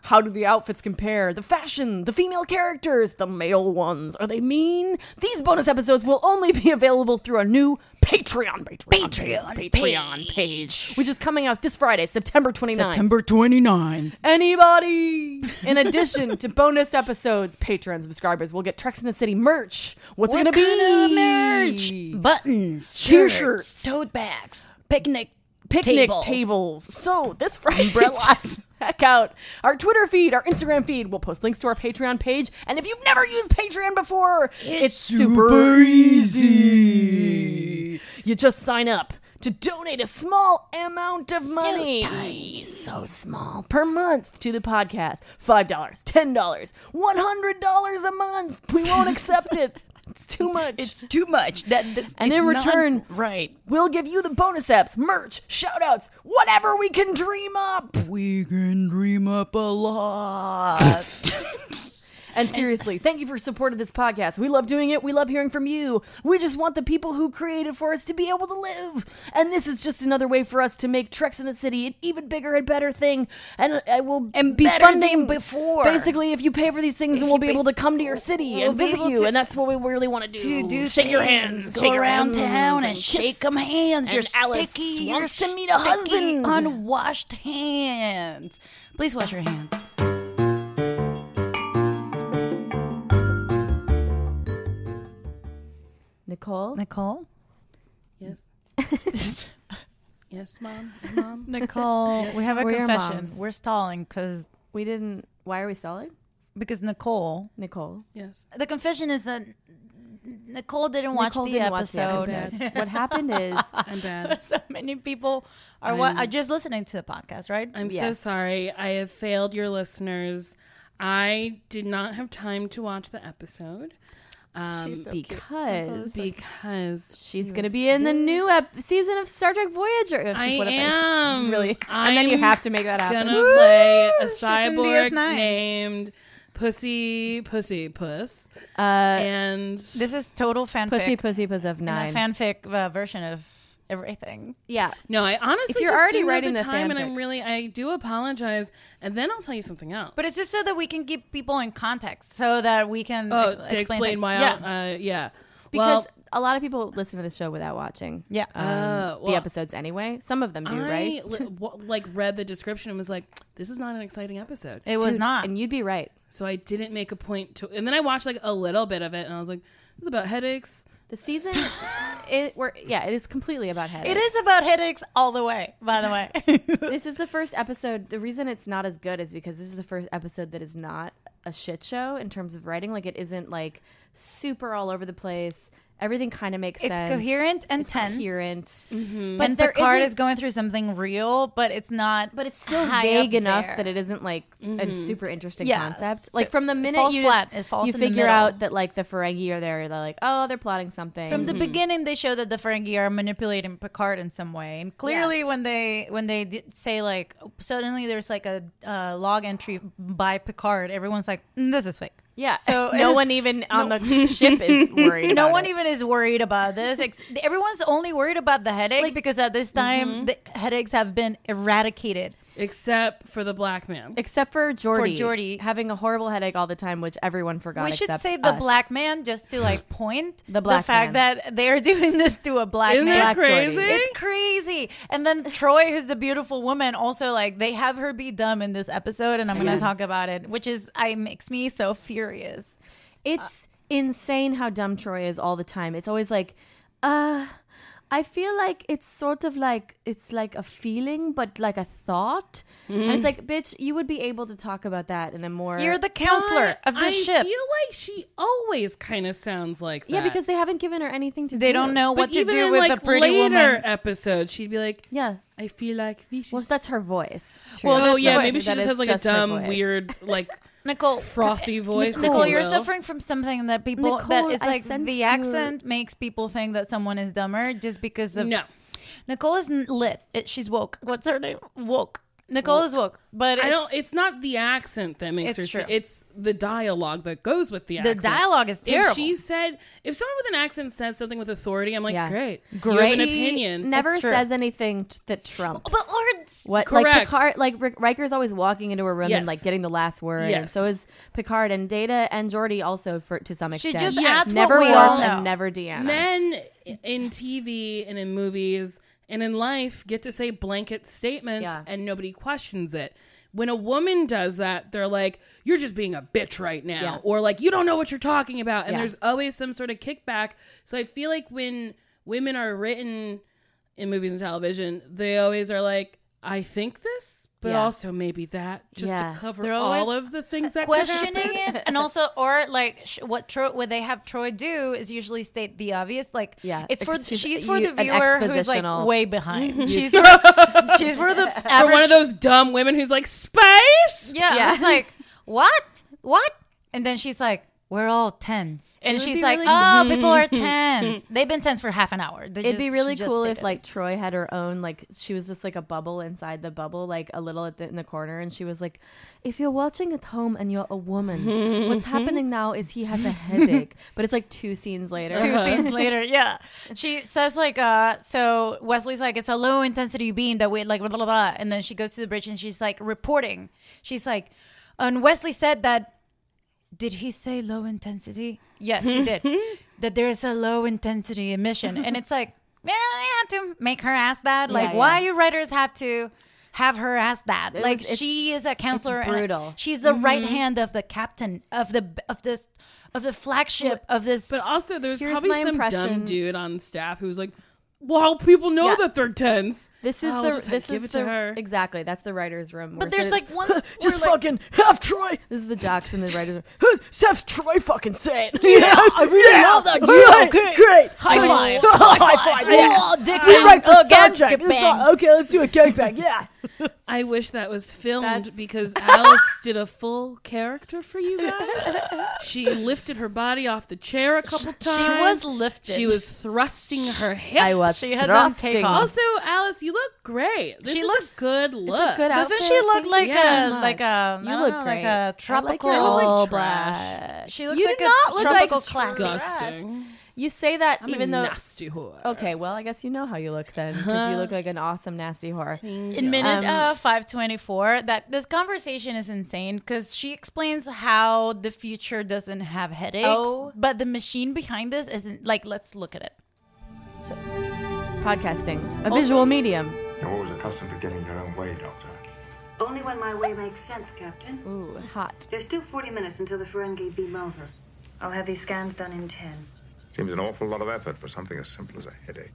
[SPEAKER 1] How do the outfits compare? The fashion, the female characters, the male ones. Are they mean? These bonus episodes will only be available through our new Patreon, Patreon, Patreon, Patreon page, which is coming out this Friday, September 29th.
[SPEAKER 2] September 29th.
[SPEAKER 1] Anybody! In addition to bonus episodes, Patreon subscribers will get Trex in the City merch. What's it gonna be?
[SPEAKER 2] merch? Buttons,
[SPEAKER 1] T-shirts,
[SPEAKER 2] shirts, tote bags, picnic
[SPEAKER 1] picnic
[SPEAKER 2] tables.
[SPEAKER 1] tables. So this Friday, [LAUGHS] just check out our Twitter feed, our Instagram feed. We'll post links to our Patreon page. And if you've never used Patreon before, it's, super easy. You just sign up to donate a small amount of money. So small per month to the podcast. $5, $10, $100 a month. We won't accept it. It's too much.
[SPEAKER 2] It's too much. That this
[SPEAKER 1] And
[SPEAKER 2] is
[SPEAKER 1] in
[SPEAKER 2] not
[SPEAKER 1] return-
[SPEAKER 2] right?
[SPEAKER 1] We'll give you the bonus apps, merch, shoutouts, whatever we can dream up.
[SPEAKER 2] We can dream up a [LAUGHS] lot.
[SPEAKER 1] And seriously, thank you for support of this podcast. We love doing it. We love hearing from you. We just want the people who created for us to be able to live. And this is just another way for us to make Treks in the City an even bigger and better thing. And I will
[SPEAKER 2] And
[SPEAKER 1] be
[SPEAKER 2] better than
[SPEAKER 1] funding
[SPEAKER 2] before.
[SPEAKER 1] Basically, if you pay for these things, then we'll
[SPEAKER 2] you
[SPEAKER 1] be able
[SPEAKER 2] bas-
[SPEAKER 1] to come to your city
[SPEAKER 2] we'll
[SPEAKER 1] and
[SPEAKER 2] be
[SPEAKER 1] visit
[SPEAKER 2] able
[SPEAKER 1] you.
[SPEAKER 2] to-
[SPEAKER 1] and that's what we really want to do.
[SPEAKER 2] to do
[SPEAKER 1] shake your
[SPEAKER 2] things,
[SPEAKER 1] hands,
[SPEAKER 2] go
[SPEAKER 1] shake your
[SPEAKER 2] around
[SPEAKER 1] hands,
[SPEAKER 2] town and
[SPEAKER 1] kiss.
[SPEAKER 2] shake 'em hands. You're
[SPEAKER 1] And Alice
[SPEAKER 2] sticky. You're
[SPEAKER 1] wants to meet a
[SPEAKER 2] sticky,
[SPEAKER 1] husband.
[SPEAKER 2] Unwashed hands. Please wash your hands.
[SPEAKER 10] Nicole,
[SPEAKER 2] Nicole.
[SPEAKER 5] Yes. [LAUGHS] yes, mom. Mom.
[SPEAKER 2] [LAUGHS] Nicole, we have a
[SPEAKER 10] We're your
[SPEAKER 2] confession.
[SPEAKER 10] moms.
[SPEAKER 2] We're stalling because
[SPEAKER 10] we didn't. Why are we stalling?
[SPEAKER 2] because Nicole.
[SPEAKER 10] Nicole,
[SPEAKER 5] Yes.
[SPEAKER 2] The confession is that Nicole didn't watch
[SPEAKER 10] Nicole
[SPEAKER 2] the
[SPEAKER 10] didn't watch the
[SPEAKER 2] episode. [LAUGHS]
[SPEAKER 10] episode. what happened is
[SPEAKER 5] I'm bad.
[SPEAKER 2] so many people are, wa- are just listening to the podcast, right?
[SPEAKER 5] I'm so
[SPEAKER 10] Yes.
[SPEAKER 5] sorry. I have failed your listeners. I did not have time to watch the episode
[SPEAKER 10] because
[SPEAKER 5] because
[SPEAKER 10] she's gonna be in the new ep- season of Star Trek Voyager. She's
[SPEAKER 5] I
[SPEAKER 10] what [LAUGHS] if
[SPEAKER 5] am
[SPEAKER 10] really, and then you
[SPEAKER 5] I'm
[SPEAKER 10] have to make that happen.
[SPEAKER 5] gonna play a
[SPEAKER 2] she's in
[SPEAKER 5] cyborg
[SPEAKER 2] DS9.
[SPEAKER 5] named Pussy Pussy Puss,
[SPEAKER 10] Uh,
[SPEAKER 5] and
[SPEAKER 2] This is total fanfic.
[SPEAKER 10] pussy, pussy, puss of
[SPEAKER 2] and
[SPEAKER 10] nine.
[SPEAKER 2] a fanfic uh, version of everything.
[SPEAKER 10] yeah,
[SPEAKER 5] No, I honestly
[SPEAKER 10] you're
[SPEAKER 5] just
[SPEAKER 10] already
[SPEAKER 5] didn't have
[SPEAKER 10] writing
[SPEAKER 5] the
[SPEAKER 10] the
[SPEAKER 5] time, and
[SPEAKER 10] fanfic.
[SPEAKER 5] I'm really I do apologize. And then I'll tell you something else.
[SPEAKER 2] But it's just so that we can keep people in context, so that we can
[SPEAKER 5] oh,
[SPEAKER 2] ex-
[SPEAKER 5] to explain,
[SPEAKER 2] things.
[SPEAKER 5] why,
[SPEAKER 2] Yeah.
[SPEAKER 5] I, uh, yeah,
[SPEAKER 10] because
[SPEAKER 5] well,
[SPEAKER 10] a lot of people listen to the show without watching.
[SPEAKER 2] Yeah.
[SPEAKER 10] um,
[SPEAKER 5] Oh, well-
[SPEAKER 10] the episodes anyway. Some of them do,
[SPEAKER 5] I
[SPEAKER 10] right?
[SPEAKER 5] li- w- like read the description and was like, "This is not an exciting episode,"
[SPEAKER 2] it was
[SPEAKER 10] Dude,
[SPEAKER 2] not.
[SPEAKER 10] and you'd be right.
[SPEAKER 5] so I didn't make a point to. And then I watched like a little bit of it, and I was like, "This is about headaches."
[SPEAKER 2] [LAUGHS]
[SPEAKER 10] The season, it were yeah, it is completely about headaches.
[SPEAKER 2] it is about headaches all the way. By the [LAUGHS] way,
[SPEAKER 10] This is the first episode. The reason it's not as good is because this is the first episode that is not a shit show in terms of writing. Like it isn't like super all over the place. everything kind of makes
[SPEAKER 2] It's
[SPEAKER 10] sense.
[SPEAKER 2] coherent and
[SPEAKER 10] It's
[SPEAKER 2] tense. Mhm.
[SPEAKER 10] Coherent.
[SPEAKER 2] But
[SPEAKER 10] there
[SPEAKER 2] Picard
[SPEAKER 10] isn't-
[SPEAKER 2] is going through something real, but it's not.
[SPEAKER 10] But it's still
[SPEAKER 2] high
[SPEAKER 10] vague
[SPEAKER 2] up
[SPEAKER 10] enough
[SPEAKER 2] there.
[SPEAKER 10] that it isn't like a super interesting
[SPEAKER 2] Yeah,
[SPEAKER 10] concept.
[SPEAKER 2] so
[SPEAKER 10] Like from the
[SPEAKER 2] it
[SPEAKER 10] minute
[SPEAKER 2] falls
[SPEAKER 10] you
[SPEAKER 2] flat. It
[SPEAKER 10] just-
[SPEAKER 2] falls
[SPEAKER 10] you
[SPEAKER 2] in the
[SPEAKER 10] figure
[SPEAKER 2] middle.
[SPEAKER 10] out that like the Ferengi are there, they're like, oh, they're plotting something.
[SPEAKER 2] From the beginning, they show that the Ferengi are manipulating Picard in some way, and clearly, when they when they d- say like suddenly there's like a uh, log entry by Picard, everyone's like, "Mm, "This is fake."
[SPEAKER 10] yeah.
[SPEAKER 2] So- [LAUGHS]
[SPEAKER 10] So [LAUGHS] no one even on the ship is worried.
[SPEAKER 2] no
[SPEAKER 10] about
[SPEAKER 2] one
[SPEAKER 10] it.
[SPEAKER 2] even is worried about this. Ex- [LAUGHS] mm-hmm. Everyone's only worried about the headache
[SPEAKER 10] Like-
[SPEAKER 2] because at this time the headaches have been eradicated.
[SPEAKER 5] Except for the black man.
[SPEAKER 10] Except for Jordy,
[SPEAKER 2] Geordi.
[SPEAKER 10] having a horrible headache all the time, which everyone forgot.
[SPEAKER 2] we should
[SPEAKER 10] except
[SPEAKER 2] say the
[SPEAKER 10] us.
[SPEAKER 2] black man just to [LAUGHS] like point
[SPEAKER 10] The black
[SPEAKER 2] fact
[SPEAKER 10] man.
[SPEAKER 2] that they're doing this to a black
[SPEAKER 5] Isn't
[SPEAKER 2] man.
[SPEAKER 5] that
[SPEAKER 10] Black Geordi.
[SPEAKER 5] crazy?
[SPEAKER 2] It's crazy. And then Troy, who's the beautiful woman, also like they have her be dumb in this episode, and I'm going to talk about it, which is I makes me so furious.
[SPEAKER 10] It's insane how dumb Troy is all the time. It's always like, uh, I feel like it's sort of like it's like a feeling, but like a thought. And it's like, bitch, you would be able to talk about that in a more
[SPEAKER 2] Mm-hmm. You're the counselor
[SPEAKER 5] I-
[SPEAKER 2] of this
[SPEAKER 5] I
[SPEAKER 2] ship.
[SPEAKER 5] feel like she always kind of sounds like that.
[SPEAKER 10] yeah, because they haven't given her anything to do.
[SPEAKER 2] They don't know
[SPEAKER 5] But
[SPEAKER 2] what to
[SPEAKER 5] even
[SPEAKER 2] do
[SPEAKER 5] in,
[SPEAKER 2] with
[SPEAKER 5] like,
[SPEAKER 2] a pretty
[SPEAKER 5] later
[SPEAKER 2] woman.
[SPEAKER 5] episode, she'd be like,
[SPEAKER 10] Yeah,
[SPEAKER 5] I feel like this
[SPEAKER 10] well,
[SPEAKER 5] is-
[SPEAKER 10] that's her voice. True.
[SPEAKER 5] Well, oh,
[SPEAKER 2] that's
[SPEAKER 5] yeah,
[SPEAKER 2] the
[SPEAKER 5] maybe
[SPEAKER 2] voice.
[SPEAKER 5] she
[SPEAKER 10] That
[SPEAKER 5] just
[SPEAKER 10] is
[SPEAKER 5] has like
[SPEAKER 10] just
[SPEAKER 5] a
[SPEAKER 10] her
[SPEAKER 5] dumb,
[SPEAKER 10] voice.
[SPEAKER 2] [LAUGHS]
[SPEAKER 5] weird, like
[SPEAKER 2] Nicole,
[SPEAKER 5] frothy voice. Oh, if
[SPEAKER 2] Nicole,
[SPEAKER 5] you
[SPEAKER 2] you're
[SPEAKER 5] will.
[SPEAKER 2] suffering from something that people
[SPEAKER 10] Nicole,
[SPEAKER 2] that it's
[SPEAKER 10] I
[SPEAKER 2] like
[SPEAKER 10] sense
[SPEAKER 2] the
[SPEAKER 10] you're-
[SPEAKER 2] accent makes people think that someone is dumber just because of
[SPEAKER 5] No.
[SPEAKER 2] Nicole is n- lit. It, she's woke. What's her name? Woke. Nicole is woke, but it's,
[SPEAKER 5] I don't. It's not the accent that makes
[SPEAKER 2] It's
[SPEAKER 5] her.
[SPEAKER 2] true.
[SPEAKER 5] True. It's the dialogue that goes with the,
[SPEAKER 2] The
[SPEAKER 5] accent.
[SPEAKER 2] dialogue is
[SPEAKER 5] If
[SPEAKER 2] terrible.
[SPEAKER 5] she said, if someone with an accent says something with authority, I'm like,
[SPEAKER 10] Yeah.
[SPEAKER 5] great, You
[SPEAKER 10] Great.
[SPEAKER 5] have an
[SPEAKER 10] She
[SPEAKER 5] opinion.
[SPEAKER 10] Never
[SPEAKER 2] That's true.
[SPEAKER 10] says anything t- that trumps.
[SPEAKER 2] But Lord,
[SPEAKER 10] What like
[SPEAKER 5] Correct.
[SPEAKER 10] Picard like Rick, Riker's always walking into a room and
[SPEAKER 5] Yes.
[SPEAKER 10] like getting the last word. And
[SPEAKER 5] Yes.
[SPEAKER 10] so is Picard and Data and Geordi also for to some
[SPEAKER 2] She
[SPEAKER 10] extent.
[SPEAKER 2] just
[SPEAKER 5] Yes.
[SPEAKER 2] adds
[SPEAKER 10] never
[SPEAKER 2] what we
[SPEAKER 10] Worf
[SPEAKER 2] all know.
[SPEAKER 10] and never Deanna.
[SPEAKER 5] Men i- in TV and in movies and in life get to say blanket statements,
[SPEAKER 10] Yeah.
[SPEAKER 5] and nobody questions it. When a woman does that, they're like, "You're just being a bitch right now,"
[SPEAKER 10] Yeah.
[SPEAKER 5] or like, "You don't know what you're talking about," and
[SPEAKER 10] Yeah.
[SPEAKER 5] there's always some sort of kickback. So I feel like when women are written in movies and television, they always are like, "I think this." But
[SPEAKER 10] Yeah.
[SPEAKER 5] also maybe that, just
[SPEAKER 10] Yeah.
[SPEAKER 5] to cover
[SPEAKER 2] They're
[SPEAKER 5] all
[SPEAKER 2] always
[SPEAKER 5] of the things that could
[SPEAKER 2] questioning
[SPEAKER 5] happen.
[SPEAKER 2] it,
[SPEAKER 10] [LAUGHS]
[SPEAKER 2] and also, or like sh- what Troy, what they have Troy do is usually state the obvious. Like,
[SPEAKER 10] Yeah,
[SPEAKER 2] it's for
[SPEAKER 10] she's-
[SPEAKER 2] she's, for
[SPEAKER 10] you-
[SPEAKER 2] the
[SPEAKER 10] an
[SPEAKER 2] viewer who's like
[SPEAKER 10] expositional-
[SPEAKER 2] way
[SPEAKER 10] [LAUGHS]
[SPEAKER 2] behind. she's for, she's for the
[SPEAKER 5] Or
[SPEAKER 2] average
[SPEAKER 5] one of those dumb women who's like, "Space."
[SPEAKER 2] Yeah.
[SPEAKER 10] Yeah.
[SPEAKER 2] It's like, what? What? And then she's like, we're all tens. And
[SPEAKER 10] would
[SPEAKER 2] she's
[SPEAKER 10] be
[SPEAKER 2] like,
[SPEAKER 10] really-
[SPEAKER 2] oh, people
[SPEAKER 10] [LAUGHS]
[SPEAKER 2] are tens. They've been tens for half an hour. They
[SPEAKER 10] It'd be
[SPEAKER 2] just-
[SPEAKER 10] really
[SPEAKER 2] she just
[SPEAKER 10] cool
[SPEAKER 2] stated
[SPEAKER 10] if
[SPEAKER 2] it.
[SPEAKER 10] like Troy had her own like she was just like a bubble inside the bubble like a little at the, in the corner and she was like if you're watching at home and you're a
[SPEAKER 2] [LAUGHS]
[SPEAKER 10] woman what's happening now is he has a headache but it's like two scenes later Uh-huh.
[SPEAKER 2] two scenes later. Yeah. She says like, uh, so Wesley's like, it's a low intensity beam that we like, blah, blah, blah. And then she goes to the bridge and she's like reporting. She's like, and Wesley said that, did he say low intensity? Yes, he
[SPEAKER 10] [LAUGHS]
[SPEAKER 2] did. that there is a low intensity emission. And it's like, man, they had to make her ask that. Like,
[SPEAKER 10] Yeah,
[SPEAKER 2] why
[SPEAKER 10] yeah.
[SPEAKER 2] you writers have to have her ask that?
[SPEAKER 10] It
[SPEAKER 2] like,
[SPEAKER 10] was- it's-
[SPEAKER 2] she is a counselor. and
[SPEAKER 10] brutal. Mm-hmm.
[SPEAKER 2] she's the right hand of the captain of the of this of the flagship of this.
[SPEAKER 5] But also, there's
[SPEAKER 10] Here's
[SPEAKER 5] probably
[SPEAKER 10] my
[SPEAKER 5] some
[SPEAKER 10] impression.
[SPEAKER 5] dumb dude on staff who's like, "Well, how people know
[SPEAKER 10] Yeah.
[SPEAKER 5] that they're tense."
[SPEAKER 10] [LAUGHS] this is
[SPEAKER 5] Oh,
[SPEAKER 10] the
[SPEAKER 5] just, like,
[SPEAKER 10] this
[SPEAKER 5] give
[SPEAKER 10] is
[SPEAKER 5] it
[SPEAKER 10] the
[SPEAKER 5] to her.
[SPEAKER 10] exactly that's the writers room where
[SPEAKER 2] But there's
[SPEAKER 10] it's-
[SPEAKER 2] like [LAUGHS] one where,
[SPEAKER 1] Just
[SPEAKER 2] like,
[SPEAKER 1] fucking half Troy.
[SPEAKER 10] this is the jocks and the writers
[SPEAKER 2] [LAUGHS]
[SPEAKER 10] room.
[SPEAKER 1] Seth's Troy fucking said. [LAUGHS] Yeah, I really love [LAUGHS] that. Yeah, okay, great.
[SPEAKER 2] High five.
[SPEAKER 1] [LAUGHS] High five.
[SPEAKER 2] Oh,
[SPEAKER 1] Yeah.
[SPEAKER 2] Dixon.
[SPEAKER 1] You're right for
[SPEAKER 2] Oh,
[SPEAKER 1] Star
[SPEAKER 2] gang
[SPEAKER 1] Trek. It's
[SPEAKER 2] bang.
[SPEAKER 1] all- Okay, let's do a gangbang. Yeah.
[SPEAKER 5] I wish that was filmed [LAUGHS] because Alice did a full character for you [LAUGHS] guys. she lifted her body off the chair a couple times.
[SPEAKER 2] was lifted.
[SPEAKER 5] She was thrusting her hips.
[SPEAKER 10] I was
[SPEAKER 2] She had
[SPEAKER 10] thrusting.
[SPEAKER 2] those takeoffs.
[SPEAKER 5] Also, Alice, you look great. This
[SPEAKER 2] She
[SPEAKER 5] is
[SPEAKER 2] looks-
[SPEAKER 5] a good look.
[SPEAKER 10] good
[SPEAKER 2] Doesn't
[SPEAKER 10] outfit.
[SPEAKER 2] she look
[SPEAKER 10] Thank
[SPEAKER 2] like
[SPEAKER 10] you
[SPEAKER 2] a
[SPEAKER 10] so much.
[SPEAKER 2] like a
[SPEAKER 10] You
[SPEAKER 2] I don't
[SPEAKER 10] look
[SPEAKER 2] know,
[SPEAKER 10] great.
[SPEAKER 2] like a tropical?
[SPEAKER 10] all
[SPEAKER 5] trash.
[SPEAKER 10] black.
[SPEAKER 2] She looks
[SPEAKER 10] you
[SPEAKER 2] like
[SPEAKER 10] do
[SPEAKER 2] a
[SPEAKER 10] not look
[SPEAKER 2] tropical
[SPEAKER 10] like
[SPEAKER 2] class.
[SPEAKER 5] Disgusting.
[SPEAKER 10] You say that
[SPEAKER 5] I'm
[SPEAKER 10] even
[SPEAKER 5] a
[SPEAKER 10] though
[SPEAKER 5] nasty whore.
[SPEAKER 10] Okay, well, I guess you know how you look then, because you look like an awesome nasty whore.
[SPEAKER 2] in minute uh, 524 that this conversation is insane because she explains how the future doesn't have headaches
[SPEAKER 10] Oh.
[SPEAKER 2] but the machine behind this isn't like let's look at it
[SPEAKER 10] Podcasting,
[SPEAKER 2] Oh.
[SPEAKER 10] a visual medium.
[SPEAKER 4] You're always accustomed to getting your own way, Doctor.
[SPEAKER 8] Only when my way makes sense, Captain.
[SPEAKER 10] Ooh, hot.
[SPEAKER 8] There's still 40 minutes until the Ferengi beam over. I'll have these scans done in 10.
[SPEAKER 4] Seems an awful lot of effort for something as simple as a headache.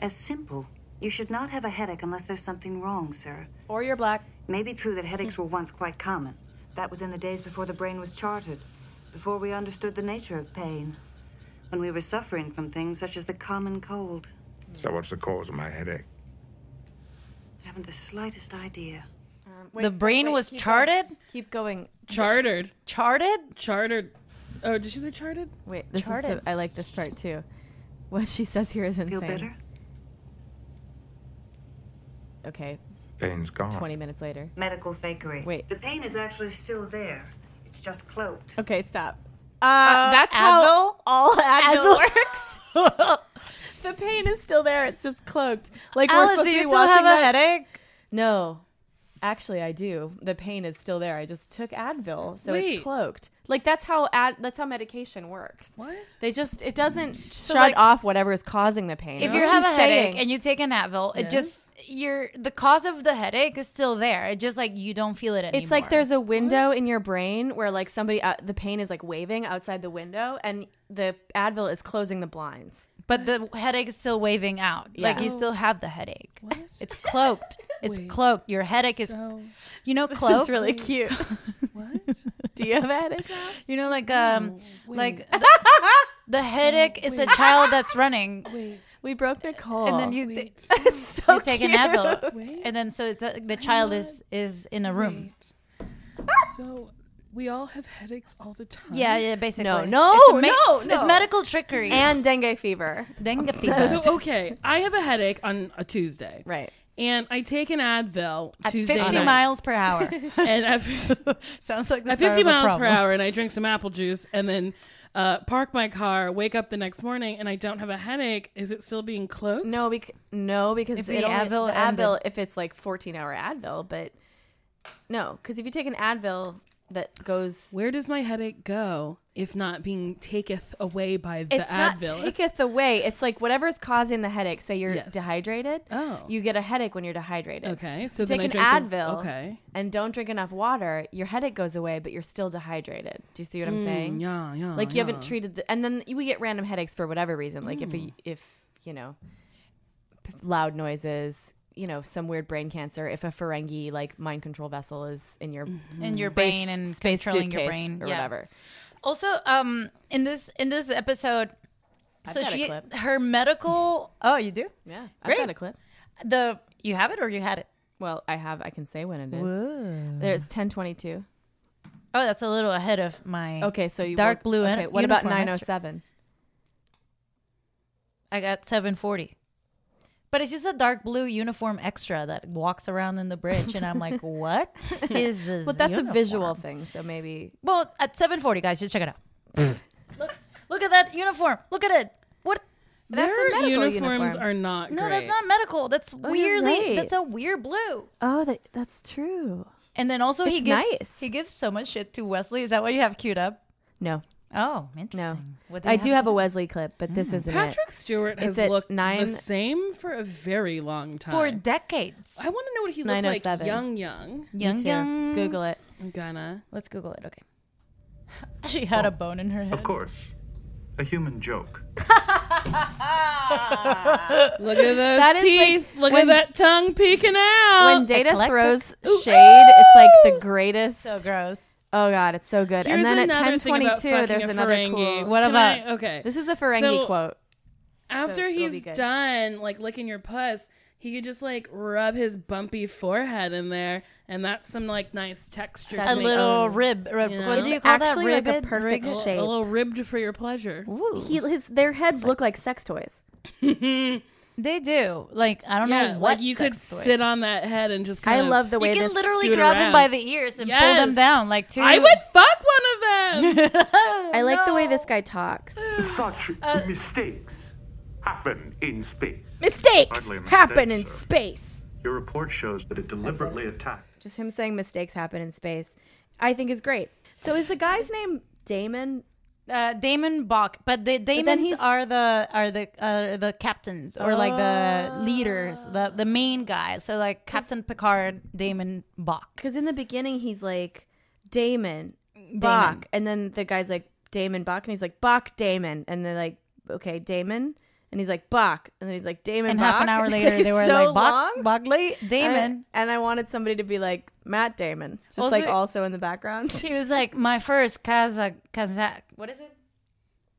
[SPEAKER 8] As simple. You should not have a headache unless there's something wrong, sir.
[SPEAKER 10] Or you're black.
[SPEAKER 8] It may be true that headaches were once quite common. That was in the days before the brain was charted, before we understood the nature of pain. when we were suffering from things such as the common cold.
[SPEAKER 4] So what's the cause of my headache?
[SPEAKER 8] I haven't the slightest idea.
[SPEAKER 2] the brain was charted.
[SPEAKER 10] Keep going.
[SPEAKER 5] Chartered.
[SPEAKER 2] Charted?
[SPEAKER 5] Chartered. Oh, did she say charted?
[SPEAKER 10] Wait, this is.
[SPEAKER 5] Charted.
[SPEAKER 10] The, I like this part too. What she says here is insane.
[SPEAKER 8] better?
[SPEAKER 10] Okay.
[SPEAKER 4] Pain's gone.
[SPEAKER 10] Twenty minutes later.
[SPEAKER 8] Medical fakery.
[SPEAKER 10] Wait.
[SPEAKER 8] The pain is actually still there. It's just cloaked.
[SPEAKER 10] Okay, stop.
[SPEAKER 8] Uh,
[SPEAKER 10] that's how all [LAUGHS] Advil, [LAUGHS] works. the pain is still there. It's just cloaked. Like we're
[SPEAKER 2] Alice,
[SPEAKER 10] supposed
[SPEAKER 2] do
[SPEAKER 10] to
[SPEAKER 2] you
[SPEAKER 10] be
[SPEAKER 2] still
[SPEAKER 10] watching
[SPEAKER 2] have a
[SPEAKER 10] the-
[SPEAKER 2] headache?
[SPEAKER 10] No, actually, I do. The pain is still there. I just took Advil, so
[SPEAKER 5] Wait.
[SPEAKER 10] it's cloaked. Like that's how ad- that's how medication works. What? They just it doesn't
[SPEAKER 2] So,
[SPEAKER 10] shut
[SPEAKER 2] like,
[SPEAKER 10] off whatever is causing the pain.
[SPEAKER 2] If
[SPEAKER 10] That's
[SPEAKER 2] you
[SPEAKER 10] what
[SPEAKER 2] have
[SPEAKER 10] she's
[SPEAKER 2] a headache
[SPEAKER 10] saying.
[SPEAKER 2] and you take an Advil, it
[SPEAKER 10] Yes.
[SPEAKER 2] just you're the cause of the headache is still there. It just like you don't feel it anymore.
[SPEAKER 10] It's like there's a window in your brain where like somebody out the pain is like waving outside the window, and the Advil is closing the blinds. [LAUGHS]
[SPEAKER 2] but the headache is still waving out. Like you
[SPEAKER 10] So-
[SPEAKER 2] still have the headache. It's cloaked. It's cloaked. Your headache is,
[SPEAKER 5] [LAUGHS]
[SPEAKER 2] you know,
[SPEAKER 10] This is
[SPEAKER 2] cloaked.
[SPEAKER 10] really cute. Do you have a headache?
[SPEAKER 5] [LAUGHS]
[SPEAKER 10] Now?
[SPEAKER 2] You know, like um, like the, the headache is a
[SPEAKER 10] wait.
[SPEAKER 2] child that's running.
[SPEAKER 10] We broke Nicole.
[SPEAKER 2] And then you, th- [LAUGHS] you take an
[SPEAKER 10] cute.
[SPEAKER 2] Advil, and then so it's like the child is is in a room.
[SPEAKER 5] So we all have headaches all the time.
[SPEAKER 2] Yeah, yeah, basically.
[SPEAKER 10] No, no,
[SPEAKER 2] It's ma-
[SPEAKER 10] no, no.
[SPEAKER 2] It's medical trickery. [LAUGHS]
[SPEAKER 10] and dengue fever. [LAUGHS]
[SPEAKER 2] Dengue
[SPEAKER 5] So okay, I have a headache on a Tuesday. Right. And I take an Advil
[SPEAKER 2] At
[SPEAKER 5] Tuesday
[SPEAKER 2] 50
[SPEAKER 5] night.
[SPEAKER 2] miles per hour.
[SPEAKER 5] and
[SPEAKER 2] [LAUGHS]
[SPEAKER 5] at,
[SPEAKER 2] sounds like the start
[SPEAKER 5] at 50
[SPEAKER 2] of a
[SPEAKER 5] miles per
[SPEAKER 2] problem.
[SPEAKER 5] hour, and I drink some apple juice, and then uh, park my car, wake up the next morning, and I don't have a headache. Is it still being cloaked?
[SPEAKER 10] No, bec- no, because
[SPEAKER 5] If
[SPEAKER 10] it
[SPEAKER 5] the
[SPEAKER 10] only-
[SPEAKER 5] Advil
[SPEAKER 10] the
[SPEAKER 5] and the-
[SPEAKER 10] Advil, if it's like 14 hour Advil, but no, because if you take an Advil that goes,
[SPEAKER 5] Where does my headache go if not being taketh away by the
[SPEAKER 10] it's not
[SPEAKER 5] Advil?
[SPEAKER 10] taketh away. It's like whatever's causing the headache. Say you're dehydrated.
[SPEAKER 5] Oh.
[SPEAKER 10] you get a headache when you're dehydrated.
[SPEAKER 5] Okay,
[SPEAKER 10] so
[SPEAKER 5] so then
[SPEAKER 10] take
[SPEAKER 5] I
[SPEAKER 10] an
[SPEAKER 5] drink the-
[SPEAKER 10] Advil.
[SPEAKER 5] okay.
[SPEAKER 10] and don't drink enough water. Your headache goes away, but you're still dehydrated. Do you see what I'm
[SPEAKER 5] Mm,
[SPEAKER 10] saying?
[SPEAKER 5] yeah, yeah,
[SPEAKER 10] Like you haven't
[SPEAKER 5] yeah.
[SPEAKER 10] treated, the, and then we get random headaches for whatever reason. Like if a,
[SPEAKER 5] Mm.
[SPEAKER 10] if you know p- loud noises. You know, some weird brain cancer. If a Ferengi like mind control vessel is in your
[SPEAKER 5] Mm-hmm.
[SPEAKER 2] In your
[SPEAKER 10] space-
[SPEAKER 2] brain and
[SPEAKER 10] space
[SPEAKER 2] controlling your
[SPEAKER 10] suitcase
[SPEAKER 2] brain,
[SPEAKER 10] or
[SPEAKER 2] yeah.
[SPEAKER 10] whatever.
[SPEAKER 2] Also, um, in this in this episode,
[SPEAKER 10] I've
[SPEAKER 2] so
[SPEAKER 10] got a
[SPEAKER 2] she
[SPEAKER 10] clip.
[SPEAKER 2] her
[SPEAKER 10] [LAUGHS]
[SPEAKER 2] medical. Oh, you do?
[SPEAKER 10] Yeah, I've
[SPEAKER 2] Great.
[SPEAKER 10] got a clip.
[SPEAKER 2] The you have it or you had it?
[SPEAKER 10] Well, I have. I can say when it is.
[SPEAKER 2] Whoa.
[SPEAKER 10] There's ten twenty two.
[SPEAKER 2] Oh, that's a little ahead of my.
[SPEAKER 10] Okay, so you
[SPEAKER 2] dark
[SPEAKER 10] woke-
[SPEAKER 2] blue.
[SPEAKER 10] Okay,
[SPEAKER 2] and
[SPEAKER 10] what about
[SPEAKER 2] uniform
[SPEAKER 10] nine oh
[SPEAKER 2] extra.
[SPEAKER 10] seven?
[SPEAKER 2] I got seven forty. But it's just a dark blue uniform extra that walks around in the bridge, and I'm
[SPEAKER 10] [LAUGHS]
[SPEAKER 2] like, what is this?
[SPEAKER 10] Well, that's a
[SPEAKER 2] uniform?
[SPEAKER 10] visual thing, so maybe
[SPEAKER 2] Well, it's at seven forty, guys, just check it out.
[SPEAKER 10] [LAUGHS]
[SPEAKER 2] Look at that uniform. Look at it. What?
[SPEAKER 5] Their
[SPEAKER 2] medical
[SPEAKER 5] uniforms
[SPEAKER 2] uniform.
[SPEAKER 5] are not
[SPEAKER 2] No, that's
[SPEAKER 5] great.
[SPEAKER 2] not medical. That's
[SPEAKER 10] Oh, you're
[SPEAKER 2] weirdly.
[SPEAKER 10] right.
[SPEAKER 2] That's a weird blue.
[SPEAKER 10] Oh, that, that's true.
[SPEAKER 2] And then also he
[SPEAKER 10] It's
[SPEAKER 2] gives
[SPEAKER 10] nice.
[SPEAKER 2] he gives so much shit to Wesley. Is that what you have queued up?
[SPEAKER 10] No.
[SPEAKER 2] Oh, interesting. What do
[SPEAKER 10] I
[SPEAKER 2] you
[SPEAKER 10] do have a Wesley clip, but this isn't
[SPEAKER 5] Patrick
[SPEAKER 10] it.
[SPEAKER 5] Stewart has
[SPEAKER 10] It's at
[SPEAKER 5] looked
[SPEAKER 10] nine-
[SPEAKER 5] the same for a very long time.
[SPEAKER 2] for decades.
[SPEAKER 5] I want to know what he looked like
[SPEAKER 10] 907.
[SPEAKER 5] young, young.
[SPEAKER 10] Me
[SPEAKER 2] Young,
[SPEAKER 10] too.
[SPEAKER 2] young.
[SPEAKER 10] Google it.
[SPEAKER 5] I'm gonna.
[SPEAKER 2] Let's Google it. Okay. [LAUGHS] She had a bone in her head.
[SPEAKER 11] Of course. A human joke.
[SPEAKER 5] Look
[SPEAKER 10] [LAUGHS]
[SPEAKER 5] at those
[SPEAKER 10] That is
[SPEAKER 5] teeth.
[SPEAKER 10] like
[SPEAKER 5] Look
[SPEAKER 10] when-
[SPEAKER 5] at that tongue peeking out.
[SPEAKER 10] When Data throws shade, it's like the greatest.
[SPEAKER 2] So gross.
[SPEAKER 10] Oh god, it's so good.
[SPEAKER 5] Here's
[SPEAKER 10] and then at
[SPEAKER 5] another thing about
[SPEAKER 10] 10:22,
[SPEAKER 5] fucking
[SPEAKER 10] there's
[SPEAKER 5] a
[SPEAKER 10] another
[SPEAKER 5] Ferengi.
[SPEAKER 10] cool.
[SPEAKER 5] What Can about- I- okay.
[SPEAKER 10] This is a Ferengi
[SPEAKER 5] So-
[SPEAKER 10] quote.
[SPEAKER 5] After
[SPEAKER 10] it'll be
[SPEAKER 5] he's
[SPEAKER 10] good.
[SPEAKER 5] done, like licking your puss, he could just like rub his bumpy forehead in there, and that's some like nice texture.
[SPEAKER 2] That's
[SPEAKER 5] to
[SPEAKER 2] a
[SPEAKER 5] me.
[SPEAKER 2] little rib- rib- what do It's you call that?
[SPEAKER 10] actually like a
[SPEAKER 2] Ribbed?
[SPEAKER 10] perfect
[SPEAKER 2] Ribbed?
[SPEAKER 10] shape.
[SPEAKER 5] A little ribbed for your pleasure.
[SPEAKER 10] He, his, their heads look like sex toys.
[SPEAKER 2] They do. Like I don't
[SPEAKER 5] yeah,
[SPEAKER 2] know what
[SPEAKER 5] like you could
[SPEAKER 2] sex toy.
[SPEAKER 5] sit on that head and just.
[SPEAKER 10] I
[SPEAKER 5] Kind of
[SPEAKER 10] love the way
[SPEAKER 2] You can
[SPEAKER 10] this
[SPEAKER 2] literally
[SPEAKER 10] scoot
[SPEAKER 2] grab
[SPEAKER 10] around.
[SPEAKER 2] them by the ears and pull them
[SPEAKER 5] Yes.
[SPEAKER 2] down like two.
[SPEAKER 5] I would fuck one of them.
[SPEAKER 10] I like the way this guy talks.
[SPEAKER 11] [LAUGHS] Such
[SPEAKER 2] Uh,
[SPEAKER 11] mistakes happen in space.
[SPEAKER 10] Mistakes
[SPEAKER 11] Hardly a mistake,
[SPEAKER 10] happen in
[SPEAKER 11] sir.
[SPEAKER 10] space.
[SPEAKER 11] Your report shows that it deliberately attacked.
[SPEAKER 10] Just him saying mistakes happen in space, I think is great. So is the guy's name Damon?
[SPEAKER 2] Uh, Damon Bach, but the Damons
[SPEAKER 10] he's-
[SPEAKER 2] are the are the uh, the captains or like the leaders, the the main guy. So like Captain Picard, Damon Bach.
[SPEAKER 10] Because in the beginning he's like Damon Bach, and then the guy's like Damon Bach, and he's like Bach Damon, and they're like okay Damon, and he's like Bach, and then he's like Damon.
[SPEAKER 2] And
[SPEAKER 10] Bach.
[SPEAKER 2] half an hour
[SPEAKER 10] [LAUGHS] It's
[SPEAKER 2] later,
[SPEAKER 10] it's
[SPEAKER 2] they were
[SPEAKER 10] so
[SPEAKER 2] like Bach,
[SPEAKER 10] long.
[SPEAKER 2] Bogley, Damon.
[SPEAKER 10] And I, and I wanted somebody to be like Matt Damon, just
[SPEAKER 2] Also- [LAUGHS]
[SPEAKER 10] like also in the background.
[SPEAKER 2] She was like my first Kazakh Kazakh. What is it?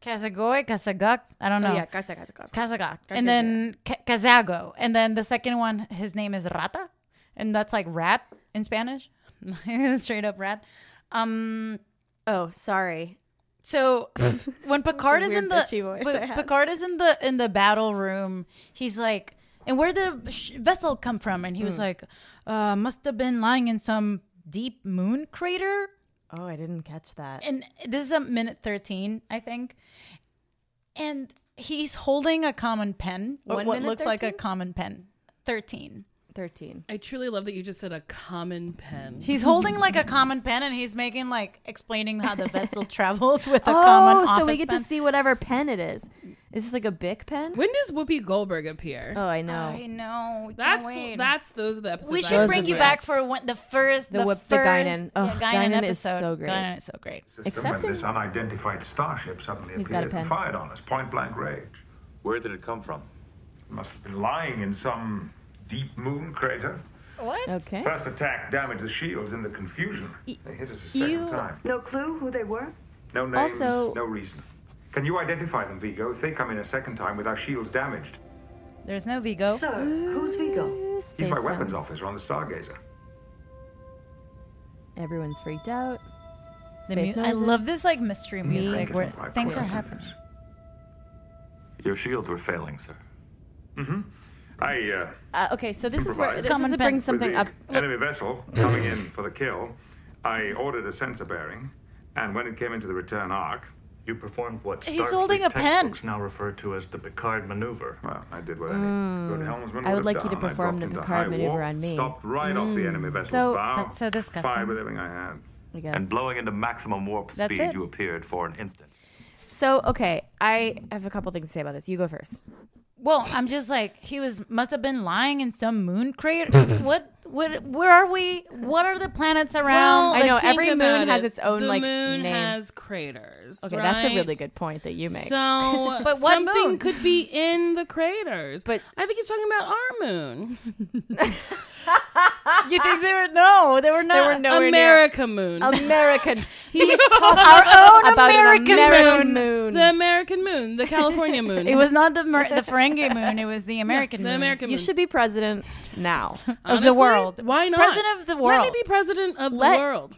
[SPEAKER 2] Kazagoy, Kazagok. I don't
[SPEAKER 10] Oh,
[SPEAKER 2] know.
[SPEAKER 10] yeah, Kazagok.
[SPEAKER 2] Kazagok.
[SPEAKER 10] Kazagok.
[SPEAKER 2] And then Ka- Kazago. And then the second one, his name is Rata. And that's like rat in Spanish. [LAUGHS] Straight up rat. Um.
[SPEAKER 10] Oh, sorry.
[SPEAKER 2] So [LAUGHS] when Picard is
[SPEAKER 10] weird
[SPEAKER 2] in the
[SPEAKER 10] bitchy voice
[SPEAKER 2] when
[SPEAKER 10] I had.
[SPEAKER 2] Picard is in the in the battle room, he's like, "And where the sh- vessel come from?" And he was
[SPEAKER 10] Hmm.
[SPEAKER 12] Mm.
[SPEAKER 2] like, uh, "Must have been lying in some deep moon crater."
[SPEAKER 12] Oh, I didn't catch that.
[SPEAKER 2] And this is a minute 13, I think. And he's holding a common pen, or
[SPEAKER 5] One
[SPEAKER 2] what
[SPEAKER 5] minute
[SPEAKER 2] looks like a
[SPEAKER 5] 13?
[SPEAKER 2] common pen. 13.
[SPEAKER 10] 13.
[SPEAKER 5] I truly love that you just said a common pen.
[SPEAKER 2] He's holding like a common pen and he's making like explaining how the
[SPEAKER 10] [LAUGHS]
[SPEAKER 2] vessel travels with a common
[SPEAKER 10] Oh, so we
[SPEAKER 2] office
[SPEAKER 10] get
[SPEAKER 2] pen.
[SPEAKER 10] to see whatever pen it is. It's just like a big pen.
[SPEAKER 5] When does Whoopi Goldberg appear?
[SPEAKER 10] Oh, I know.
[SPEAKER 2] I know. we can't
[SPEAKER 5] That's
[SPEAKER 2] wait.
[SPEAKER 5] that's those are the episodes.
[SPEAKER 2] We
[SPEAKER 5] I
[SPEAKER 2] should
[SPEAKER 5] was
[SPEAKER 2] bring you
[SPEAKER 5] with.
[SPEAKER 2] back for one, the first
[SPEAKER 5] The
[SPEAKER 2] the,
[SPEAKER 5] whip-
[SPEAKER 2] first,
[SPEAKER 5] the
[SPEAKER 10] Guinan.
[SPEAKER 2] yeah,
[SPEAKER 10] Ugh, Guinan is so great.
[SPEAKER 2] Guinan is so great.
[SPEAKER 4] System when this unidentified starship suddenly
[SPEAKER 2] He's got a
[SPEAKER 4] appeared
[SPEAKER 2] pen.
[SPEAKER 4] and fired on us, point blank range. Where did it come from? Must have been lying in some deep moon crater.
[SPEAKER 2] What?
[SPEAKER 10] Okay.
[SPEAKER 4] First attack damaged the shields in the confusion. They hit us a second
[SPEAKER 3] you-
[SPEAKER 4] time.
[SPEAKER 3] No clue who they were?
[SPEAKER 4] No names,
[SPEAKER 3] Also-
[SPEAKER 4] no reason. Can you identify them, Vigo, if they come in a second time with our shields damaged?
[SPEAKER 2] There's no Vigo.
[SPEAKER 3] So, who's Vigo?
[SPEAKER 4] He's my
[SPEAKER 10] Space
[SPEAKER 4] weapons
[SPEAKER 10] sounds.
[SPEAKER 4] officer on the Stargazer.
[SPEAKER 10] Everyone's freaked out.
[SPEAKER 2] The
[SPEAKER 10] Space
[SPEAKER 2] mu- I
[SPEAKER 10] noises.
[SPEAKER 2] love this like mystery music
[SPEAKER 13] Music.
[SPEAKER 2] where
[SPEAKER 13] Like
[SPEAKER 2] things are
[SPEAKER 13] what?
[SPEAKER 2] happening.
[SPEAKER 13] Your shields were failing, sir.
[SPEAKER 4] Mm-hmm. I, uh,
[SPEAKER 10] Uh, okay, so this is where
[SPEAKER 4] improvised.
[SPEAKER 10] this is to bring something
[SPEAKER 4] With the
[SPEAKER 10] up.
[SPEAKER 4] Enemy vessel coming in for the kill. I ordered a sensor bearing, and when it came into the return arc, you performed what?
[SPEAKER 2] He's Starfleet holding a pen. textbooks
[SPEAKER 4] now referred to as the Picard maneuver. Well, I did what any good
[SPEAKER 10] Mm.
[SPEAKER 4] helmsman
[SPEAKER 10] I
[SPEAKER 4] would have
[SPEAKER 10] would like you to
[SPEAKER 4] done. I
[SPEAKER 10] perform
[SPEAKER 4] dropped
[SPEAKER 10] the
[SPEAKER 4] into
[SPEAKER 10] Picard
[SPEAKER 4] high
[SPEAKER 10] maneuver
[SPEAKER 4] warp,
[SPEAKER 10] on me. Mm.
[SPEAKER 4] Stopped right off the enemy vessel's
[SPEAKER 10] So-
[SPEAKER 4] bow.
[SPEAKER 10] That's so disgusting.
[SPEAKER 4] Fired with everything I had.
[SPEAKER 10] I guess.
[SPEAKER 13] And blowing into maximum warp
[SPEAKER 10] That's
[SPEAKER 13] speed,
[SPEAKER 10] it.
[SPEAKER 13] you appeared for an instant.
[SPEAKER 10] So okay, I have a couple things to say about this. You go first.
[SPEAKER 2] Well, I'm just like he was must have been lying in some moon crater. [LAUGHS] what what where are we? What are the planets around?
[SPEAKER 5] Well,
[SPEAKER 2] Like,
[SPEAKER 10] I know
[SPEAKER 2] think
[SPEAKER 10] every
[SPEAKER 2] about
[SPEAKER 10] moon has
[SPEAKER 2] it.
[SPEAKER 10] its own
[SPEAKER 5] the
[SPEAKER 10] like
[SPEAKER 5] moon
[SPEAKER 10] name.
[SPEAKER 5] has craters.
[SPEAKER 10] okay, that's a really
[SPEAKER 5] right?
[SPEAKER 10] good point that you make. [LAUGHS]
[SPEAKER 5] So,
[SPEAKER 2] But what
[SPEAKER 5] something
[SPEAKER 2] moon?
[SPEAKER 5] could be in the craters. But I think he's talking about our moon.
[SPEAKER 2] You think they were no, they [LAUGHS] were not.
[SPEAKER 5] were nowhere near- America
[SPEAKER 10] [LAUGHS]
[SPEAKER 5] moon.
[SPEAKER 10] American. [LAUGHS]
[SPEAKER 2] He's
[SPEAKER 10] talking about an American moon.
[SPEAKER 5] [LAUGHS] The American moon. The California moon.
[SPEAKER 2] It was not the [LAUGHS] Mer- the Ferengi moon. It was the American
[SPEAKER 5] the
[SPEAKER 2] moon.
[SPEAKER 5] American
[SPEAKER 10] You
[SPEAKER 5] moon.
[SPEAKER 10] should be president [LAUGHS] now.
[SPEAKER 2] of the
[SPEAKER 5] Honestly,
[SPEAKER 2] world.
[SPEAKER 5] Why not?
[SPEAKER 2] President of the world.
[SPEAKER 5] Let me be president of
[SPEAKER 10] Let-
[SPEAKER 5] the world.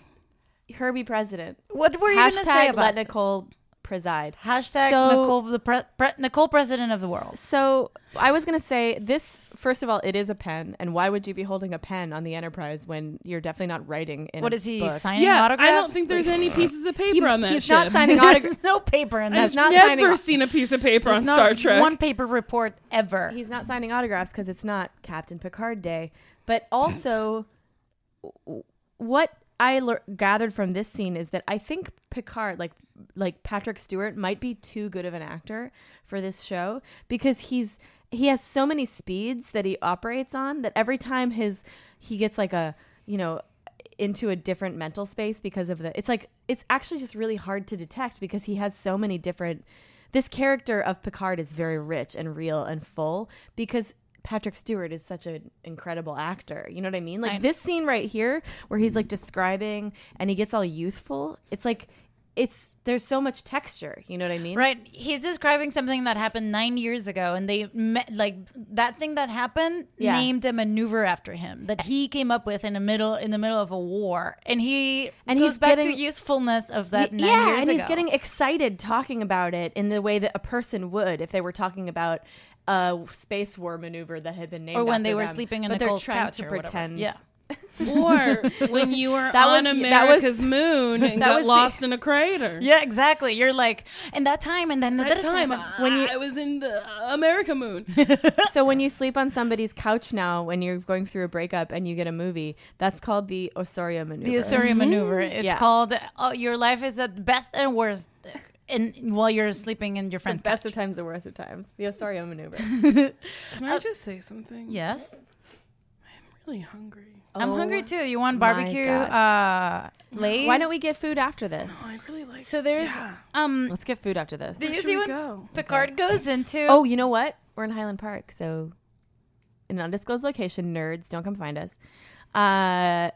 [SPEAKER 10] Her be president.
[SPEAKER 2] What were you gonna
[SPEAKER 10] Hashtag
[SPEAKER 2] say
[SPEAKER 10] let
[SPEAKER 2] about this?
[SPEAKER 10] Nicole preside.
[SPEAKER 2] Hashtag
[SPEAKER 10] So-
[SPEAKER 2] Nicole the pre- pre- Nicole president of the world.
[SPEAKER 10] So I was gonna say this. First of all, it is a pen, and why would you be holding a pen on the Enterprise when you're definitely not writing? In
[SPEAKER 2] What
[SPEAKER 10] a
[SPEAKER 2] is he,
[SPEAKER 10] book?
[SPEAKER 2] signing
[SPEAKER 5] Yeah, I
[SPEAKER 2] autographs?
[SPEAKER 5] don't think there's any pieces of paper on that
[SPEAKER 10] he's
[SPEAKER 5] ship.
[SPEAKER 10] not [LAUGHS] signing autographs.
[SPEAKER 2] no paper in
[SPEAKER 5] I've
[SPEAKER 2] that.
[SPEAKER 10] not
[SPEAKER 5] never
[SPEAKER 10] signing-
[SPEAKER 5] seen a piece of paper
[SPEAKER 2] There's
[SPEAKER 5] on
[SPEAKER 2] not
[SPEAKER 5] Star
[SPEAKER 2] [LAUGHS]
[SPEAKER 5] Trek.
[SPEAKER 2] One paper report ever.
[SPEAKER 10] He's not signing autographs because it's not Captain Picard Day. But also, w- what I lear gathered from this scene is that I think Picard, like like Patrick Stewart, might be too good of an actor for this show because he's he has so many speeds that he operates on that every time his he gets like a you know into a different mental space because of the it's like it's actually just really hard to detect because he has so many different this character of Picard is very rich and real and full because Patrick Stewart is such an incredible actor. You know what I mean? Like
[SPEAKER 2] I-
[SPEAKER 10] this scene right here where he's like describing and he gets all youthful. It's like it's there's so much texture. You know what I mean?
[SPEAKER 2] Right. He's describing something that happened nine years ago, and they met like that thing that happened
[SPEAKER 10] Yeah.
[SPEAKER 2] named a maneuver after him that he came up with in the middle in the middle of a war, and he
[SPEAKER 10] And
[SPEAKER 2] goes
[SPEAKER 10] he's
[SPEAKER 2] back to
[SPEAKER 10] getting-
[SPEAKER 2] usefulness of that.
[SPEAKER 10] Y-
[SPEAKER 2] nine
[SPEAKER 10] yeah,
[SPEAKER 2] years
[SPEAKER 10] and he's
[SPEAKER 2] ago.
[SPEAKER 10] getting excited talking about it in the way that a person would if they were talking about a space war maneuver that had been named
[SPEAKER 2] or when
[SPEAKER 10] after
[SPEAKER 2] they were
[SPEAKER 10] them,
[SPEAKER 2] sleeping in
[SPEAKER 10] but
[SPEAKER 2] a
[SPEAKER 10] they're
[SPEAKER 2] cold
[SPEAKER 10] trying
[SPEAKER 2] couch
[SPEAKER 10] to
[SPEAKER 2] or whatever.
[SPEAKER 10] pretend.
[SPEAKER 2] Yeah.
[SPEAKER 5] or when you were
[SPEAKER 10] That was-
[SPEAKER 5] on
[SPEAKER 10] that was-
[SPEAKER 5] America's moon and
[SPEAKER 10] that
[SPEAKER 5] got
[SPEAKER 10] was the-
[SPEAKER 5] lost in a crater.
[SPEAKER 2] Yeah, exactly. You're like, and that time, and then
[SPEAKER 5] That
[SPEAKER 2] this
[SPEAKER 5] time
[SPEAKER 2] when you
[SPEAKER 5] I was in the uh, America moon.
[SPEAKER 10] [LAUGHS] so when you sleep on somebody's couch now, when you're going through a breakup and you get a movie, that's called the Osorio maneuver.
[SPEAKER 2] the Osuri maneuver. It's
[SPEAKER 10] Mm-hmm. Yeah.
[SPEAKER 2] called oh, your life is at best and worst, and while you're sleeping in your
[SPEAKER 10] The
[SPEAKER 2] friend's
[SPEAKER 10] best
[SPEAKER 2] couch.
[SPEAKER 10] of times, the worst of times. The Osorio [LAUGHS] maneuver.
[SPEAKER 5] Can I just say something?
[SPEAKER 2] Yes,
[SPEAKER 5] really hungry.
[SPEAKER 2] I'm hungry
[SPEAKER 10] Oh
[SPEAKER 2] too. You want
[SPEAKER 10] my
[SPEAKER 2] barbecue? Uh,
[SPEAKER 10] God.
[SPEAKER 2] Lays.
[SPEAKER 10] Why don't we get food after this?
[SPEAKER 5] I really like
[SPEAKER 2] So there's um.
[SPEAKER 10] Let's get food after this.
[SPEAKER 2] Do you
[SPEAKER 5] should
[SPEAKER 2] see
[SPEAKER 5] we
[SPEAKER 2] when
[SPEAKER 5] go?
[SPEAKER 2] Picard goes into?
[SPEAKER 10] Oh, you know what? We're in Highland Park, so in an undisclosed location. Nerds, don't come find us. Uh,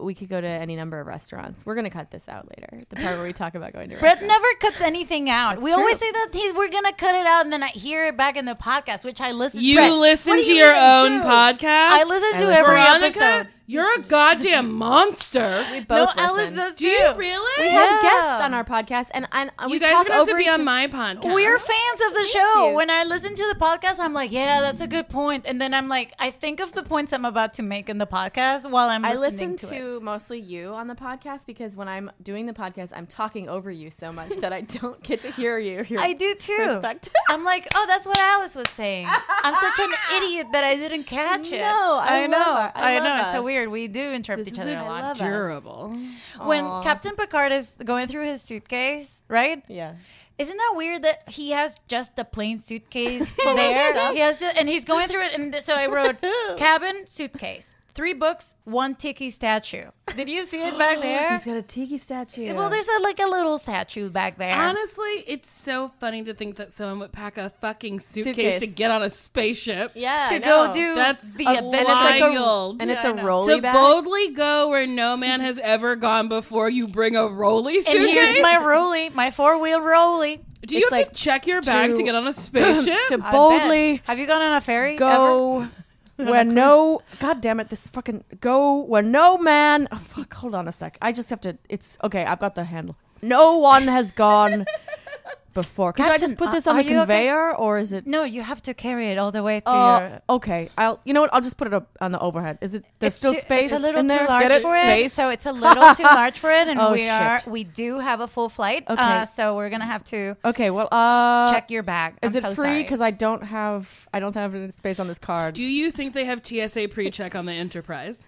[SPEAKER 10] we could go to any number of restaurants. We're gonna cut this out later. The part where we talk about going to
[SPEAKER 2] Brett
[SPEAKER 10] [LAUGHS] restaurants.
[SPEAKER 2] never cuts anything out.
[SPEAKER 10] That's
[SPEAKER 2] we
[SPEAKER 10] true.
[SPEAKER 2] always say that he's, we're gonna cut it out, and then I hear it back in the podcast, which I listen.
[SPEAKER 5] You
[SPEAKER 2] Brett, what
[SPEAKER 5] listen
[SPEAKER 2] do
[SPEAKER 5] to
[SPEAKER 2] you
[SPEAKER 5] your
[SPEAKER 2] even
[SPEAKER 5] own
[SPEAKER 2] do?
[SPEAKER 5] podcast.
[SPEAKER 2] I listen to every
[SPEAKER 5] Veronica,
[SPEAKER 2] episode.
[SPEAKER 5] You're a goddamn monster.
[SPEAKER 10] We both
[SPEAKER 5] no,
[SPEAKER 10] listen.
[SPEAKER 5] does Do you really?
[SPEAKER 10] We have guests on our podcast, and, and
[SPEAKER 5] You
[SPEAKER 10] we
[SPEAKER 5] guys
[SPEAKER 10] talk
[SPEAKER 5] would have to
[SPEAKER 10] over
[SPEAKER 5] be
[SPEAKER 10] each
[SPEAKER 5] on
[SPEAKER 10] oth-
[SPEAKER 5] my podcast.
[SPEAKER 2] We're fans of the show.
[SPEAKER 10] you.
[SPEAKER 2] When I listen to the podcast, I'm like, yeah, that's a good point. And then I'm like, I think of the points I'm about to make in the podcast while I'm
[SPEAKER 10] I
[SPEAKER 2] listening
[SPEAKER 10] listen
[SPEAKER 2] to,
[SPEAKER 10] to,
[SPEAKER 2] it.
[SPEAKER 10] mostly you on the podcast because when I'm doing the podcast, I'm talking over you so much that I don't get to hear you. Your [LAUGHS]
[SPEAKER 2] I do too.
[SPEAKER 10] perspective.
[SPEAKER 2] I'm like, oh, that's what Alice was saying. I'm such
[SPEAKER 10] [LAUGHS]
[SPEAKER 2] an idiot that I didn't catch it.
[SPEAKER 10] No, I
[SPEAKER 2] know.
[SPEAKER 10] love our- I
[SPEAKER 2] I, know.
[SPEAKER 10] love
[SPEAKER 2] It's so
[SPEAKER 10] us.
[SPEAKER 2] weird. We do interrupt
[SPEAKER 10] This
[SPEAKER 2] each
[SPEAKER 10] is
[SPEAKER 2] other
[SPEAKER 10] what
[SPEAKER 2] a
[SPEAKER 10] I
[SPEAKER 2] lot.
[SPEAKER 10] love us. Durable.
[SPEAKER 2] When
[SPEAKER 10] Aw.
[SPEAKER 2] Captain Picard is going through his suitcase, right?
[SPEAKER 10] Yeah.
[SPEAKER 2] Isn't that weird that he has just a plain
[SPEAKER 10] [LAUGHS]
[SPEAKER 2] suitcase
[SPEAKER 10] of
[SPEAKER 2] there?
[SPEAKER 10] stuff.
[SPEAKER 2] he has, to, and he's going through it. And so I
[SPEAKER 10] [LAUGHS]
[SPEAKER 2] wrote cabin suitcase, three books, one tiki statue. Did you see it
[SPEAKER 10] [GASPS]
[SPEAKER 2] back there?
[SPEAKER 10] He's got a tiki statue.
[SPEAKER 2] Well, there's a, like a little statue back there.
[SPEAKER 5] Honestly, it's so funny to think that someone would pack a fucking suitcase,
[SPEAKER 10] Suitcase.
[SPEAKER 5] to get on a spaceship.
[SPEAKER 10] Yeah,
[SPEAKER 2] To I go know. do
[SPEAKER 5] that's
[SPEAKER 2] the
[SPEAKER 5] a
[SPEAKER 2] adventure. And it's like a-
[SPEAKER 5] wild.
[SPEAKER 10] and it's
[SPEAKER 5] Yeah,
[SPEAKER 10] a
[SPEAKER 5] I know.
[SPEAKER 10] rolly
[SPEAKER 5] to
[SPEAKER 10] bag?
[SPEAKER 5] boldly go where no man has ever gone before. You bring a rolly
[SPEAKER 2] and
[SPEAKER 5] suitcase.
[SPEAKER 2] here's my rollie, my four wheel rollie.
[SPEAKER 5] Do you
[SPEAKER 10] It's
[SPEAKER 5] have
[SPEAKER 10] like
[SPEAKER 5] to check your bag to,
[SPEAKER 10] to-
[SPEAKER 5] get
[SPEAKER 10] [LAUGHS]
[SPEAKER 5] on a spaceship?
[SPEAKER 10] to
[SPEAKER 2] I bet.
[SPEAKER 14] boldly
[SPEAKER 2] Have you gone on a ferry?
[SPEAKER 14] go
[SPEAKER 2] [LAUGHS]
[SPEAKER 14] where no god damn it this fucking go where no man oh fuck hold on a sec i just have to it's okay i've got the handle no one has
[SPEAKER 2] [LAUGHS]
[SPEAKER 14] gone before can i
[SPEAKER 2] Captain,
[SPEAKER 14] just put this
[SPEAKER 2] uh,
[SPEAKER 14] on a
[SPEAKER 2] are you okay?
[SPEAKER 14] conveyor or is it
[SPEAKER 2] No, you have to carry it all the way to
[SPEAKER 14] uh,
[SPEAKER 2] your.
[SPEAKER 14] okay i'll you know what i'll just put it up on the overhead is it there's
[SPEAKER 2] It's
[SPEAKER 14] still
[SPEAKER 2] too-
[SPEAKER 14] space
[SPEAKER 2] It's a little
[SPEAKER 14] in there
[SPEAKER 2] too large
[SPEAKER 14] Get it?
[SPEAKER 2] for
[SPEAKER 14] space
[SPEAKER 2] it. So it's a
[SPEAKER 14] [LAUGHS]
[SPEAKER 2] little too large for it, and
[SPEAKER 14] Oh,
[SPEAKER 2] we are
[SPEAKER 14] shit.
[SPEAKER 2] we do have a full flight.
[SPEAKER 14] Okay.
[SPEAKER 2] Uh, so we're gonna have to
[SPEAKER 14] okay well uh
[SPEAKER 2] check your bag.
[SPEAKER 14] is
[SPEAKER 2] I'm
[SPEAKER 14] it
[SPEAKER 2] so
[SPEAKER 14] free
[SPEAKER 2] sorry.
[SPEAKER 14] because i don't have i don't have any space on this card
[SPEAKER 5] Do you think they have TSA pre-check on the Enterprise?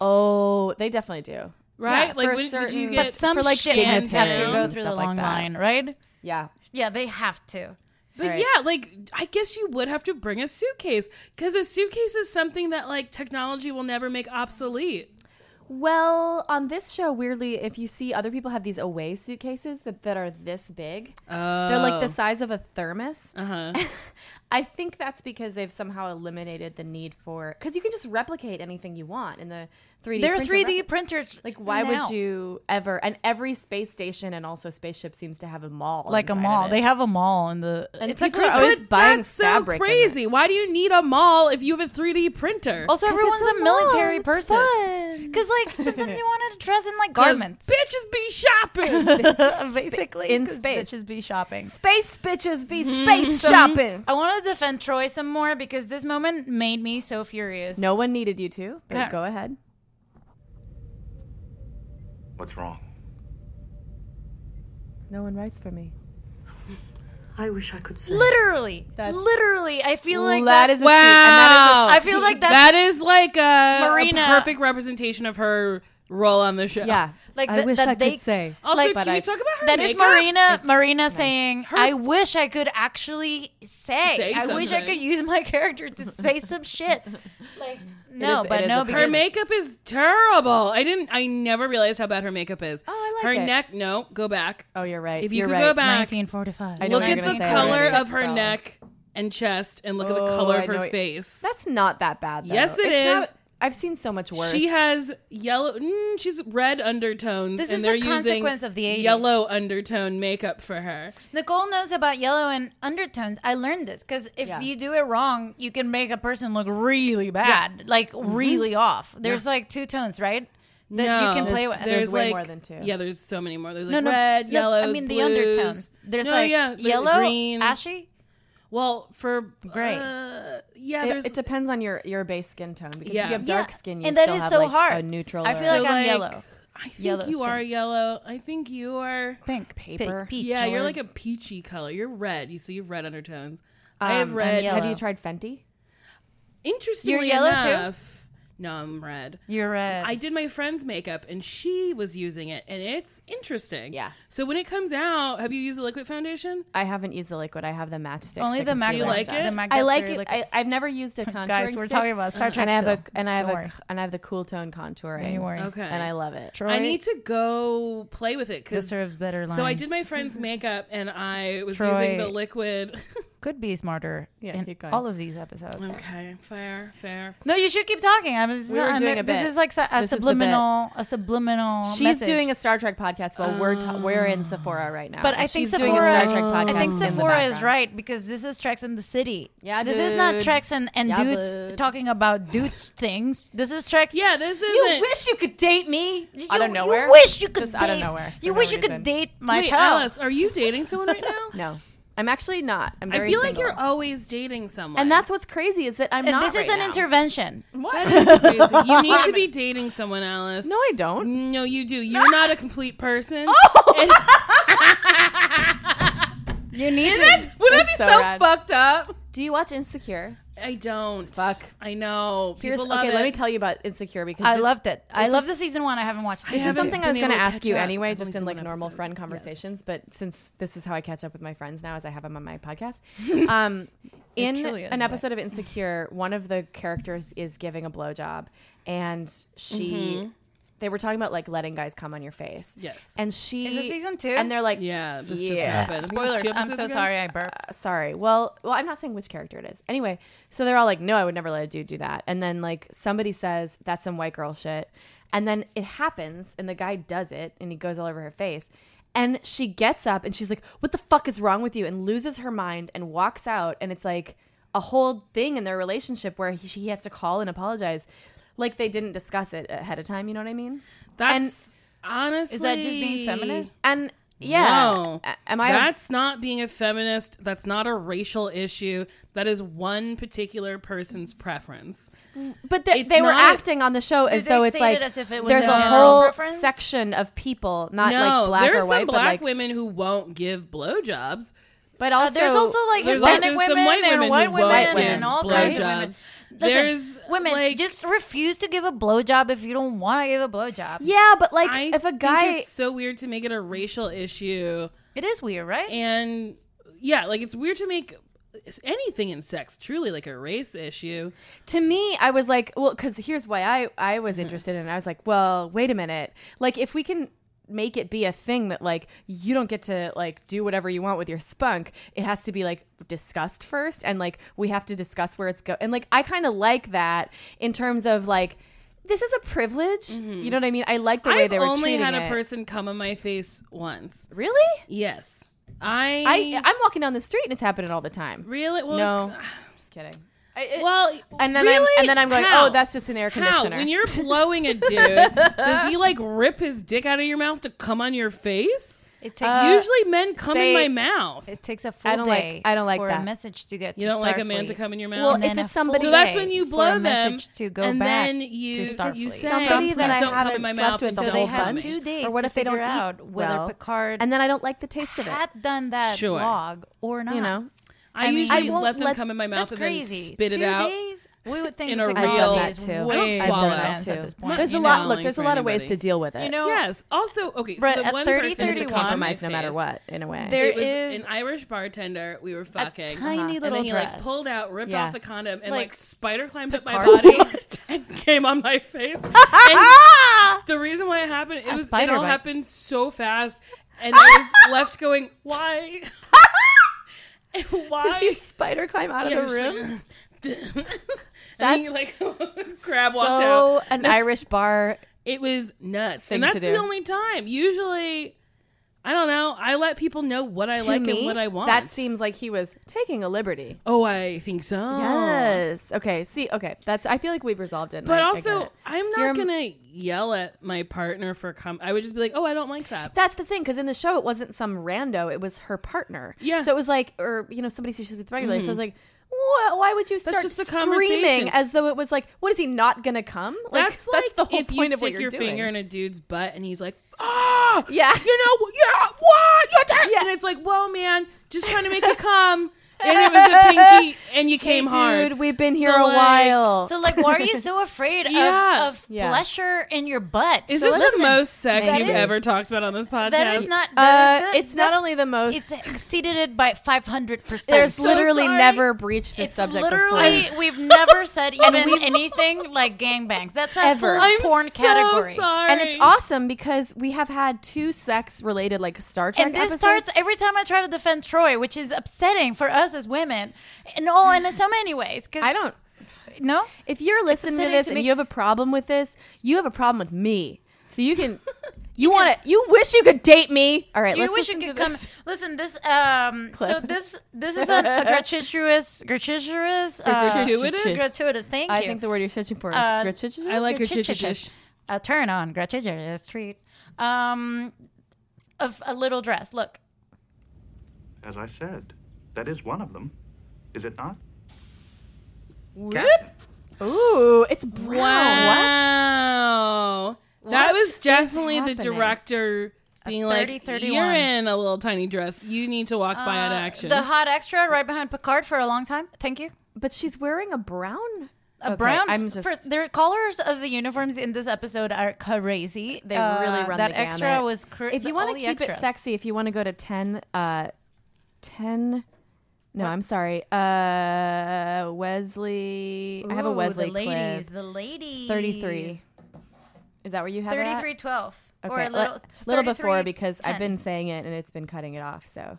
[SPEAKER 10] oh, they definitely do.
[SPEAKER 5] Right?
[SPEAKER 10] Yeah,
[SPEAKER 5] like,
[SPEAKER 10] for a
[SPEAKER 5] would, would
[SPEAKER 10] certain-
[SPEAKER 5] you
[SPEAKER 10] But
[SPEAKER 5] get
[SPEAKER 2] But some
[SPEAKER 5] for like
[SPEAKER 2] shit have to
[SPEAKER 5] dignitaries
[SPEAKER 2] go
[SPEAKER 5] and
[SPEAKER 2] through the
[SPEAKER 5] stuff like
[SPEAKER 2] long
[SPEAKER 5] that?
[SPEAKER 2] line, right?
[SPEAKER 10] Yeah.
[SPEAKER 2] Yeah, they have to.
[SPEAKER 5] But
[SPEAKER 10] Right.
[SPEAKER 5] yeah, like I guess you would have to bring a suitcase because a suitcase is something that like technology will never make obsolete.
[SPEAKER 10] Well, on this show, weirdly, if you see other people have these away suitcases that, that are this big, they're like the
[SPEAKER 5] Oh.
[SPEAKER 10] size of a thermos.
[SPEAKER 5] Uh huh.
[SPEAKER 10] [LAUGHS] I think that's because they've somehow eliminated the need for because you can just replicate anything you want in the 3D.
[SPEAKER 2] They're
[SPEAKER 10] printer
[SPEAKER 2] three D
[SPEAKER 10] replica-
[SPEAKER 2] printers.
[SPEAKER 10] Like, why
[SPEAKER 2] now.
[SPEAKER 10] would you ever? And every space station and also spaceship seems to have a mall.
[SPEAKER 2] Like a
[SPEAKER 10] inside of
[SPEAKER 2] mall.
[SPEAKER 10] it.
[SPEAKER 2] They have a mall in the.
[SPEAKER 10] And
[SPEAKER 2] it's a
[SPEAKER 10] people are
[SPEAKER 2] cruise
[SPEAKER 10] always
[SPEAKER 2] ship.
[SPEAKER 10] buying
[SPEAKER 5] That's
[SPEAKER 10] fabric in
[SPEAKER 5] so
[SPEAKER 10] it.
[SPEAKER 5] crazy. Why do you need a mall if you have a 3D printer?
[SPEAKER 2] Also, everyone's a, military person.
[SPEAKER 10] fun.
[SPEAKER 2] Because [LAUGHS] like sometimes you want to dress in like
[SPEAKER 5] 'Cause
[SPEAKER 2] garments,
[SPEAKER 5] Bitches be [LAUGHS]
[SPEAKER 2] [LAUGHS]
[SPEAKER 5] shopping.
[SPEAKER 2] basically
[SPEAKER 10] in
[SPEAKER 2] 'cause
[SPEAKER 10] space.
[SPEAKER 2] Bitches be shopping.
[SPEAKER 10] Space bitches be
[SPEAKER 2] [LAUGHS]
[SPEAKER 10] space shopping.
[SPEAKER 2] Mm-hmm. I want to defend Troy some more because this moment made me so furious.
[SPEAKER 10] No one needed you to. but
[SPEAKER 2] Okay.
[SPEAKER 10] Go ahead.
[SPEAKER 4] What's wrong?
[SPEAKER 10] No one writes for me.
[SPEAKER 3] I wish I could say.
[SPEAKER 2] Literally,
[SPEAKER 10] That's-
[SPEAKER 2] literally, I feel like
[SPEAKER 10] that
[SPEAKER 2] that
[SPEAKER 10] is a
[SPEAKER 5] wow.
[SPEAKER 10] suit, and that
[SPEAKER 2] I feel like that's
[SPEAKER 5] that is like a, a
[SPEAKER 2] Marina.
[SPEAKER 5] perfect representation of her role on the show.
[SPEAKER 10] is a [LAUGHS] yeah.
[SPEAKER 2] Like
[SPEAKER 10] I
[SPEAKER 2] th-
[SPEAKER 10] wish
[SPEAKER 2] that
[SPEAKER 10] I could
[SPEAKER 2] they- Oh.
[SPEAKER 10] say.
[SPEAKER 5] Also,
[SPEAKER 10] Like, but
[SPEAKER 5] can you
[SPEAKER 10] I-
[SPEAKER 5] talk about her
[SPEAKER 2] that is
[SPEAKER 5] makeup?
[SPEAKER 2] Marina. Marina saying, "I wish I could actually say.
[SPEAKER 5] Say
[SPEAKER 2] I wish I
[SPEAKER 5] something.
[SPEAKER 2] could use my [LAUGHS] character to say some [LAUGHS] shit." Like no,
[SPEAKER 10] is- it
[SPEAKER 2] but
[SPEAKER 10] is
[SPEAKER 2] no,
[SPEAKER 10] a
[SPEAKER 2] because
[SPEAKER 5] Her makeup is terrible. I didn't. I never realized how bad her makeup is.
[SPEAKER 10] Oh, I like
[SPEAKER 5] her
[SPEAKER 10] it.
[SPEAKER 5] neck. No, go back.
[SPEAKER 10] Oh, you're right.
[SPEAKER 5] If you
[SPEAKER 10] You're
[SPEAKER 5] could
[SPEAKER 10] right.
[SPEAKER 5] go back,
[SPEAKER 2] 1945.
[SPEAKER 10] I know what
[SPEAKER 5] look at
[SPEAKER 10] you're
[SPEAKER 5] the
[SPEAKER 10] gonna say already.
[SPEAKER 5] color of her
[SPEAKER 10] Spell.
[SPEAKER 5] neck and chest, and look at the
[SPEAKER 10] Oh,
[SPEAKER 5] color
[SPEAKER 10] I
[SPEAKER 5] of
[SPEAKER 10] know
[SPEAKER 5] her
[SPEAKER 10] it-
[SPEAKER 5] face.
[SPEAKER 10] That's not that bad. Though.
[SPEAKER 5] Yes, it
[SPEAKER 10] It's not-
[SPEAKER 5] is.
[SPEAKER 10] I've seen so much worse.
[SPEAKER 5] She has yellow. Mm, she's red undertones.
[SPEAKER 2] This
[SPEAKER 5] and
[SPEAKER 2] is
[SPEAKER 5] they're
[SPEAKER 2] a consequence
[SPEAKER 5] using
[SPEAKER 2] of the 80s.
[SPEAKER 5] yellow undertone makeup for her.
[SPEAKER 2] Nicole knows about yellow and undertones. I learned this because if
[SPEAKER 10] Yeah.
[SPEAKER 2] you do it wrong, you can make a person look really bad, like really off. There's like two tones, right? That you can
[SPEAKER 5] Mm-hmm. No.
[SPEAKER 2] play with.
[SPEAKER 5] There's,
[SPEAKER 10] There's way
[SPEAKER 5] like-
[SPEAKER 10] more than two.
[SPEAKER 5] Yeah, there's so many more. There's
[SPEAKER 2] no,
[SPEAKER 5] like
[SPEAKER 2] no,
[SPEAKER 5] red,
[SPEAKER 2] no,
[SPEAKER 5] yellows.
[SPEAKER 2] I mean the
[SPEAKER 5] blues.
[SPEAKER 2] undertones. There's
[SPEAKER 5] No,
[SPEAKER 2] like
[SPEAKER 5] yeah, the
[SPEAKER 2] yellow,
[SPEAKER 5] green.
[SPEAKER 2] ashy.
[SPEAKER 5] Well, for
[SPEAKER 2] Gray.
[SPEAKER 5] uh, yeah,
[SPEAKER 10] It,
[SPEAKER 5] there's
[SPEAKER 10] it depends on your, your base skin tone because
[SPEAKER 5] Yeah.
[SPEAKER 10] if you have
[SPEAKER 2] Yeah,
[SPEAKER 10] dark skin, you
[SPEAKER 2] and that
[SPEAKER 10] still
[SPEAKER 2] is
[SPEAKER 10] have
[SPEAKER 2] so
[SPEAKER 10] like
[SPEAKER 2] hard.
[SPEAKER 10] a neutral.
[SPEAKER 2] I
[SPEAKER 10] or-
[SPEAKER 2] feel like I'm yellow.
[SPEAKER 5] I think
[SPEAKER 2] Yellow
[SPEAKER 5] you are
[SPEAKER 2] skin.
[SPEAKER 5] yellow. I think you are.
[SPEAKER 2] Pink,
[SPEAKER 10] paper.
[SPEAKER 2] peach.
[SPEAKER 5] yeah, you're
[SPEAKER 2] or-
[SPEAKER 5] like a peachy color. You're red. You so you have red undertones. I have
[SPEAKER 10] Um,
[SPEAKER 5] red.
[SPEAKER 2] yellow.
[SPEAKER 10] Have you tried Fenty?
[SPEAKER 5] Interestingly
[SPEAKER 2] You're yellow too?
[SPEAKER 5] enough, no, I'm red.
[SPEAKER 2] You're red.
[SPEAKER 5] I did my friend's makeup and she was using it, and it's interesting.
[SPEAKER 10] Yeah.
[SPEAKER 5] So when it comes out, have you used the liquid foundation?
[SPEAKER 10] I haven't used the liquid. I have the matchsticks.
[SPEAKER 2] Only
[SPEAKER 10] that
[SPEAKER 2] the
[SPEAKER 10] conceal
[SPEAKER 2] mag.
[SPEAKER 5] you
[SPEAKER 10] that
[SPEAKER 5] like
[SPEAKER 10] stuff.
[SPEAKER 5] it?
[SPEAKER 2] The mag
[SPEAKER 10] I like
[SPEAKER 2] doctor,
[SPEAKER 10] it. I, I've never used a contouring
[SPEAKER 2] [LAUGHS] Guys, we're
[SPEAKER 10] stick.
[SPEAKER 2] talking about Star Trek
[SPEAKER 10] And I have a
[SPEAKER 2] still.
[SPEAKER 10] and I have
[SPEAKER 2] Don't
[SPEAKER 10] a
[SPEAKER 2] worry.
[SPEAKER 10] and I have the cool tone contouring.
[SPEAKER 2] Don't you worry.
[SPEAKER 5] Okay.
[SPEAKER 10] And I love it.
[SPEAKER 2] Troy,
[SPEAKER 5] I need to go play with it. 'cause-
[SPEAKER 2] This serves better
[SPEAKER 5] So
[SPEAKER 10] [LAUGHS]
[SPEAKER 5] I
[SPEAKER 2] lines.
[SPEAKER 5] did my friend's makeup and I was
[SPEAKER 2] Troy.
[SPEAKER 5] using the liquid. [LAUGHS]
[SPEAKER 2] could be smarter
[SPEAKER 5] Yeah,
[SPEAKER 2] in
[SPEAKER 5] keep going.
[SPEAKER 2] all of these episodes.
[SPEAKER 5] Okay, fair, fair.
[SPEAKER 2] No, you should keep talking. I mean, this,
[SPEAKER 5] We
[SPEAKER 2] is,
[SPEAKER 5] were
[SPEAKER 2] I'm-
[SPEAKER 5] doing a
[SPEAKER 2] this
[SPEAKER 5] bit.
[SPEAKER 2] is like su- a
[SPEAKER 5] This is the bit.
[SPEAKER 2] subliminal, a subliminal.
[SPEAKER 10] She's
[SPEAKER 2] message. Ah.
[SPEAKER 10] doing a Star Trek podcast while we're ta- we're in Sephora right now.
[SPEAKER 2] But
[SPEAKER 10] and
[SPEAKER 2] I think
[SPEAKER 10] she's
[SPEAKER 2] Sephora.
[SPEAKER 10] doing a Star Trek podcast.
[SPEAKER 2] I think
[SPEAKER 10] in the
[SPEAKER 2] Sephora is
[SPEAKER 10] background.
[SPEAKER 2] right because this is Treks in the City.
[SPEAKER 10] Yeah,
[SPEAKER 2] this is not
[SPEAKER 10] dude.
[SPEAKER 2] Treks and, and
[SPEAKER 10] Yeah,
[SPEAKER 2] dudes
[SPEAKER 10] dude.
[SPEAKER 2] talking about dudes things. This is Treks.
[SPEAKER 5] Yeah, this is.
[SPEAKER 2] You wish you could date me. You,
[SPEAKER 10] Out of nowhere?
[SPEAKER 2] You wish you could
[SPEAKER 10] Just
[SPEAKER 2] date.
[SPEAKER 10] out of nowhere.
[SPEAKER 2] You
[SPEAKER 10] For
[SPEAKER 2] wish
[SPEAKER 10] no
[SPEAKER 2] you could
[SPEAKER 10] reason.
[SPEAKER 2] date my
[SPEAKER 5] Wait,
[SPEAKER 2] toe.
[SPEAKER 5] Alice, are you dating someone right now?
[SPEAKER 10] [LAUGHS] No, I'm actually not. I'm very
[SPEAKER 5] I feel like
[SPEAKER 10] single.
[SPEAKER 5] you're always dating someone.
[SPEAKER 10] And that's what's crazy is that I'm
[SPEAKER 2] Uh,
[SPEAKER 10] not.
[SPEAKER 2] this
[SPEAKER 10] right
[SPEAKER 2] is an
[SPEAKER 10] now.
[SPEAKER 2] intervention.
[SPEAKER 5] What?
[SPEAKER 10] [LAUGHS]
[SPEAKER 5] That is crazy. You need to be dating someone, Alice. No,
[SPEAKER 10] I don't. [LAUGHS]
[SPEAKER 5] No, you do. You're not a complete person. Oh!
[SPEAKER 2] you need
[SPEAKER 5] to.
[SPEAKER 2] [LAUGHS]
[SPEAKER 5] would that be so,
[SPEAKER 10] fucked up? Do you watch Insecure?
[SPEAKER 5] I don't. Fuck. I know.
[SPEAKER 10] Here's,
[SPEAKER 5] People love
[SPEAKER 10] okay,
[SPEAKER 5] it.
[SPEAKER 10] let me tell you about Insecure because
[SPEAKER 2] I
[SPEAKER 10] this-
[SPEAKER 2] loved it. I
[SPEAKER 10] this
[SPEAKER 2] love
[SPEAKER 10] is-
[SPEAKER 2] the season one. I haven't watched. the
[SPEAKER 10] This
[SPEAKER 2] season
[SPEAKER 10] is something
[SPEAKER 2] two.
[SPEAKER 10] I was going to ask you anyway, just in like normal friend conversations. But since this is how I catch up with my friends now, as I have them on
[SPEAKER 2] [LAUGHS]
[SPEAKER 10] my podcast, um,
[SPEAKER 2] It
[SPEAKER 10] in
[SPEAKER 2] truly is
[SPEAKER 10] an
[SPEAKER 2] a
[SPEAKER 10] episode of Insecure, one of the characters is giving a blowjob, and she.
[SPEAKER 2] Mm-hmm.
[SPEAKER 5] Mhm.
[SPEAKER 10] They were talking about like letting guys come on your face.
[SPEAKER 5] Yes.
[SPEAKER 10] And she
[SPEAKER 2] Is it season two?
[SPEAKER 10] And they're like,
[SPEAKER 5] Yeah, this just
[SPEAKER 10] yeah.
[SPEAKER 5] happened. I think it was two
[SPEAKER 2] Spoilers. I'm
[SPEAKER 5] episodes
[SPEAKER 2] so
[SPEAKER 5] ago.
[SPEAKER 2] sorry I burped.
[SPEAKER 10] Uh, sorry. Well, well, I'm not saying which character it is. Anyway, so they're all like, "No, I would never let a dude do that." And then like somebody says, "That's some white girl shit," and then it happens, and the guy does it, and he goes all over her face, and she gets up and she's like, "What the fuck is wrong with you?" and loses her mind and walks out, and it's like a whole thing in their relationship where he, he has to call and apologize, like they didn't discuss it ahead of time. You know what I mean?
[SPEAKER 5] That's honestly.
[SPEAKER 10] Is that just being feminist? And yeah,
[SPEAKER 5] No.
[SPEAKER 10] A- am I?
[SPEAKER 5] That's not being a feminist. That's not a racial issue. That is one particular person's preference.
[SPEAKER 10] But they,
[SPEAKER 5] It's
[SPEAKER 10] they were
[SPEAKER 5] not-
[SPEAKER 10] acting on the show
[SPEAKER 5] Did
[SPEAKER 10] as
[SPEAKER 5] they
[SPEAKER 10] though it's
[SPEAKER 5] state
[SPEAKER 10] like
[SPEAKER 5] it as if it was
[SPEAKER 10] there's
[SPEAKER 5] a
[SPEAKER 10] a
[SPEAKER 5] general
[SPEAKER 10] whole
[SPEAKER 5] preference?
[SPEAKER 10] section of people, not
[SPEAKER 5] no,
[SPEAKER 10] like black
[SPEAKER 5] there are
[SPEAKER 10] or white,
[SPEAKER 5] some
[SPEAKER 10] but
[SPEAKER 5] black
[SPEAKER 10] like.
[SPEAKER 5] women who won't give blowjobs.
[SPEAKER 10] But
[SPEAKER 2] Uh,
[SPEAKER 10] also,
[SPEAKER 2] there's also like
[SPEAKER 5] There's
[SPEAKER 2] Hispanic
[SPEAKER 5] also some
[SPEAKER 2] women
[SPEAKER 5] white
[SPEAKER 2] and
[SPEAKER 5] women
[SPEAKER 2] white
[SPEAKER 5] who
[SPEAKER 2] women
[SPEAKER 5] won't
[SPEAKER 2] and
[SPEAKER 5] give
[SPEAKER 2] all kinds of women.
[SPEAKER 5] blowjobs.
[SPEAKER 2] Listen,
[SPEAKER 5] There's,
[SPEAKER 2] women just refuse to give a blowjob if you don't want to give a blowjob.
[SPEAKER 10] yeah, but like
[SPEAKER 5] I
[SPEAKER 10] if a
[SPEAKER 5] think
[SPEAKER 10] guy,
[SPEAKER 5] it's so weird to make it a racial issue.
[SPEAKER 2] It is weird, right?
[SPEAKER 5] And yeah, like it's weird to make anything in sex truly like a race issue.
[SPEAKER 10] to me, I was like, well, because here's why I I was
[SPEAKER 5] Mm-hmm.
[SPEAKER 10] interested in. it. I was like, well, wait a minute, like if we can make it be a thing that like you don't get to like do whatever you want with your spunk it has to be like discussed first and like we have to discuss where it's go and like i kind of like that in terms of like this is a privilege you know what i mean i like the way
[SPEAKER 5] Mm-hmm. I've
[SPEAKER 10] they were
[SPEAKER 5] only
[SPEAKER 10] treating
[SPEAKER 5] had a
[SPEAKER 10] it.
[SPEAKER 5] person come on my face once.
[SPEAKER 10] Really?
[SPEAKER 5] Yes. I
[SPEAKER 10] I I'm walking down the street and it's happening all the time.
[SPEAKER 5] Really? Well,
[SPEAKER 10] no,
[SPEAKER 5] it's-
[SPEAKER 10] [SIGHS] just kidding.
[SPEAKER 5] well,
[SPEAKER 10] And then
[SPEAKER 5] really?
[SPEAKER 10] I'm and then I'm going.
[SPEAKER 5] How?
[SPEAKER 10] Oh, that's just an air conditioner.
[SPEAKER 5] How? When you're blowing a dude, does he like rip his dick out of your mouth to come on your face?
[SPEAKER 2] It
[SPEAKER 10] takes-
[SPEAKER 5] usually men come
[SPEAKER 10] say-
[SPEAKER 5] in my mouth.
[SPEAKER 2] It takes a full
[SPEAKER 10] I don't
[SPEAKER 2] day.
[SPEAKER 10] like. I don't like
[SPEAKER 2] for
[SPEAKER 10] that.
[SPEAKER 2] a message to get.
[SPEAKER 5] You
[SPEAKER 2] to
[SPEAKER 5] don't like a man
[SPEAKER 2] Starfleet.
[SPEAKER 5] to come in your mouth.
[SPEAKER 10] Well,
[SPEAKER 2] And
[SPEAKER 10] if
[SPEAKER 2] then a
[SPEAKER 10] it's somebody,
[SPEAKER 5] so that's when
[SPEAKER 2] day
[SPEAKER 5] you
[SPEAKER 2] for
[SPEAKER 5] blow
[SPEAKER 2] a
[SPEAKER 5] them
[SPEAKER 2] message to go
[SPEAKER 5] and
[SPEAKER 2] back
[SPEAKER 5] then
[SPEAKER 2] to
[SPEAKER 5] you you
[SPEAKER 2] Starfleet.
[SPEAKER 5] say
[SPEAKER 10] somebody
[SPEAKER 5] "Please
[SPEAKER 10] that I
[SPEAKER 2] [LAUGHS]
[SPEAKER 5] don't come in my
[SPEAKER 10] haven't
[SPEAKER 5] mouth
[SPEAKER 10] slept with the
[SPEAKER 5] until
[SPEAKER 10] whole
[SPEAKER 5] they have
[SPEAKER 10] bunch,
[SPEAKER 5] me."
[SPEAKER 2] two days
[SPEAKER 10] or what
[SPEAKER 2] to
[SPEAKER 10] if they don't
[SPEAKER 2] figure out
[SPEAKER 10] eat
[SPEAKER 2] whether
[SPEAKER 10] well,
[SPEAKER 2] Picard
[SPEAKER 10] and then I don't like the taste of it.
[SPEAKER 2] had done that
[SPEAKER 5] Sure.
[SPEAKER 2] blog or not.
[SPEAKER 10] You know,
[SPEAKER 5] I,
[SPEAKER 2] I mean, I
[SPEAKER 5] usually
[SPEAKER 2] won't
[SPEAKER 5] let them
[SPEAKER 2] let-
[SPEAKER 5] come in my mouth
[SPEAKER 2] that's
[SPEAKER 5] and
[SPEAKER 2] crazy.
[SPEAKER 5] then spit
[SPEAKER 2] Two
[SPEAKER 5] it out.
[SPEAKER 2] days? We would think
[SPEAKER 5] in
[SPEAKER 2] it's
[SPEAKER 5] a
[SPEAKER 2] a
[SPEAKER 10] I've
[SPEAKER 5] real
[SPEAKER 10] done that
[SPEAKER 2] is
[SPEAKER 10] too.
[SPEAKER 2] way
[SPEAKER 10] I've done that
[SPEAKER 2] advanced
[SPEAKER 10] too.
[SPEAKER 2] at this point.
[SPEAKER 10] There's a
[SPEAKER 5] Not
[SPEAKER 10] lot.
[SPEAKER 5] yelling
[SPEAKER 10] Look, there's a
[SPEAKER 5] for
[SPEAKER 10] lot of ways to
[SPEAKER 5] anybody.
[SPEAKER 10] deal with it.
[SPEAKER 2] You know,
[SPEAKER 5] yes. Also, okay.
[SPEAKER 2] Brett,
[SPEAKER 5] so the
[SPEAKER 2] at
[SPEAKER 5] one
[SPEAKER 2] 30,
[SPEAKER 5] person
[SPEAKER 10] it's a
[SPEAKER 2] 31,
[SPEAKER 10] compromise no matter what. In a way, [LAUGHS]
[SPEAKER 2] There
[SPEAKER 5] it was
[SPEAKER 2] is
[SPEAKER 5] an Irish bartender. We were
[SPEAKER 2] tiny
[SPEAKER 5] fucking uh-huh. and
[SPEAKER 2] little
[SPEAKER 5] then he like
[SPEAKER 2] dress.
[SPEAKER 5] pulled out, ripped
[SPEAKER 10] Yeah.
[SPEAKER 5] off the condom, and like,
[SPEAKER 2] Like,
[SPEAKER 5] spider climbed up my
[SPEAKER 2] Picard.
[SPEAKER 5] body and came on my face. And the reason why it happened, it was it
[SPEAKER 2] spider
[SPEAKER 5] all
[SPEAKER 2] bite.
[SPEAKER 5] happened so fast,
[SPEAKER 10] [LAUGHS]
[SPEAKER 5] and I was left going, why, [LAUGHS]
[SPEAKER 10] Did he
[SPEAKER 5] why?
[SPEAKER 10] spider climb out of
[SPEAKER 5] Yeah,
[SPEAKER 10] the
[SPEAKER 5] just like,
[SPEAKER 10] room?
[SPEAKER 5] [LAUGHS] and he like [LAUGHS] crab walked out.
[SPEAKER 10] So an Irish bar.
[SPEAKER 5] It was nuts,
[SPEAKER 10] Thing
[SPEAKER 5] and
[SPEAKER 10] to
[SPEAKER 5] that's the
[SPEAKER 10] do.
[SPEAKER 5] only time. Usually, I don't know. I let people know what I
[SPEAKER 10] to
[SPEAKER 5] like
[SPEAKER 10] me,
[SPEAKER 5] and what I want.
[SPEAKER 10] That seems like he was taking a liberty.
[SPEAKER 5] Oh, I think so.
[SPEAKER 10] Yes. Okay. See. Okay. That's. I feel like we've resolved it. and
[SPEAKER 5] But
[SPEAKER 10] I- I get
[SPEAKER 5] also,
[SPEAKER 10] it.
[SPEAKER 5] I'm
[SPEAKER 10] You're-
[SPEAKER 5] not gonna yell at my partner for com. I would just be like, "Oh, I don't like that."
[SPEAKER 10] That's the thing, because in the show it wasn't some rando; it was her partner.
[SPEAKER 5] Yeah. Mm-hmm.
[SPEAKER 10] So it was like, or you know, somebody she's with regular. So I was like, what? Why would you start
[SPEAKER 5] just a conversation.
[SPEAKER 10] screaming as though it was like, what is he not gonna come? Like,
[SPEAKER 5] that's like
[SPEAKER 10] the whole
[SPEAKER 5] if
[SPEAKER 10] point
[SPEAKER 5] you
[SPEAKER 10] of what
[SPEAKER 5] stick
[SPEAKER 10] you're
[SPEAKER 5] your
[SPEAKER 10] doing.
[SPEAKER 5] finger in a dude's butt and he's like, "Ah,
[SPEAKER 10] yeah.
[SPEAKER 5] you know, yeah, what? You're dead." And it's like, "Whoa, man, just trying to make
[SPEAKER 10] [LAUGHS]
[SPEAKER 5] you come." and it was a pinky, and you came hard.
[SPEAKER 10] dude, we've been
[SPEAKER 5] So,
[SPEAKER 10] here a
[SPEAKER 5] like,
[SPEAKER 10] while.
[SPEAKER 2] So like, why are you so afraid of,
[SPEAKER 5] Yeah.
[SPEAKER 2] of
[SPEAKER 10] Yeah.
[SPEAKER 2] pleasure in you've butt?
[SPEAKER 5] Is
[SPEAKER 2] So
[SPEAKER 5] this
[SPEAKER 2] listen,
[SPEAKER 5] the most sex
[SPEAKER 2] that
[SPEAKER 5] you've
[SPEAKER 2] is-
[SPEAKER 5] ever talked about on this podcast?
[SPEAKER 2] That is not. That
[SPEAKER 10] Uh,
[SPEAKER 2] is the-
[SPEAKER 10] it's not
[SPEAKER 2] that's-
[SPEAKER 10] only the most.
[SPEAKER 2] It's exceeded it by five hundred percent.
[SPEAKER 10] there's literally
[SPEAKER 5] sorry.
[SPEAKER 10] never breached this subject
[SPEAKER 2] Literally,
[SPEAKER 10] before. [LAUGHS]
[SPEAKER 2] we've never said even
[SPEAKER 10] we've-
[SPEAKER 2] anything like gangbangs. That's a
[SPEAKER 10] Ever.
[SPEAKER 2] full
[SPEAKER 5] I'm
[SPEAKER 2] porn
[SPEAKER 5] so
[SPEAKER 2] category.
[SPEAKER 5] sorry.
[SPEAKER 10] And it's awesome because we have had two sex related like Star Trek
[SPEAKER 2] And this
[SPEAKER 10] episodes.
[SPEAKER 2] starts every time I try to defend Troy, which is upsetting for us us as women in all in so many ways. I
[SPEAKER 10] don't.
[SPEAKER 2] No.
[SPEAKER 10] If you're listening to
[SPEAKER 2] upsetting
[SPEAKER 10] this
[SPEAKER 2] to
[SPEAKER 10] and
[SPEAKER 2] me.
[SPEAKER 10] you have a problem with this, you have a problem with me. So
[SPEAKER 2] [LAUGHS]
[SPEAKER 10] you can. You want to? You wish you could date me. All right.
[SPEAKER 2] You
[SPEAKER 10] let's
[SPEAKER 2] wish you
[SPEAKER 10] listen
[SPEAKER 2] could
[SPEAKER 10] to
[SPEAKER 2] come.
[SPEAKER 10] this.
[SPEAKER 2] Listen, this. Um. So
[SPEAKER 10] Clip.
[SPEAKER 2] this. This
[SPEAKER 10] [LAUGHS]
[SPEAKER 2] is an, a gratuitous, gratuitous, uh,
[SPEAKER 10] Gratuitous?
[SPEAKER 2] gratuitous. [LAUGHS] Thank
[SPEAKER 10] I
[SPEAKER 2] you.
[SPEAKER 10] think the word you're searching for is
[SPEAKER 2] Uh,
[SPEAKER 10] gratuitous.
[SPEAKER 2] gratuitous. A turn on gratuitous treat. Um, of a little dress. Look,
[SPEAKER 4] As I said, that is one of them. Is it not?
[SPEAKER 10] Ooh, it's brown.
[SPEAKER 5] Wow. That
[SPEAKER 10] Oh, What
[SPEAKER 5] was
[SPEAKER 10] is
[SPEAKER 5] definitely the
[SPEAKER 10] happening?
[SPEAKER 5] director being like,
[SPEAKER 2] 30-31.
[SPEAKER 5] you're in a little tiny dress. You need to walk by an
[SPEAKER 2] Uh,
[SPEAKER 5] action.
[SPEAKER 2] The hot extra right behind Picard for a long time. Thank you.
[SPEAKER 10] But she's wearing a brown.
[SPEAKER 2] A
[SPEAKER 10] Okay,
[SPEAKER 2] brown.
[SPEAKER 10] I'm just-
[SPEAKER 2] First, their colors of the uniforms in this episode are crazy.
[SPEAKER 10] They
[SPEAKER 2] Uh,
[SPEAKER 10] really run
[SPEAKER 2] that
[SPEAKER 10] the
[SPEAKER 2] extra
[SPEAKER 10] gamut.
[SPEAKER 2] was. Cr-
[SPEAKER 10] if you
[SPEAKER 2] all
[SPEAKER 10] want to
[SPEAKER 2] the
[SPEAKER 10] keep
[SPEAKER 2] extras.
[SPEAKER 10] it sexy, if you want to go to ten, uh, ten. No, I'm sorry. Uh, Wesley. I have
[SPEAKER 2] Ooh,
[SPEAKER 10] a
[SPEAKER 2] the
[SPEAKER 10] Wesley. clip.
[SPEAKER 2] ladies, the ladies.
[SPEAKER 10] Thirty-three. Is that where you have it at?
[SPEAKER 2] 3312
[SPEAKER 10] Okay,
[SPEAKER 2] or a
[SPEAKER 10] let-
[SPEAKER 2] little,
[SPEAKER 10] little before because
[SPEAKER 2] 3310.
[SPEAKER 10] I've been saying it and it's been cutting it off. So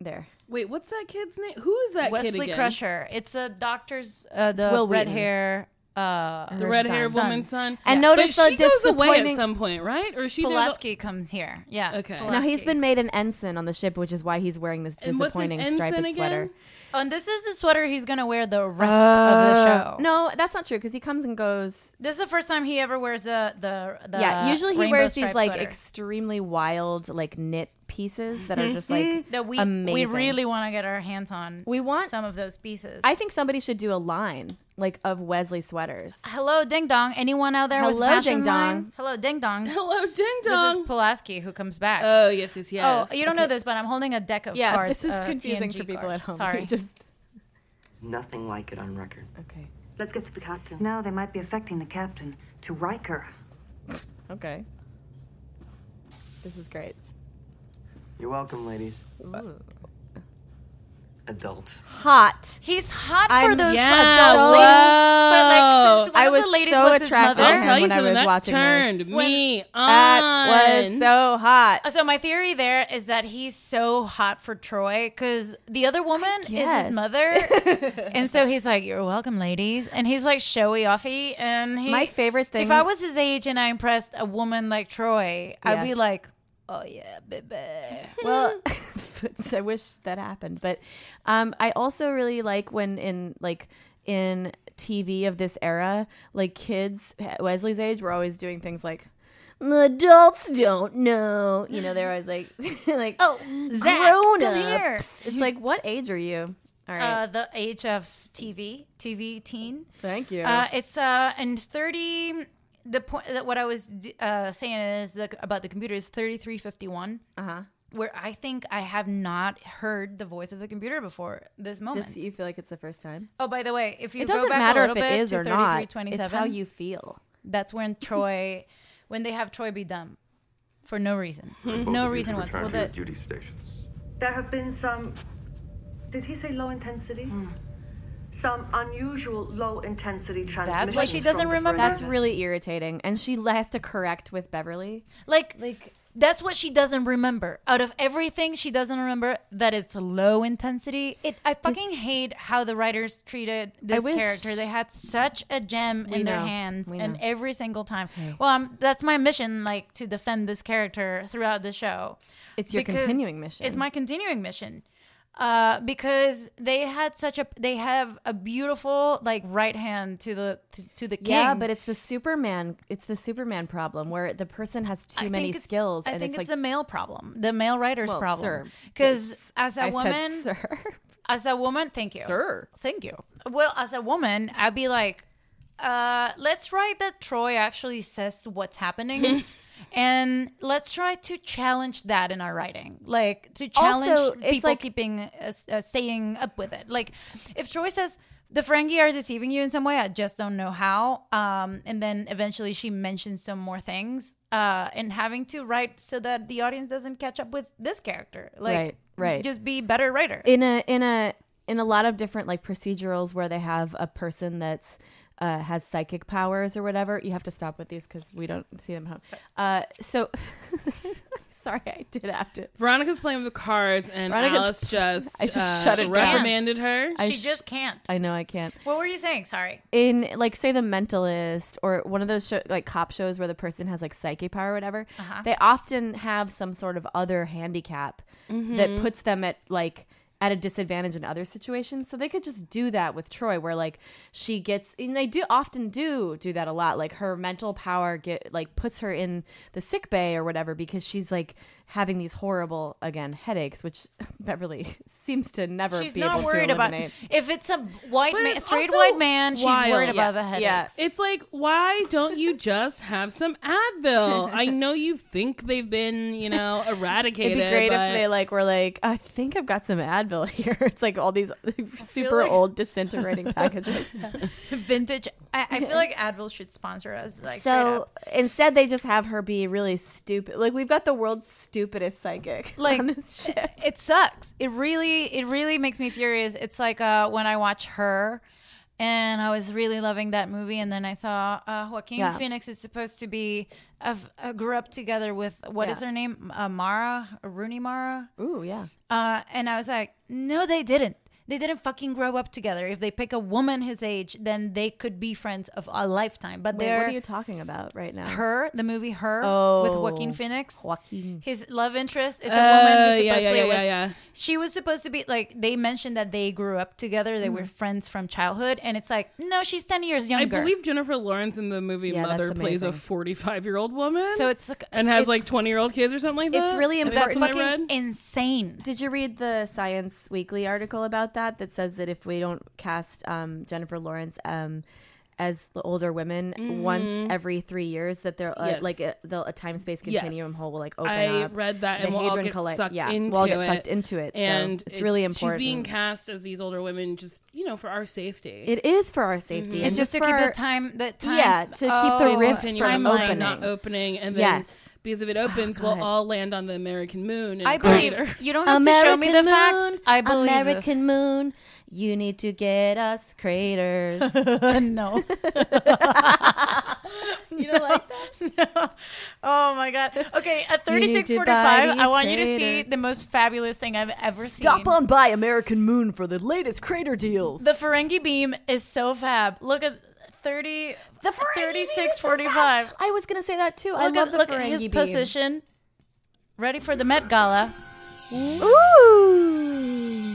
[SPEAKER 10] there.
[SPEAKER 5] Wait, what's that kid's name? Who is that kid
[SPEAKER 2] Wesley
[SPEAKER 5] again?
[SPEAKER 2] Crusher. It's a doctor's uh, the
[SPEAKER 5] It's Will
[SPEAKER 2] red
[SPEAKER 5] Wheaton.
[SPEAKER 2] hair uh
[SPEAKER 5] The red hair
[SPEAKER 2] son.
[SPEAKER 5] woman's son.
[SPEAKER 10] And
[SPEAKER 5] But
[SPEAKER 10] notice the
[SPEAKER 5] she goes away
[SPEAKER 10] disappointing-
[SPEAKER 5] at some point, right? Or she
[SPEAKER 2] Pulaski comes here. Yeah.
[SPEAKER 5] Okay.
[SPEAKER 10] Now he's been made an ensign on the ship, which is why he's wearing this
[SPEAKER 5] And what's an
[SPEAKER 10] disappointing
[SPEAKER 5] ensign
[SPEAKER 10] striped
[SPEAKER 5] again?
[SPEAKER 10] sweater.
[SPEAKER 2] Oh, and this is the sweater he's gonna wear the rest of the show.
[SPEAKER 10] Uh, No, that's not true because he comes and goes.
[SPEAKER 2] This is the first time he ever wears the the, the
[SPEAKER 10] yeah, usually he
[SPEAKER 2] rainbow
[SPEAKER 10] wears these
[SPEAKER 2] striped
[SPEAKER 10] like
[SPEAKER 2] sweater.
[SPEAKER 10] extremely wild like knit pieces that are just like
[SPEAKER 2] [LAUGHS] that we
[SPEAKER 10] amazing.
[SPEAKER 2] we really want to get our hands on.
[SPEAKER 10] We want-
[SPEAKER 2] some of those pieces.
[SPEAKER 10] I think somebody should do a line like of Wesley sweaters.
[SPEAKER 2] Hello, ding dong. Anyone out there with
[SPEAKER 10] Hello,
[SPEAKER 2] a fashion
[SPEAKER 10] ding dong.
[SPEAKER 2] line? Hello, ding dong.
[SPEAKER 5] Hello, ding
[SPEAKER 2] dong. This is Pulaski who comes back.
[SPEAKER 5] Oh, yes, yes, yes.
[SPEAKER 2] Oh, you don't know this, but I'm holding a deck of
[SPEAKER 10] Yeah,
[SPEAKER 2] cards.
[SPEAKER 10] this is
[SPEAKER 2] uh,
[SPEAKER 10] confusing
[SPEAKER 2] TNG
[SPEAKER 10] for people
[SPEAKER 2] cards.
[SPEAKER 10] at home. [LAUGHS]
[SPEAKER 2] Sorry.
[SPEAKER 10] Just
[SPEAKER 8] Nothing like it on record.
[SPEAKER 10] Okay.
[SPEAKER 8] Let's get to the captain. No, they might be affecting the captain. To Riker.
[SPEAKER 10] okay. This is great.
[SPEAKER 3] You're welcome, ladies. Adults.
[SPEAKER 10] Hot.
[SPEAKER 2] He's hot
[SPEAKER 10] I'm-
[SPEAKER 2] for those
[SPEAKER 5] Yeah,
[SPEAKER 2] adult ladies. But like, since one
[SPEAKER 10] I
[SPEAKER 2] of
[SPEAKER 10] was
[SPEAKER 2] the ladies
[SPEAKER 10] so
[SPEAKER 2] was
[SPEAKER 10] attracted
[SPEAKER 2] his
[SPEAKER 10] to
[SPEAKER 2] mother,
[SPEAKER 10] him when I was
[SPEAKER 5] that
[SPEAKER 10] watching
[SPEAKER 5] turned
[SPEAKER 10] this.
[SPEAKER 5] me
[SPEAKER 10] That was
[SPEAKER 5] on.
[SPEAKER 10] so hot.
[SPEAKER 2] Uh, So my theory there is that he's so hot for Troy because the other woman is
[SPEAKER 10] guess.
[SPEAKER 2] his
[SPEAKER 10] [LAUGHS]
[SPEAKER 2] mother, and so he's like, "You're welcome, ladies," and he's like showy offy. And he,
[SPEAKER 10] My favorite thing-
[SPEAKER 2] if I was his age and I impressed a woman like Troy, I'd
[SPEAKER 10] Yeah.
[SPEAKER 2] be like, "Oh yeah, baby."
[SPEAKER 10] well [LAUGHS] i wish that happened but um i also really like when in like in tv of this era like kids at wesley's age were always doing things like adults don't know you know they're always like [LAUGHS] like
[SPEAKER 2] Oh, Zach,
[SPEAKER 10] grown
[SPEAKER 2] come here.
[SPEAKER 10] ups it's like what age are you all right
[SPEAKER 2] Uh, the age of TV, TV teen.
[SPEAKER 10] thank you
[SPEAKER 2] Uh, it's uh, and thirty. The point that what I was d- uh, saying is the, about the computer is thirty three fifty one. Uh
[SPEAKER 10] huh.
[SPEAKER 2] Where I think I have not heard the voice of the computer before this moment.
[SPEAKER 10] this, you feel like it's the first time
[SPEAKER 2] oh, by the way, if you
[SPEAKER 10] it
[SPEAKER 2] go
[SPEAKER 10] doesn't
[SPEAKER 2] back
[SPEAKER 10] matter
[SPEAKER 2] a
[SPEAKER 10] if
[SPEAKER 2] little
[SPEAKER 10] it
[SPEAKER 2] bit
[SPEAKER 10] is
[SPEAKER 2] to
[SPEAKER 10] or not
[SPEAKER 2] 3327,
[SPEAKER 10] it's how you feel
[SPEAKER 2] That's when Troy, when they have Troy be dumb, for no reason,
[SPEAKER 3] Both
[SPEAKER 2] no
[SPEAKER 3] of you
[SPEAKER 2] reason
[SPEAKER 3] can return
[SPEAKER 2] whatsoever.
[SPEAKER 3] to your duty stations.
[SPEAKER 8] There have been some. Did he say low intensity? Some unusual low intensity transmission.
[SPEAKER 2] why she doesn't remember?
[SPEAKER 10] that's really irritating and she has to correct with beverly
[SPEAKER 2] Like, like that's what she doesn't remember. Out of everything she doesn't remember, that it's low intensity. It I fucking hate how the writers treated this
[SPEAKER 10] wish-
[SPEAKER 2] character. They had such a gem
[SPEAKER 10] We
[SPEAKER 2] in their
[SPEAKER 10] know.
[SPEAKER 2] hands,
[SPEAKER 10] We
[SPEAKER 2] and
[SPEAKER 10] know.
[SPEAKER 2] every single time. Well, um, that's my mission, like to defend this character throughout the show.
[SPEAKER 10] It's your
[SPEAKER 2] Because
[SPEAKER 10] continuing mission.
[SPEAKER 2] It's my continuing mission. Uh, because they had such a, they have a beautiful like right hand to the to, to the king.
[SPEAKER 10] Yeah, but it's the Superman. It's the Superman problem where the person has too
[SPEAKER 2] I
[SPEAKER 10] many
[SPEAKER 2] think it's-
[SPEAKER 10] skills,
[SPEAKER 2] I
[SPEAKER 10] and
[SPEAKER 2] think
[SPEAKER 10] it's,
[SPEAKER 2] it's,
[SPEAKER 10] like
[SPEAKER 2] a male problem, the male writer's
[SPEAKER 10] Well,
[SPEAKER 2] problem.
[SPEAKER 10] sir.
[SPEAKER 2] Because as a
[SPEAKER 10] I said
[SPEAKER 2] woman,
[SPEAKER 10] sir. [LAUGHS]
[SPEAKER 2] as a woman, thank you,
[SPEAKER 10] Sir.
[SPEAKER 2] thank you. Well, as a woman, I'd be like, uh, let's write that Troy actually says what's
[SPEAKER 10] [LAUGHS]
[SPEAKER 2] happening, and let's try to challenge that in our writing, like to challenge
[SPEAKER 10] Also, it's
[SPEAKER 2] people
[SPEAKER 10] like-
[SPEAKER 2] keeping uh, uh, staying up with it. Like if Troy says. The Ferengi are deceiving you in some way. I just don't know how. Um, and then eventually she mentions some more things. Uh, and having to write so that the audience doesn't catch up with this character. Like,
[SPEAKER 10] Right, right.
[SPEAKER 2] Just be better writer.
[SPEAKER 10] in a in a in a lot of different like procedurals where they have a person that's uh, has psychic powers or whatever. You have to stop with these because we don't see them at home. Uh, so [LAUGHS] Sorry, I did act it.
[SPEAKER 5] Veronica's playing with the cards, and
[SPEAKER 10] Veronica's-
[SPEAKER 5] Alice
[SPEAKER 10] [LAUGHS]
[SPEAKER 5] just
[SPEAKER 10] I just
[SPEAKER 5] uh,
[SPEAKER 10] shut it down.
[SPEAKER 5] reprimanded her.
[SPEAKER 10] I sh-
[SPEAKER 2] can't.
[SPEAKER 10] I know I can't.
[SPEAKER 2] What were you saying? Sorry.
[SPEAKER 10] in like say the mentalist or one of those show, like cop shows where the person has like psychic power or whatever
[SPEAKER 2] Uh-huh.
[SPEAKER 10] they often have some sort of other handicap
[SPEAKER 2] Mhm.
[SPEAKER 10] that puts them at like at a disadvantage in other situations so they could just do that with troy where like she gets and they do often do do that a lot like her mental power get like puts her in the sick bay or whatever because she's like having these horrible again headaches which [LAUGHS] beverly seems to never
[SPEAKER 2] She's
[SPEAKER 10] be
[SPEAKER 2] not
[SPEAKER 10] able
[SPEAKER 2] worried
[SPEAKER 10] to
[SPEAKER 2] about-
[SPEAKER 10] eliminate.
[SPEAKER 2] If it's a white
[SPEAKER 5] But
[SPEAKER 2] man,
[SPEAKER 5] it's
[SPEAKER 2] straight
[SPEAKER 5] also
[SPEAKER 2] white man, she's
[SPEAKER 5] wild.
[SPEAKER 2] worried about the headaches.
[SPEAKER 5] It's like, why don't you just have some Advil?
[SPEAKER 10] [LAUGHS]
[SPEAKER 5] I know you think they've been, you know, eradicated.
[SPEAKER 10] It'd be great
[SPEAKER 5] but-
[SPEAKER 10] if they like were like, I think I've got some Advil [LAUGHS] here. It's like all these super
[SPEAKER 2] like- [LAUGHS]
[SPEAKER 10] old disintegrating packages.
[SPEAKER 2] Vintage. I, I
[SPEAKER 5] [LAUGHS]
[SPEAKER 2] feel like Advil should sponsor us. Like,
[SPEAKER 10] so instead, they just have her be really stupid. Like we've got the world's stupidest psychic.
[SPEAKER 2] Like,
[SPEAKER 10] [LAUGHS] on this shit.
[SPEAKER 2] [LAUGHS] it sucks. It really, it really makes me furious. It's like uh, when I watch her, and I was really loving that movie, and then I saw uh, Joaquin
[SPEAKER 10] Yeah.
[SPEAKER 2] Phoenix is supposed to be, of uh, grew up together with what is
[SPEAKER 10] Yeah.
[SPEAKER 2] her name, uh, Mara Rooney Mara.
[SPEAKER 10] Ooh, yeah.
[SPEAKER 2] Uh, and I was like, no, they didn't. They didn't fucking grow up together. If they pick a woman his age, then they could be friends of a lifetime. But
[SPEAKER 10] Wait,
[SPEAKER 2] they're
[SPEAKER 10] what are you talking about right now?
[SPEAKER 2] her, the movie Her with
[SPEAKER 10] Oh.
[SPEAKER 2] Joaquin Phoenix.
[SPEAKER 10] Joaquin.
[SPEAKER 2] His love interest is a
[SPEAKER 5] Oh,
[SPEAKER 2] woman who supposedly
[SPEAKER 5] yeah, yeah, yeah,
[SPEAKER 2] was.
[SPEAKER 5] yeah.
[SPEAKER 2] She was supposed to be like they mentioned that they grew up together. They were
[SPEAKER 10] Mm.
[SPEAKER 5] Mhm.
[SPEAKER 2] friends from childhood, and it's like no, she's ten years younger.
[SPEAKER 5] I believe Jennifer Lawrence in the movie
[SPEAKER 2] Yeah,
[SPEAKER 5] Mother
[SPEAKER 2] that's
[SPEAKER 5] plays a
[SPEAKER 2] amazing.
[SPEAKER 5] 45 year old woman.
[SPEAKER 2] So it's like-
[SPEAKER 5] and has
[SPEAKER 2] it's-
[SPEAKER 5] like 20 year old kids or something like that.
[SPEAKER 10] It's really
[SPEAKER 5] I think
[SPEAKER 10] important.
[SPEAKER 5] That's what I read.
[SPEAKER 2] insane.
[SPEAKER 10] Did you read the Science Weekly article about that? That says that if we don't cast um, Jennifer Lawrence um, as the older women once
[SPEAKER 5] Mhm.
[SPEAKER 10] every three years, that they're uh,
[SPEAKER 5] Yes.
[SPEAKER 10] like a, the, a time space continuum
[SPEAKER 5] Yes.
[SPEAKER 10] hole will like open
[SPEAKER 5] I
[SPEAKER 10] up.
[SPEAKER 5] read that,
[SPEAKER 10] The
[SPEAKER 5] and we'll all
[SPEAKER 10] Hadron
[SPEAKER 5] get
[SPEAKER 10] Colli-
[SPEAKER 5] sucked
[SPEAKER 10] yeah,
[SPEAKER 5] into
[SPEAKER 10] we'll all get
[SPEAKER 5] it.
[SPEAKER 10] sucked into it. so
[SPEAKER 5] And
[SPEAKER 10] it's, really important.
[SPEAKER 5] She's being cast as these older women, just you know, for our safety.
[SPEAKER 10] It is for our safety.
[SPEAKER 5] Mhm.
[SPEAKER 10] and
[SPEAKER 5] It's just
[SPEAKER 2] Mm-hmm. to keep
[SPEAKER 10] for-
[SPEAKER 2] the time- the time- Oh,
[SPEAKER 10] Yeah, to keep
[SPEAKER 5] Space
[SPEAKER 10] the rift
[SPEAKER 5] continuum
[SPEAKER 10] from
[SPEAKER 5] line
[SPEAKER 10] opening.
[SPEAKER 5] not opening, and then
[SPEAKER 10] Yes. Oh,
[SPEAKER 5] because if it opens, we'll all land on the American moon. in
[SPEAKER 2] I
[SPEAKER 5] a
[SPEAKER 2] believe-
[SPEAKER 10] [LAUGHS]
[SPEAKER 5] crater.
[SPEAKER 2] you don't have to show me the facts. I believe this. [LAUGHS]
[SPEAKER 10] American moon, you need to get us craters.
[SPEAKER 2] no.
[SPEAKER 10] [LAUGHS] you
[SPEAKER 2] [LAUGHS]
[SPEAKER 10] don't like that?
[SPEAKER 2] Oh my god. Okay, at
[SPEAKER 1] You need
[SPEAKER 2] thirty-six
[SPEAKER 1] to buy
[SPEAKER 2] forty-five, I
[SPEAKER 1] these
[SPEAKER 2] want you to see
[SPEAKER 1] craters.
[SPEAKER 2] the most fabulous thing I've ever seen.
[SPEAKER 1] Stop on by American Moon for the latest crater deals.
[SPEAKER 2] The Ferengi beam is so fab. Look at 30 the 3645.
[SPEAKER 10] I was going to say that too.
[SPEAKER 2] Look
[SPEAKER 10] I love
[SPEAKER 2] at,
[SPEAKER 10] the
[SPEAKER 2] look at his
[SPEAKER 10] Ferengi beam.
[SPEAKER 2] position. Ready for the Met Gala.
[SPEAKER 10] Ooh.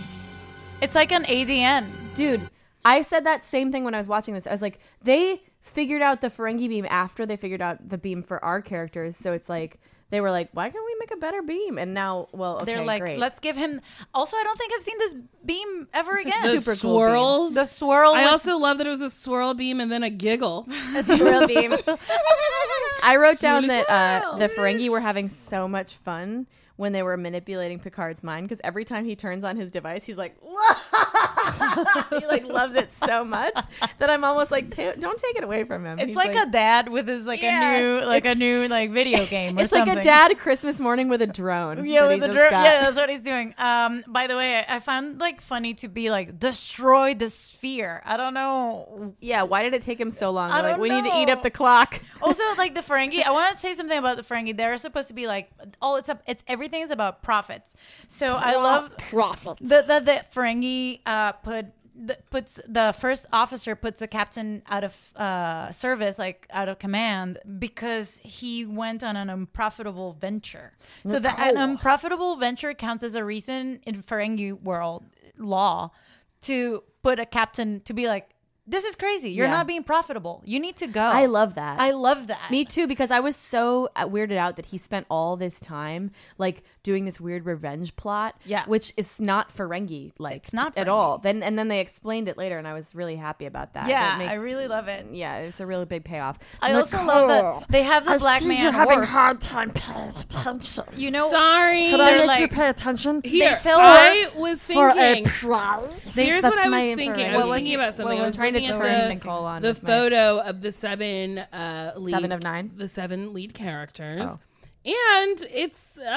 [SPEAKER 2] It's like an ADN.
[SPEAKER 10] Dude, I said that same thing when I was watching this. I was like, they figured out the Ferengi beam after they figured out the beam for our characters. So it's like, they were like, why can't we make a better beam? And now, well, okay,
[SPEAKER 2] They're like,
[SPEAKER 10] great. [LAUGHS]
[SPEAKER 2] let's give him. Also, I don't think I've seen this beam ever again.
[SPEAKER 5] the swirls,
[SPEAKER 2] The swirl.
[SPEAKER 5] I
[SPEAKER 2] with-
[SPEAKER 5] also love that it was a swirl beam and then a giggle.
[SPEAKER 10] A
[SPEAKER 2] [LAUGHS]
[SPEAKER 10] swirl beam. I wrote down
[SPEAKER 5] Soon as
[SPEAKER 10] that uh, the Ferengi were having so much fun when they were manipulating Picard's mind because every time he turns on his device, he's like, [LAUGHS] he like loves it so much that I'm almost like, "Ta- don't take it away from him.
[SPEAKER 2] It's
[SPEAKER 10] He's
[SPEAKER 2] like, a dad with his like
[SPEAKER 10] Yeah.
[SPEAKER 2] a new like a
[SPEAKER 10] It's-
[SPEAKER 2] new like video [LAUGHS] game or
[SPEAKER 10] it's
[SPEAKER 2] something.
[SPEAKER 10] like a dad Christmas morning with a drone.
[SPEAKER 2] Yeah,
[SPEAKER 10] that
[SPEAKER 2] with
[SPEAKER 10] he
[SPEAKER 2] the
[SPEAKER 10] just
[SPEAKER 2] drone.
[SPEAKER 10] got.
[SPEAKER 2] Yeah, that's what he's doing. Um, by the way, I, I found like funny to be like destroy the sphere. I don't know.
[SPEAKER 10] Yeah, why did it take him so long?
[SPEAKER 2] I
[SPEAKER 10] They're like,
[SPEAKER 2] don't
[SPEAKER 10] we need to eat
[SPEAKER 2] know.
[SPEAKER 10] up the clock.
[SPEAKER 2] Also, like the Ferengi, I want to say something about the Ferengi. They're supposed to be like all it's up. It's everything is about profits. So I love
[SPEAKER 10] profits.
[SPEAKER 2] The the, the Ferengi uh, put. The, puts the first officer puts the captain out of uh, service, like out of command, because he went on an unprofitable venture. So the an
[SPEAKER 10] Cool.
[SPEAKER 2] unprofitable venture counts as a reason in Ferengi world law to put a captain to be like, "This is crazy. You're
[SPEAKER 10] Yeah.
[SPEAKER 2] not being profitable. You need to go."
[SPEAKER 10] I love that.
[SPEAKER 2] I love that.
[SPEAKER 10] Me too, because I was so uh, weirded out that he spent all this time like doing this weird revenge plot,
[SPEAKER 2] Yeah.
[SPEAKER 10] which is not Ferengi like
[SPEAKER 2] It's not
[SPEAKER 10] at all. Then and then they explained it later, and I was really happy about that.
[SPEAKER 2] yeah,
[SPEAKER 10] That makes-
[SPEAKER 2] I Uh, really love it.
[SPEAKER 10] yeah, it's a really big payoff.
[SPEAKER 2] I
[SPEAKER 10] I'm like,
[SPEAKER 2] also love
[SPEAKER 10] "Oh,
[SPEAKER 2] that they have the
[SPEAKER 10] I
[SPEAKER 2] black
[SPEAKER 10] see
[SPEAKER 2] man.
[SPEAKER 10] You're having
[SPEAKER 2] Worf.
[SPEAKER 10] hard time paying attention.
[SPEAKER 2] You know,
[SPEAKER 5] Sorry.
[SPEAKER 10] Could I
[SPEAKER 5] They're
[SPEAKER 10] make you
[SPEAKER 5] like-
[SPEAKER 10] pay attention?
[SPEAKER 5] Here,
[SPEAKER 10] They sell
[SPEAKER 5] I
[SPEAKER 10] Worf
[SPEAKER 5] was
[SPEAKER 10] for a
[SPEAKER 5] thinking.
[SPEAKER 10] price.
[SPEAKER 5] Here's
[SPEAKER 10] That's
[SPEAKER 5] what I
[SPEAKER 10] my
[SPEAKER 5] was thinking. I
[SPEAKER 10] Ferengi.
[SPEAKER 5] was thinking about something. I was
[SPEAKER 10] trying
[SPEAKER 5] looking
[SPEAKER 10] to
[SPEAKER 5] at
[SPEAKER 10] turn
[SPEAKER 5] the-
[SPEAKER 10] Nicole on
[SPEAKER 5] the
[SPEAKER 10] with my-
[SPEAKER 5] photo of the seven uh, lead,
[SPEAKER 10] Seven of nine?
[SPEAKER 5] the seven lead characters,
[SPEAKER 10] Oh.
[SPEAKER 5] and it's uh,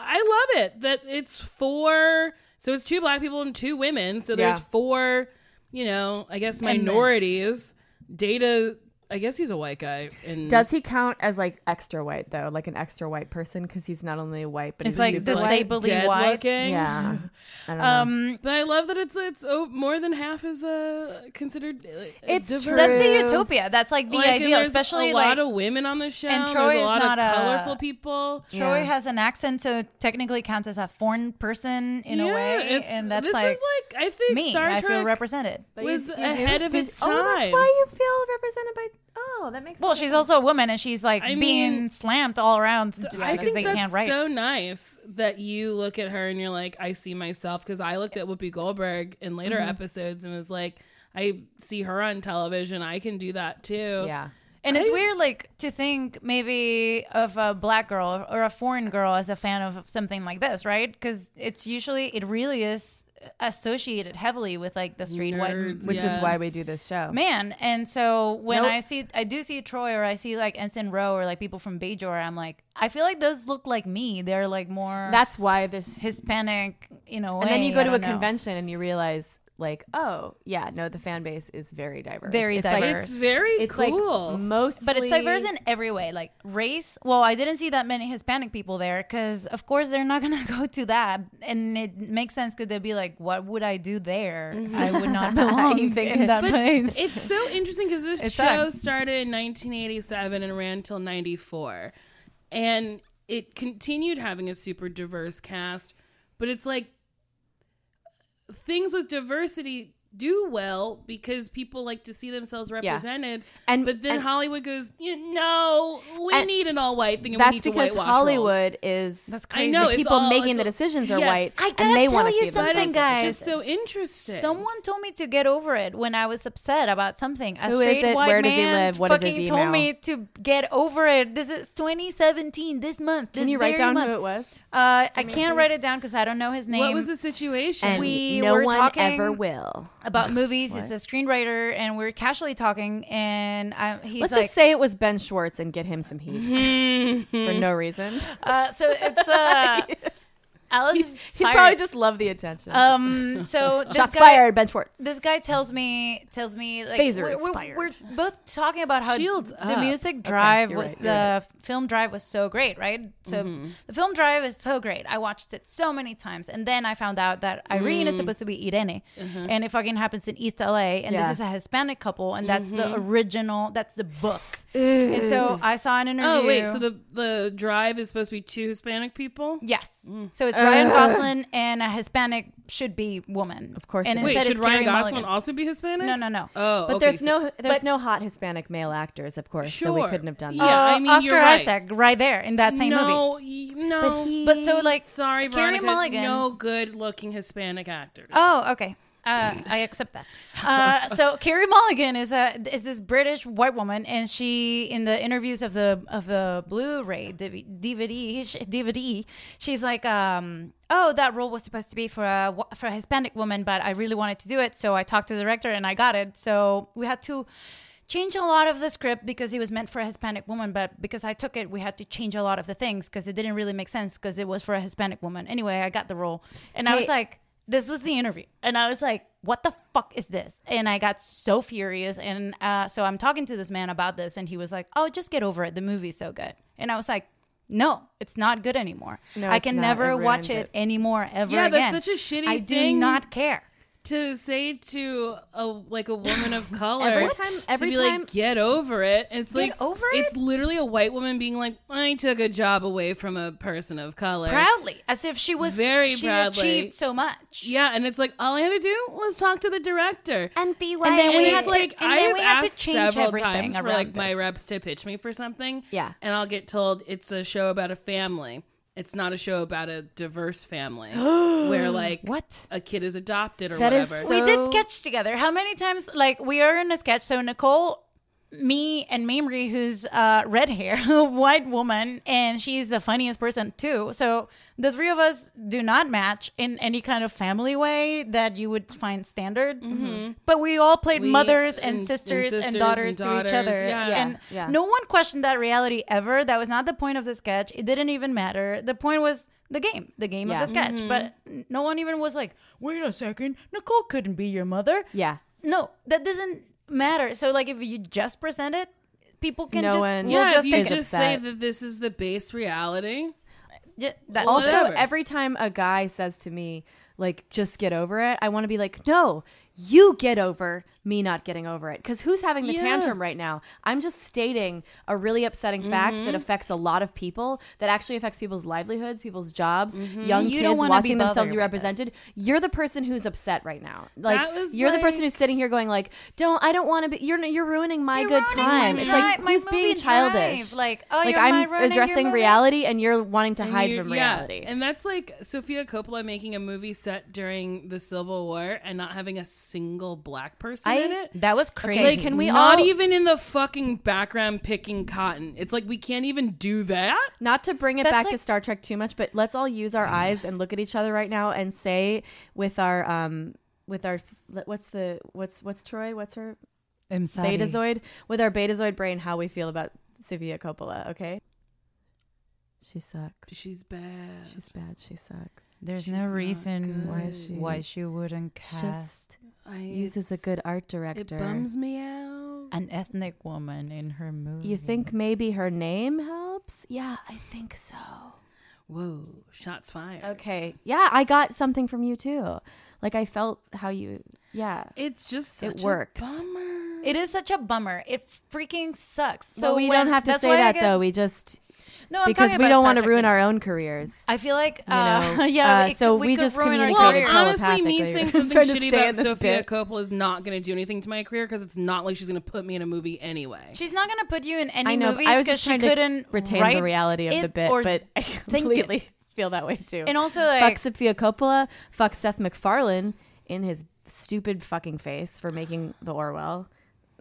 [SPEAKER 5] I love it that it's four. So it's two black people and two women. So there's
[SPEAKER 10] Yeah.
[SPEAKER 5] four, you know, I guess
[SPEAKER 10] And then-
[SPEAKER 5] minorities. Data I guess he's a white guy. And
[SPEAKER 1] Does he count as like extra white though, like an extra white person? Because he's not only white, but
[SPEAKER 5] It's
[SPEAKER 1] he's
[SPEAKER 5] like
[SPEAKER 1] super
[SPEAKER 5] disabledly Dead white. looking.
[SPEAKER 1] Yeah, [LAUGHS] I don't know.
[SPEAKER 5] Um, but I love that it's it's oh, more than half is uh, considered. Uh,
[SPEAKER 2] It's
[SPEAKER 5] diverse.
[SPEAKER 2] true. That's the utopia. That's, like, the
[SPEAKER 5] and
[SPEAKER 2] ideal,
[SPEAKER 5] there's
[SPEAKER 2] especially,
[SPEAKER 5] a
[SPEAKER 2] like-
[SPEAKER 5] lot of women on the show.
[SPEAKER 2] and
[SPEAKER 5] And
[SPEAKER 2] Troy
[SPEAKER 5] there's
[SPEAKER 2] is
[SPEAKER 5] a lot
[SPEAKER 2] not a-
[SPEAKER 5] of colorful people.
[SPEAKER 2] Troy has an accent, so technically counts as a foreign person in a
[SPEAKER 5] Yeah,
[SPEAKER 2] way,
[SPEAKER 5] it's-
[SPEAKER 2] and that's
[SPEAKER 5] this
[SPEAKER 2] like,
[SPEAKER 5] is like I think
[SPEAKER 2] me.
[SPEAKER 5] Star
[SPEAKER 2] I feel
[SPEAKER 5] Trek
[SPEAKER 2] represented.
[SPEAKER 5] was ahead of its time.
[SPEAKER 1] Oh, that's why you feel represented by. Oh, that makes.
[SPEAKER 2] Well, she's also a woman, and she's like
[SPEAKER 5] I
[SPEAKER 2] being
[SPEAKER 5] mean,
[SPEAKER 2] slammed all around just
[SPEAKER 5] I
[SPEAKER 2] because
[SPEAKER 5] think
[SPEAKER 2] they
[SPEAKER 5] that's
[SPEAKER 2] can't write.
[SPEAKER 5] so nice that you look at her and you're like, I see myself because I looked at Whoopi Goldberg in later
[SPEAKER 2] Mhm.
[SPEAKER 5] episodes and was like, I see her on television. I can do that too.
[SPEAKER 2] Yeah. And it's
[SPEAKER 5] I-
[SPEAKER 2] weird, like, to think maybe of a black girl or a foreign girl as a fan of something like this, right? Because it's usually, it really is associated heavily with like the street white,
[SPEAKER 1] which is why we do this show.
[SPEAKER 2] man. And so when
[SPEAKER 1] Nope.
[SPEAKER 2] I see, I do see Troy or I see like Ensign Rowe or like people from Bajor, I'm like, I feel like those look like me. They're like more.
[SPEAKER 1] That's why this
[SPEAKER 2] Hispanic, you know.
[SPEAKER 1] and then you go to a convention and you realize, like, oh yeah, no, the fan base is very diverse.
[SPEAKER 2] Very
[SPEAKER 1] It's like-
[SPEAKER 2] diverse. It's very
[SPEAKER 1] like
[SPEAKER 2] cool.
[SPEAKER 1] mostly,
[SPEAKER 2] But it's diverse in every way, like race. Well, I didn't see that many Hispanic people there because, of course, they're not [LAUGHS] gonna go to that, and it makes sense because they'd be like, "What would I do there? I
[SPEAKER 1] [LAUGHS]
[SPEAKER 2] would not belong
[SPEAKER 1] You think
[SPEAKER 2] in that
[SPEAKER 5] But
[SPEAKER 2] place."
[SPEAKER 5] It's so interesting because this
[SPEAKER 2] It
[SPEAKER 5] show
[SPEAKER 2] sucks.
[SPEAKER 5] started in 1987 and ran till 94. And it continued having a super diverse cast, but it's like things with diversity do well because people like to see themselves represented.
[SPEAKER 1] And-
[SPEAKER 5] but then
[SPEAKER 1] and-
[SPEAKER 5] Hollywood goes, you know, we
[SPEAKER 1] And
[SPEAKER 5] need an all white thing and we
[SPEAKER 1] That's
[SPEAKER 5] need to
[SPEAKER 1] because
[SPEAKER 5] whitewash roles."
[SPEAKER 1] Hollywood is. That's
[SPEAKER 5] I know
[SPEAKER 1] The
[SPEAKER 5] it's
[SPEAKER 1] people
[SPEAKER 5] all-
[SPEAKER 1] making
[SPEAKER 5] it's
[SPEAKER 1] the
[SPEAKER 5] all-
[SPEAKER 1] decisions are
[SPEAKER 5] Yes.
[SPEAKER 1] white, and they want to see
[SPEAKER 5] But
[SPEAKER 1] themselves
[SPEAKER 5] it's
[SPEAKER 1] represented.
[SPEAKER 5] Just so interesting.
[SPEAKER 2] Someone told me to get over it when I was upset about something. A
[SPEAKER 1] Who is
[SPEAKER 2] straight
[SPEAKER 1] it?
[SPEAKER 2] white
[SPEAKER 1] Where does he
[SPEAKER 2] man
[SPEAKER 1] live? What is his
[SPEAKER 2] fucking told
[SPEAKER 1] email?
[SPEAKER 2] me to get over it. This is 2017. This month.
[SPEAKER 1] Can
[SPEAKER 2] this
[SPEAKER 1] you write
[SPEAKER 2] very
[SPEAKER 1] down who
[SPEAKER 2] month.
[SPEAKER 1] it was?
[SPEAKER 2] Uh,
[SPEAKER 1] me,
[SPEAKER 2] I can't
[SPEAKER 1] please?
[SPEAKER 2] write it down because I don't know his name.
[SPEAKER 5] What was the situation?
[SPEAKER 1] And
[SPEAKER 2] we
[SPEAKER 1] no
[SPEAKER 2] were
[SPEAKER 1] one
[SPEAKER 2] talking
[SPEAKER 1] ever will.
[SPEAKER 2] about movies.
[SPEAKER 1] What?
[SPEAKER 2] He's a screenwriter, and we are casually talking, and I, he's
[SPEAKER 1] Let's
[SPEAKER 2] like,
[SPEAKER 1] just say it was Ben Schwartz and get him some
[SPEAKER 2] [LAUGHS]
[SPEAKER 1] heat for no reason. [LAUGHS]
[SPEAKER 2] uh, so it's uh, Alice. is
[SPEAKER 1] He
[SPEAKER 2] fired.
[SPEAKER 1] probably just loved the attention.
[SPEAKER 2] Um. So
[SPEAKER 1] [LAUGHS]
[SPEAKER 2] this
[SPEAKER 1] shots
[SPEAKER 2] guy-
[SPEAKER 1] fired, Ben Schwartz.
[SPEAKER 2] This guy tells me tells me like
[SPEAKER 1] Phaser
[SPEAKER 2] we're,
[SPEAKER 1] is
[SPEAKER 2] we're-
[SPEAKER 1] fired.
[SPEAKER 2] we're both talking about how
[SPEAKER 1] Shields
[SPEAKER 2] the
[SPEAKER 1] up.
[SPEAKER 2] music
[SPEAKER 1] Okay,
[SPEAKER 2] drive
[SPEAKER 1] you're
[SPEAKER 2] was
[SPEAKER 1] right,
[SPEAKER 2] the
[SPEAKER 1] you're right.
[SPEAKER 2] film drive was so great, right? So
[SPEAKER 1] Mhm.
[SPEAKER 2] the film drive is so great. I watched it so many times, and then I found out that Irene is
[SPEAKER 1] Mm.
[SPEAKER 2] supposed to be Irene,
[SPEAKER 1] Mhm.
[SPEAKER 2] and it fucking happens in East LA, and
[SPEAKER 1] Yeah. Mm-hmm.
[SPEAKER 2] this is a Hispanic couple, and that's the
[SPEAKER 5] Mhm.
[SPEAKER 2] original. That's the book. And so I saw an interview.
[SPEAKER 5] Oh wait, so the the drive is supposed to be two Hispanic people?
[SPEAKER 2] Yes.
[SPEAKER 1] Mm.
[SPEAKER 2] So it's Ryan Gosling and a Hispanic should be woman, of course. And
[SPEAKER 5] Wait,
[SPEAKER 2] instead
[SPEAKER 5] should
[SPEAKER 2] it's
[SPEAKER 5] Ryan
[SPEAKER 2] Carey
[SPEAKER 5] Gosling
[SPEAKER 2] Mulligan.
[SPEAKER 5] also be Hispanic?
[SPEAKER 2] No, no, no.
[SPEAKER 5] Oh,
[SPEAKER 1] But
[SPEAKER 5] okay,
[SPEAKER 1] there's
[SPEAKER 5] so-
[SPEAKER 1] no there's no hot Hispanic male actors, of course, so we
[SPEAKER 2] Sure.
[SPEAKER 1] couldn't have done that.
[SPEAKER 2] Yeah, I mean, Uh, Oscar
[SPEAKER 5] you're right.
[SPEAKER 2] Isaac right there in that same
[SPEAKER 5] no,
[SPEAKER 2] movie.
[SPEAKER 5] y- no.
[SPEAKER 2] But he- But so, like,
[SPEAKER 5] sorry,
[SPEAKER 2] Carey
[SPEAKER 5] Veronica,
[SPEAKER 2] Mulligan-
[SPEAKER 5] no good-looking Hispanic actors.
[SPEAKER 2] Oh, okay. Uh, I accept that. Uh, so Carrie Mulligan is a is this British white woman, and she in the interviews of the of the Blu-ray div- DVD sh- DVD, she's like, um, "Oh, that role was supposed to be for a wh- for a Hispanic woman, but I really wanted to do it, so I talked to the director and I got it. So we had to." Change a lot of the script because it was meant for a Hispanic woman, but because I took it, we had to change a lot of the things because it didn't really make sense because it was for a Hispanic woman. Anyway, I got the role, and I
[SPEAKER 1] Hey-
[SPEAKER 2] was like, this was the interview and i was like what the fuck is this and i got so furious and uh, so i'm talking to this man about this and he was like oh just get over it the movie's so good and i was like no it's not good anymore
[SPEAKER 1] No,
[SPEAKER 2] i
[SPEAKER 1] it's
[SPEAKER 2] can
[SPEAKER 1] not.
[SPEAKER 2] never
[SPEAKER 1] I
[SPEAKER 2] watch
[SPEAKER 1] ruined
[SPEAKER 2] it, anymore ever
[SPEAKER 5] yeah,
[SPEAKER 2] again
[SPEAKER 5] that's such a shitty.
[SPEAKER 2] i do
[SPEAKER 5] thing
[SPEAKER 2] not care
[SPEAKER 5] to say to a like a
[SPEAKER 2] [SIGHS]
[SPEAKER 5] woman of color.
[SPEAKER 1] Every time-
[SPEAKER 5] to
[SPEAKER 1] every
[SPEAKER 5] be
[SPEAKER 1] time-
[SPEAKER 5] like, get over it. It's
[SPEAKER 2] Get
[SPEAKER 5] like
[SPEAKER 2] over
[SPEAKER 5] It's literally a white woman being like, I took a job away from a person of color
[SPEAKER 2] proudly as if she was
[SPEAKER 5] very
[SPEAKER 2] she
[SPEAKER 5] proudly
[SPEAKER 2] achieved so much
[SPEAKER 5] Yeah, and it's like all I had to do was talk to the director
[SPEAKER 2] and be white. And then we had to-
[SPEAKER 5] like
[SPEAKER 2] and
[SPEAKER 5] I
[SPEAKER 2] then
[SPEAKER 5] have
[SPEAKER 2] we had to
[SPEAKER 5] asked
[SPEAKER 2] change
[SPEAKER 5] several
[SPEAKER 2] everything
[SPEAKER 5] times for
[SPEAKER 2] around
[SPEAKER 5] like my reps to pitch me for something.
[SPEAKER 1] Yeah.
[SPEAKER 5] and I'll get told it's a show about a family. It's not a show about a
[SPEAKER 2] [GASPS]
[SPEAKER 5] diverse family where like
[SPEAKER 2] what
[SPEAKER 5] a kid is adopted or
[SPEAKER 2] That is
[SPEAKER 5] whatever.
[SPEAKER 2] we did sketch together. How many times? Like we are in a sketch. So Nicole, me, and Mamrie, who's uh, red hair, [LAUGHS] white woman, and she's the funniest person too. So the three of us do not match in any kind of family way that you would find standard.
[SPEAKER 5] Mhm.
[SPEAKER 2] Mm-hmm. But we all played
[SPEAKER 5] We-
[SPEAKER 2] mothers and,
[SPEAKER 5] and- and
[SPEAKER 2] sisters and,
[SPEAKER 5] sisters and
[SPEAKER 2] daughters, to each
[SPEAKER 5] daughters,
[SPEAKER 2] other,
[SPEAKER 5] yeah. Yeah,
[SPEAKER 2] and
[SPEAKER 5] yeah.
[SPEAKER 2] no one questioned that reality ever. That was not the point of the sketch. It didn't even matter. The point was. The game, the game
[SPEAKER 1] Yeah.
[SPEAKER 2] of the sketch,
[SPEAKER 1] Mhm.
[SPEAKER 10] Hmm.
[SPEAKER 2] but no one even was like, wait a second, Nicole couldn't be your mother.
[SPEAKER 1] Yeah.
[SPEAKER 2] No, that doesn't matter. So, like, if you just present it, people can
[SPEAKER 10] No
[SPEAKER 2] just
[SPEAKER 10] one-
[SPEAKER 2] we'll
[SPEAKER 5] yeah,
[SPEAKER 2] just
[SPEAKER 5] if you
[SPEAKER 2] think-
[SPEAKER 5] just say that this is the base reality.
[SPEAKER 2] Yeah,
[SPEAKER 10] also, every time a guy says to me, like, just get over it, I want to be like, no, you get over me not getting over it. Because who's having the
[SPEAKER 5] Yeah.
[SPEAKER 10] tantrum right now? I'm just stating a really upsetting fact
[SPEAKER 2] Mm-hmm.
[SPEAKER 10] that
[SPEAKER 5] Mhm.
[SPEAKER 10] affects a lot of people, that actually affects people's livelihoods, people's jobs, young
[SPEAKER 2] Mm-hmm. You don't
[SPEAKER 10] kids
[SPEAKER 2] wanna be
[SPEAKER 10] watching
[SPEAKER 2] bothered
[SPEAKER 10] themselves be
[SPEAKER 2] with
[SPEAKER 10] represented. You're the person who's upset right now.
[SPEAKER 2] That
[SPEAKER 10] Like,
[SPEAKER 2] was
[SPEAKER 10] you're the person who's sitting here going, like, don't, I don't want to be, you're, you're ruining my good time. it's like,
[SPEAKER 2] drive- my
[SPEAKER 10] who's being
[SPEAKER 2] movie
[SPEAKER 10] childish?
[SPEAKER 2] drive. Like, oh,
[SPEAKER 10] like
[SPEAKER 2] you're my
[SPEAKER 10] I'm
[SPEAKER 2] ruining your
[SPEAKER 10] addressing
[SPEAKER 2] movie?
[SPEAKER 10] reality and you're wanting to
[SPEAKER 5] And
[SPEAKER 10] hide
[SPEAKER 5] you-
[SPEAKER 10] from
[SPEAKER 5] yeah.
[SPEAKER 10] reality.
[SPEAKER 5] And that's like Sophia Coppola making a movie set during the Civil War and not having a single black person
[SPEAKER 10] I-
[SPEAKER 5] in it.
[SPEAKER 2] That was
[SPEAKER 5] Okay,
[SPEAKER 2] crazy.
[SPEAKER 5] like, can we not even in the fucking background picking cotton? It's like we can't even do that.
[SPEAKER 10] Not to bring it
[SPEAKER 5] That's
[SPEAKER 10] back to
[SPEAKER 5] like-
[SPEAKER 10] Star Trek too much, but let's all use our eyes and look at each other right now and say with our um with our what's the what's what's Troy what's her
[SPEAKER 15] Imsadi.
[SPEAKER 10] betazoid with our betazoid brain how we feel about Sophia Coppola. Okay, she sucks.
[SPEAKER 5] She's bad.
[SPEAKER 10] She's bad. She sucks.
[SPEAKER 15] There's
[SPEAKER 10] She's
[SPEAKER 15] no
[SPEAKER 10] not
[SPEAKER 15] reason
[SPEAKER 10] good.
[SPEAKER 15] why she why she wouldn't
[SPEAKER 10] Just
[SPEAKER 15] cast
[SPEAKER 5] I-
[SPEAKER 10] uses a
[SPEAKER 15] it's-
[SPEAKER 10] good art director.
[SPEAKER 5] bums me out.
[SPEAKER 15] an ethnic woman in her movie.
[SPEAKER 10] You think maybe her name helps? Yeah, I think so.
[SPEAKER 5] Whoa, shots fired.
[SPEAKER 10] Okay. Yeah, I got something from you too. Like I felt how you. Yeah.
[SPEAKER 5] It's just
[SPEAKER 10] it works.
[SPEAKER 2] It is such a bummer. It freaking sucks.
[SPEAKER 10] So
[SPEAKER 2] So
[SPEAKER 10] we
[SPEAKER 2] when-
[SPEAKER 10] don't have to
[SPEAKER 2] that's
[SPEAKER 10] say
[SPEAKER 2] why I
[SPEAKER 10] that
[SPEAKER 2] get-
[SPEAKER 10] though. We just
[SPEAKER 2] No, I'm
[SPEAKER 10] because
[SPEAKER 2] talking
[SPEAKER 10] we
[SPEAKER 2] about
[SPEAKER 10] don't
[SPEAKER 2] Star
[SPEAKER 10] want to
[SPEAKER 2] Trek
[SPEAKER 10] ruin
[SPEAKER 2] in-
[SPEAKER 10] our own careers.
[SPEAKER 2] I feel like
[SPEAKER 10] You
[SPEAKER 2] uh, [LAUGHS]
[SPEAKER 10] know?
[SPEAKER 2] yeah.
[SPEAKER 10] Uh,
[SPEAKER 2] it
[SPEAKER 10] so
[SPEAKER 2] could-
[SPEAKER 10] we
[SPEAKER 2] could
[SPEAKER 10] just
[SPEAKER 2] ruin our
[SPEAKER 10] communicated
[SPEAKER 2] career.
[SPEAKER 5] Honestly,
[SPEAKER 10] [LAUGHS]
[SPEAKER 5] me saying something
[SPEAKER 10] trying to stay
[SPEAKER 5] shitty about
[SPEAKER 10] in this
[SPEAKER 5] Sophia
[SPEAKER 10] bit.
[SPEAKER 5] Coppola is not going to do anything to my career because it's not like she's going to put me in a movie anyway.
[SPEAKER 2] She's not gonna put you in any
[SPEAKER 10] I know.
[SPEAKER 2] movies
[SPEAKER 10] but I was
[SPEAKER 2] 'cause
[SPEAKER 10] just
[SPEAKER 2] she
[SPEAKER 10] trying
[SPEAKER 2] couldn't
[SPEAKER 10] to retain
[SPEAKER 2] write
[SPEAKER 10] the reality of
[SPEAKER 2] it
[SPEAKER 10] the bit,
[SPEAKER 2] or
[SPEAKER 10] but [LAUGHS] I
[SPEAKER 2] think
[SPEAKER 10] completely
[SPEAKER 2] it.
[SPEAKER 10] feel that way too.
[SPEAKER 2] And also,
[SPEAKER 10] fuck
[SPEAKER 2] like-
[SPEAKER 10] Sophia Coppola, fuck Seth MacFarlane in his stupid fucking face for making the Orwell.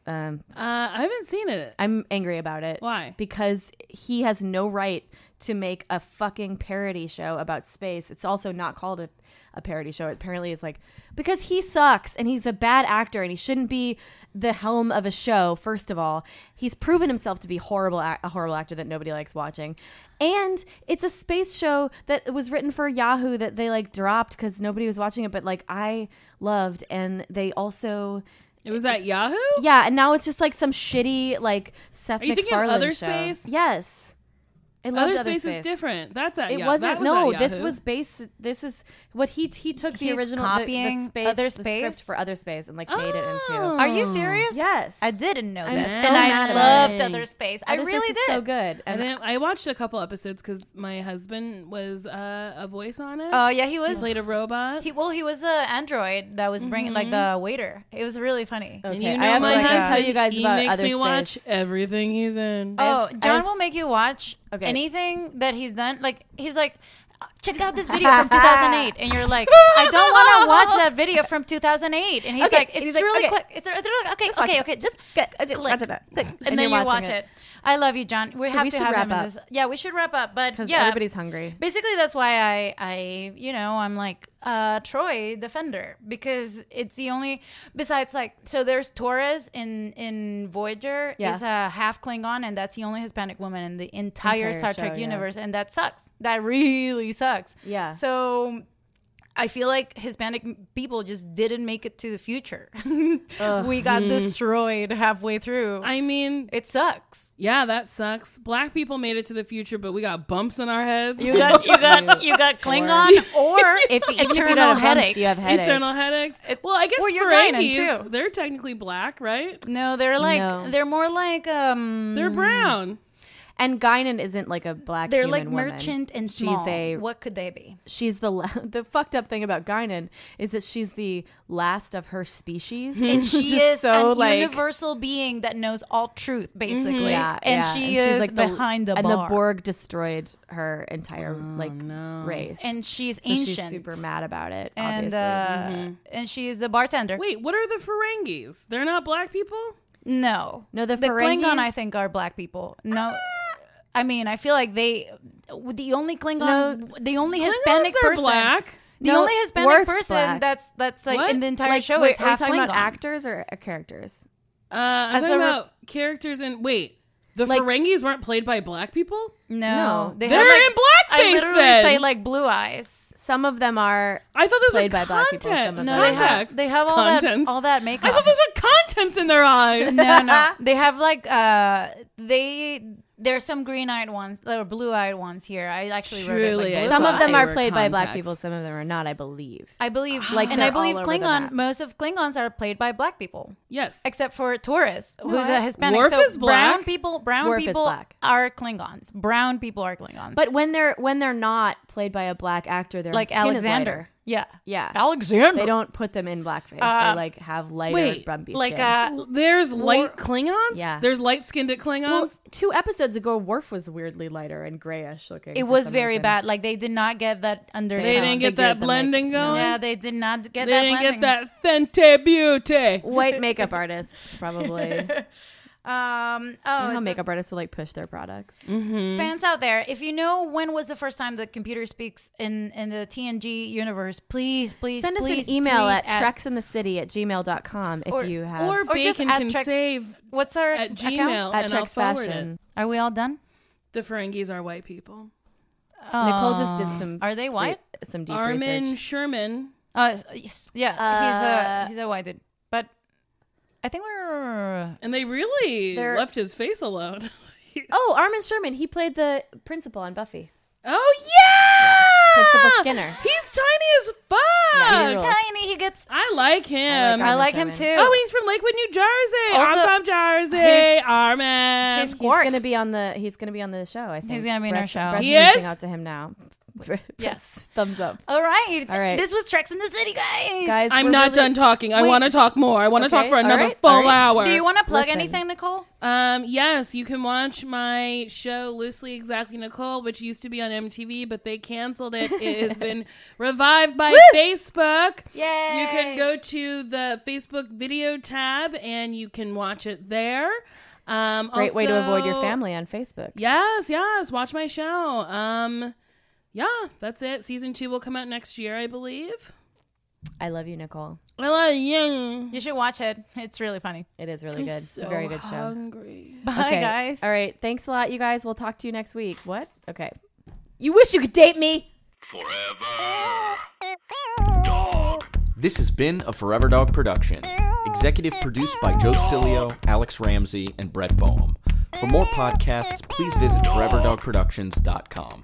[SPEAKER 10] Um,
[SPEAKER 5] Uh, I haven't seen it.
[SPEAKER 10] I'm angry about it.
[SPEAKER 5] Why?
[SPEAKER 10] Because he has no right to make a fucking parody show about space. It's also not called a, a parody show. Apparently, it's like because he sucks and he's a bad actor and he shouldn't be the helm of a show. First of all, he's proven himself to be horrible ac- a horrible actor that nobody likes watching, and it's a space show that was written for Yahoo that they like dropped because nobody was watching it. But like I loved, and they also.
[SPEAKER 5] It was at Yahoo.
[SPEAKER 10] Yeah, and now it's just like some shitty like Seth
[SPEAKER 5] Are you thinking
[SPEAKER 10] MacFarlane
[SPEAKER 5] Other
[SPEAKER 10] show.
[SPEAKER 5] Space?
[SPEAKER 10] Yes, I loved
[SPEAKER 5] Other,
[SPEAKER 10] Other
[SPEAKER 5] space, is different. That's at
[SPEAKER 10] It
[SPEAKER 5] Yah-
[SPEAKER 10] wasn't.
[SPEAKER 5] that was
[SPEAKER 10] no,
[SPEAKER 5] at
[SPEAKER 10] this
[SPEAKER 5] Yahoo.
[SPEAKER 10] was based. This is what he he took the
[SPEAKER 2] He's
[SPEAKER 10] original the,
[SPEAKER 2] copying
[SPEAKER 10] the space,
[SPEAKER 2] Other
[SPEAKER 10] the
[SPEAKER 2] Space?
[SPEAKER 10] script for Other Space and like made it
[SPEAKER 5] Oh,
[SPEAKER 10] into.
[SPEAKER 2] Are you serious?
[SPEAKER 10] Yes.
[SPEAKER 2] I didn't know
[SPEAKER 10] I'm
[SPEAKER 2] this,
[SPEAKER 10] so
[SPEAKER 2] and
[SPEAKER 10] mad
[SPEAKER 2] I
[SPEAKER 10] at
[SPEAKER 2] loved
[SPEAKER 10] it.
[SPEAKER 2] Other Space. I
[SPEAKER 10] Other Space
[SPEAKER 2] really
[SPEAKER 10] is
[SPEAKER 2] did.
[SPEAKER 10] so good.
[SPEAKER 5] And then I watched a couple episodes because my husband was uh, a voice on it.
[SPEAKER 2] Oh yeah, he was
[SPEAKER 5] played a robot.
[SPEAKER 2] He well, he was the android that was bringing like
[SPEAKER 10] Mm-hmm.
[SPEAKER 2] the waiter. It was really funny.
[SPEAKER 10] Okay, you I know have my something to husband, tell you guys
[SPEAKER 5] uh, he
[SPEAKER 10] about
[SPEAKER 5] makes
[SPEAKER 10] Other
[SPEAKER 5] me watch uh,
[SPEAKER 10] Space.
[SPEAKER 5] everything he's in.
[SPEAKER 2] Oh,
[SPEAKER 10] have- I
[SPEAKER 2] John
[SPEAKER 10] have-
[SPEAKER 2] will make you watch
[SPEAKER 10] Okay.
[SPEAKER 2] anything that he's done. Like he's like, "Uh, check out this video
[SPEAKER 10] [LAUGHS]
[SPEAKER 2] from 2008, and you're like, I don't want to watch that video from 2008. And he's
[SPEAKER 10] Okay,
[SPEAKER 2] like,
[SPEAKER 10] and
[SPEAKER 2] it's
[SPEAKER 10] he's like,
[SPEAKER 2] really
[SPEAKER 10] okay.
[SPEAKER 2] quick. It's, it's really, okay,
[SPEAKER 10] watch
[SPEAKER 2] okay,
[SPEAKER 10] it.
[SPEAKER 2] okay. Just,
[SPEAKER 10] just
[SPEAKER 2] click.
[SPEAKER 10] watch it.
[SPEAKER 2] [LAUGHS]
[SPEAKER 10] Click.
[SPEAKER 2] and,
[SPEAKER 10] And
[SPEAKER 2] then
[SPEAKER 10] you're
[SPEAKER 2] you watch
[SPEAKER 10] watching
[SPEAKER 2] it.
[SPEAKER 10] it.
[SPEAKER 2] I love you, John. We
[SPEAKER 10] So
[SPEAKER 2] have
[SPEAKER 10] we
[SPEAKER 2] to
[SPEAKER 10] should
[SPEAKER 2] have
[SPEAKER 10] wrap
[SPEAKER 2] him in
[SPEAKER 10] up.
[SPEAKER 2] this. Yeah, we should wrap up. But
[SPEAKER 10] because
[SPEAKER 2] yeah,
[SPEAKER 10] everybody's hungry.
[SPEAKER 2] Basically, that's why I, I, you know, I'm like uh, Troy Defender because it's the only. Besides, like, so there's Torres in in Voyager
[SPEAKER 10] Yeah.
[SPEAKER 2] is a half Klingon, and that's the only Hispanic woman in the entire,
[SPEAKER 10] Entire
[SPEAKER 2] Star Trek
[SPEAKER 10] show, yeah.
[SPEAKER 2] universe, and that sucks. That really sucks.
[SPEAKER 10] Yeah.
[SPEAKER 2] So. I feel like Hispanic m- people just didn't make it to the future. [LAUGHS] we got
[SPEAKER 10] Mm.
[SPEAKER 5] Mhm.
[SPEAKER 2] destroyed halfway through.
[SPEAKER 5] I mean,
[SPEAKER 2] it sucks.
[SPEAKER 5] Yeah, that sucks. Black people made it to the future, but we got bumps in our heads. [LAUGHS]
[SPEAKER 2] You got you
[SPEAKER 10] [LAUGHS]
[SPEAKER 2] got you got Klingon or
[SPEAKER 10] if, even if you don't
[SPEAKER 2] eternal
[SPEAKER 10] have bumps,
[SPEAKER 2] headaches.
[SPEAKER 10] you have headaches.
[SPEAKER 5] Eternal headaches. Well, I guess
[SPEAKER 2] Well,
[SPEAKER 5] you're
[SPEAKER 2] you're Guinan, too.
[SPEAKER 5] They're technically black, right?
[SPEAKER 2] No, they're like
[SPEAKER 10] No.
[SPEAKER 2] they're more like um
[SPEAKER 10] Mm.
[SPEAKER 5] They're brown.
[SPEAKER 10] And Guinan isn't like a black.
[SPEAKER 2] They're
[SPEAKER 10] human
[SPEAKER 2] like
[SPEAKER 10] woman.
[SPEAKER 2] merchant and
[SPEAKER 10] She's
[SPEAKER 2] small.
[SPEAKER 10] a
[SPEAKER 2] what could they
[SPEAKER 10] [LAUGHS]
[SPEAKER 2] be?
[SPEAKER 10] she's the la- the fucked up thing about Guinan is that she's the last of her species,
[SPEAKER 2] And
[SPEAKER 10] [LAUGHS] Which
[SPEAKER 2] she is a
[SPEAKER 10] like- Mm-hmm.
[SPEAKER 2] universal being that knows all truth, basically.
[SPEAKER 10] Yeah,
[SPEAKER 2] and
[SPEAKER 10] yeah.
[SPEAKER 2] she
[SPEAKER 10] she's
[SPEAKER 2] is
[SPEAKER 10] like
[SPEAKER 2] behind the,
[SPEAKER 10] and
[SPEAKER 2] bar. Oh,
[SPEAKER 10] the Borg destroyed her entire like race,
[SPEAKER 2] And she's
[SPEAKER 10] So she's
[SPEAKER 2] ancient.
[SPEAKER 10] super mad about it,
[SPEAKER 2] and
[SPEAKER 10] obviously. Mm-hmm.
[SPEAKER 2] uh, and she is the bartender.
[SPEAKER 5] Wait, what are the Ferengis? They're not black people?
[SPEAKER 2] No,
[SPEAKER 10] no, the,
[SPEAKER 2] Klingon
[SPEAKER 10] Ferengis-
[SPEAKER 2] I think are black people. No. I mean, I feel like they, the only Klingon,
[SPEAKER 10] No,
[SPEAKER 2] the only
[SPEAKER 10] Klingons
[SPEAKER 2] Hispanic
[SPEAKER 10] are
[SPEAKER 2] person,
[SPEAKER 5] black.
[SPEAKER 2] the
[SPEAKER 10] No,
[SPEAKER 2] only Hispanic
[SPEAKER 10] Worf's
[SPEAKER 2] person
[SPEAKER 10] black.
[SPEAKER 2] that's that's like in the entire
[SPEAKER 10] Like,
[SPEAKER 2] show
[SPEAKER 10] wait,
[SPEAKER 2] is
[SPEAKER 10] are we
[SPEAKER 2] half
[SPEAKER 10] talking
[SPEAKER 2] Klingon.
[SPEAKER 10] about actors or uh, characters?
[SPEAKER 5] Uh, I'm
[SPEAKER 10] As
[SPEAKER 5] talking
[SPEAKER 10] a re-
[SPEAKER 5] about characters in. Wait, the Ferengis weren't played by black people?
[SPEAKER 2] No,
[SPEAKER 10] No.
[SPEAKER 2] they
[SPEAKER 5] They're
[SPEAKER 2] have, like,
[SPEAKER 5] in blackface
[SPEAKER 2] I literally
[SPEAKER 10] [LAUGHS]
[SPEAKER 5] then.
[SPEAKER 2] say like blue eyes.
[SPEAKER 10] Some of them are.
[SPEAKER 5] I thought those
[SPEAKER 10] played
[SPEAKER 5] were
[SPEAKER 10] by black people. Some of
[SPEAKER 5] content-
[SPEAKER 10] them are-
[SPEAKER 5] contacts.
[SPEAKER 2] They have all that
[SPEAKER 5] Contents.
[SPEAKER 2] all that makeup.
[SPEAKER 5] I thought those were
[SPEAKER 10] [LAUGHS]
[SPEAKER 5] contents in their eyes.
[SPEAKER 2] no, no. They have like uh they there's some green-eyed ones or blue-eyed ones here. I actually wrote it, like, blue
[SPEAKER 10] some of
[SPEAKER 2] eyed.
[SPEAKER 10] them are played by black people. Some of them are not. I believe.
[SPEAKER 2] I believe
[SPEAKER 10] Like,
[SPEAKER 2] like and I
[SPEAKER 10] they're
[SPEAKER 2] believe
[SPEAKER 10] all over the
[SPEAKER 2] Klingon
[SPEAKER 10] map.
[SPEAKER 2] most of Klingons are played by black people.
[SPEAKER 5] Yes.
[SPEAKER 2] Except for Taurus,
[SPEAKER 10] No,
[SPEAKER 2] who's
[SPEAKER 10] I-
[SPEAKER 2] a Hispanic.
[SPEAKER 10] Worf
[SPEAKER 2] so
[SPEAKER 10] is black.
[SPEAKER 2] brown people brown
[SPEAKER 10] Worf is
[SPEAKER 2] people
[SPEAKER 10] black.
[SPEAKER 2] are Klingons. Brown people are Klingons.
[SPEAKER 10] But when they're when they're not played by a black actor, they're
[SPEAKER 2] Like Alexander. Yeah.
[SPEAKER 10] yeah,
[SPEAKER 2] Alexander.
[SPEAKER 10] They don't put them in blackface.
[SPEAKER 2] Uh,
[SPEAKER 10] they like have lighter,
[SPEAKER 5] wait,
[SPEAKER 10] bumpy
[SPEAKER 5] like,
[SPEAKER 10] skin.
[SPEAKER 5] uh, there's light Klingons.
[SPEAKER 10] Yeah,
[SPEAKER 5] There's light skinned Klingons.
[SPEAKER 10] Well, two episodes ago, Worf was weirdly lighter and grayish looking.
[SPEAKER 2] it
[SPEAKER 10] for
[SPEAKER 2] was
[SPEAKER 10] some
[SPEAKER 2] very
[SPEAKER 10] reason.
[SPEAKER 2] bad. Like they did not get that under.
[SPEAKER 5] They didn't get that blending going.
[SPEAKER 2] Yeah, they did not get
[SPEAKER 5] they
[SPEAKER 2] that.
[SPEAKER 5] didn't
[SPEAKER 2] blending.
[SPEAKER 5] get that Fente Beauty.
[SPEAKER 10] [LAUGHS] White makeup artists
[SPEAKER 5] [LAUGHS]
[SPEAKER 10] probably.
[SPEAKER 2] Um.
[SPEAKER 10] You know
[SPEAKER 2] Oh,
[SPEAKER 10] how
[SPEAKER 2] it's a-
[SPEAKER 10] makeup artists would like push their products.
[SPEAKER 2] fans out there, if you know when was the first time the computer speaks in in the TNG universe, please, please,
[SPEAKER 10] Send us
[SPEAKER 2] please
[SPEAKER 10] an email
[SPEAKER 2] tweet
[SPEAKER 10] at, treksinthecity at gmail.com if you have.
[SPEAKER 2] or just at Trex- What's our
[SPEAKER 5] at
[SPEAKER 2] account?
[SPEAKER 5] Gmail
[SPEAKER 10] At
[SPEAKER 5] and I'll
[SPEAKER 10] Trex
[SPEAKER 5] forward
[SPEAKER 10] Fashion.
[SPEAKER 5] it.
[SPEAKER 2] Are we all done?
[SPEAKER 5] The Ferengis are white people.
[SPEAKER 10] Nicole just did some.
[SPEAKER 2] Oh, Are they white?
[SPEAKER 10] re- some deep
[SPEAKER 5] Armin
[SPEAKER 10] research.
[SPEAKER 5] Sherman.
[SPEAKER 2] Uh, s- yes, yeah,
[SPEAKER 5] Uh,
[SPEAKER 2] he's a he's a white dude, but I think we're
[SPEAKER 5] And they really
[SPEAKER 10] They're-
[SPEAKER 5] left his face alone.
[SPEAKER 10] Oh, Armin Sherman. He played the principal on Buffy.
[SPEAKER 5] oh yeah!
[SPEAKER 10] Principal Skinner.
[SPEAKER 5] He's tiny as fuck.
[SPEAKER 10] Yeah, he rules.
[SPEAKER 2] tiny. He gets.
[SPEAKER 5] I like him.
[SPEAKER 2] I like Armin I like him Sherman. too.
[SPEAKER 5] Oh, and he's from Lakewood, New Jersey.
[SPEAKER 2] Also,
[SPEAKER 5] I'm from Jersey.
[SPEAKER 10] his-
[SPEAKER 5] Armin.
[SPEAKER 10] he's gonna be on the. He's gonna be on the show. I think
[SPEAKER 2] He's gonna be in our
[SPEAKER 10] Brett's-
[SPEAKER 2] show.
[SPEAKER 10] Brett's
[SPEAKER 2] He is?
[SPEAKER 10] reaching out to him now. [LAUGHS]
[SPEAKER 2] Yes.
[SPEAKER 10] thumbs up.
[SPEAKER 2] All right.
[SPEAKER 10] All right.
[SPEAKER 2] This was Trex in the City, guys.
[SPEAKER 10] Guys,
[SPEAKER 5] I'm not done talking. I
[SPEAKER 2] Wait.
[SPEAKER 5] want to talk more. I want to talk
[SPEAKER 2] Okay,
[SPEAKER 5] for
[SPEAKER 2] all
[SPEAKER 5] another
[SPEAKER 2] right,
[SPEAKER 5] full
[SPEAKER 2] all right.
[SPEAKER 5] hour.
[SPEAKER 2] Do you want to plug anything, Nicole?
[SPEAKER 5] Um, yes, you can watch my show Loosely Exactly Nicole, which used to be on MTV, but they canceled it. It
[SPEAKER 10] [LAUGHS]
[SPEAKER 5] has been revived by Facebook.
[SPEAKER 10] Yay!
[SPEAKER 5] You can go to the Facebook video tab and you can watch it there. Um,
[SPEAKER 10] Great way to avoid your
[SPEAKER 5] also-
[SPEAKER 10] family on Facebook.
[SPEAKER 5] Yes, yes. Watch my show. Um, yeah, that's it. Season two will come out next year, I believe.
[SPEAKER 10] I love you, Nicole.
[SPEAKER 5] I love you.
[SPEAKER 2] You should watch it. It's really funny.
[SPEAKER 10] It is really
[SPEAKER 5] I'm
[SPEAKER 10] good. it's a very
[SPEAKER 5] so
[SPEAKER 10] good show.
[SPEAKER 5] hungry.
[SPEAKER 2] Bye, guys.
[SPEAKER 10] All right. Thanks a lot, you guys. We'll talk to you next week. What? Okay. You wish you could date me.
[SPEAKER 4] This has been a Forever Dog production, executive produced by Joe Cilio, Alex Ramsey, and Brett Boehm. For more podcasts, please visit foreverdogproductions.com.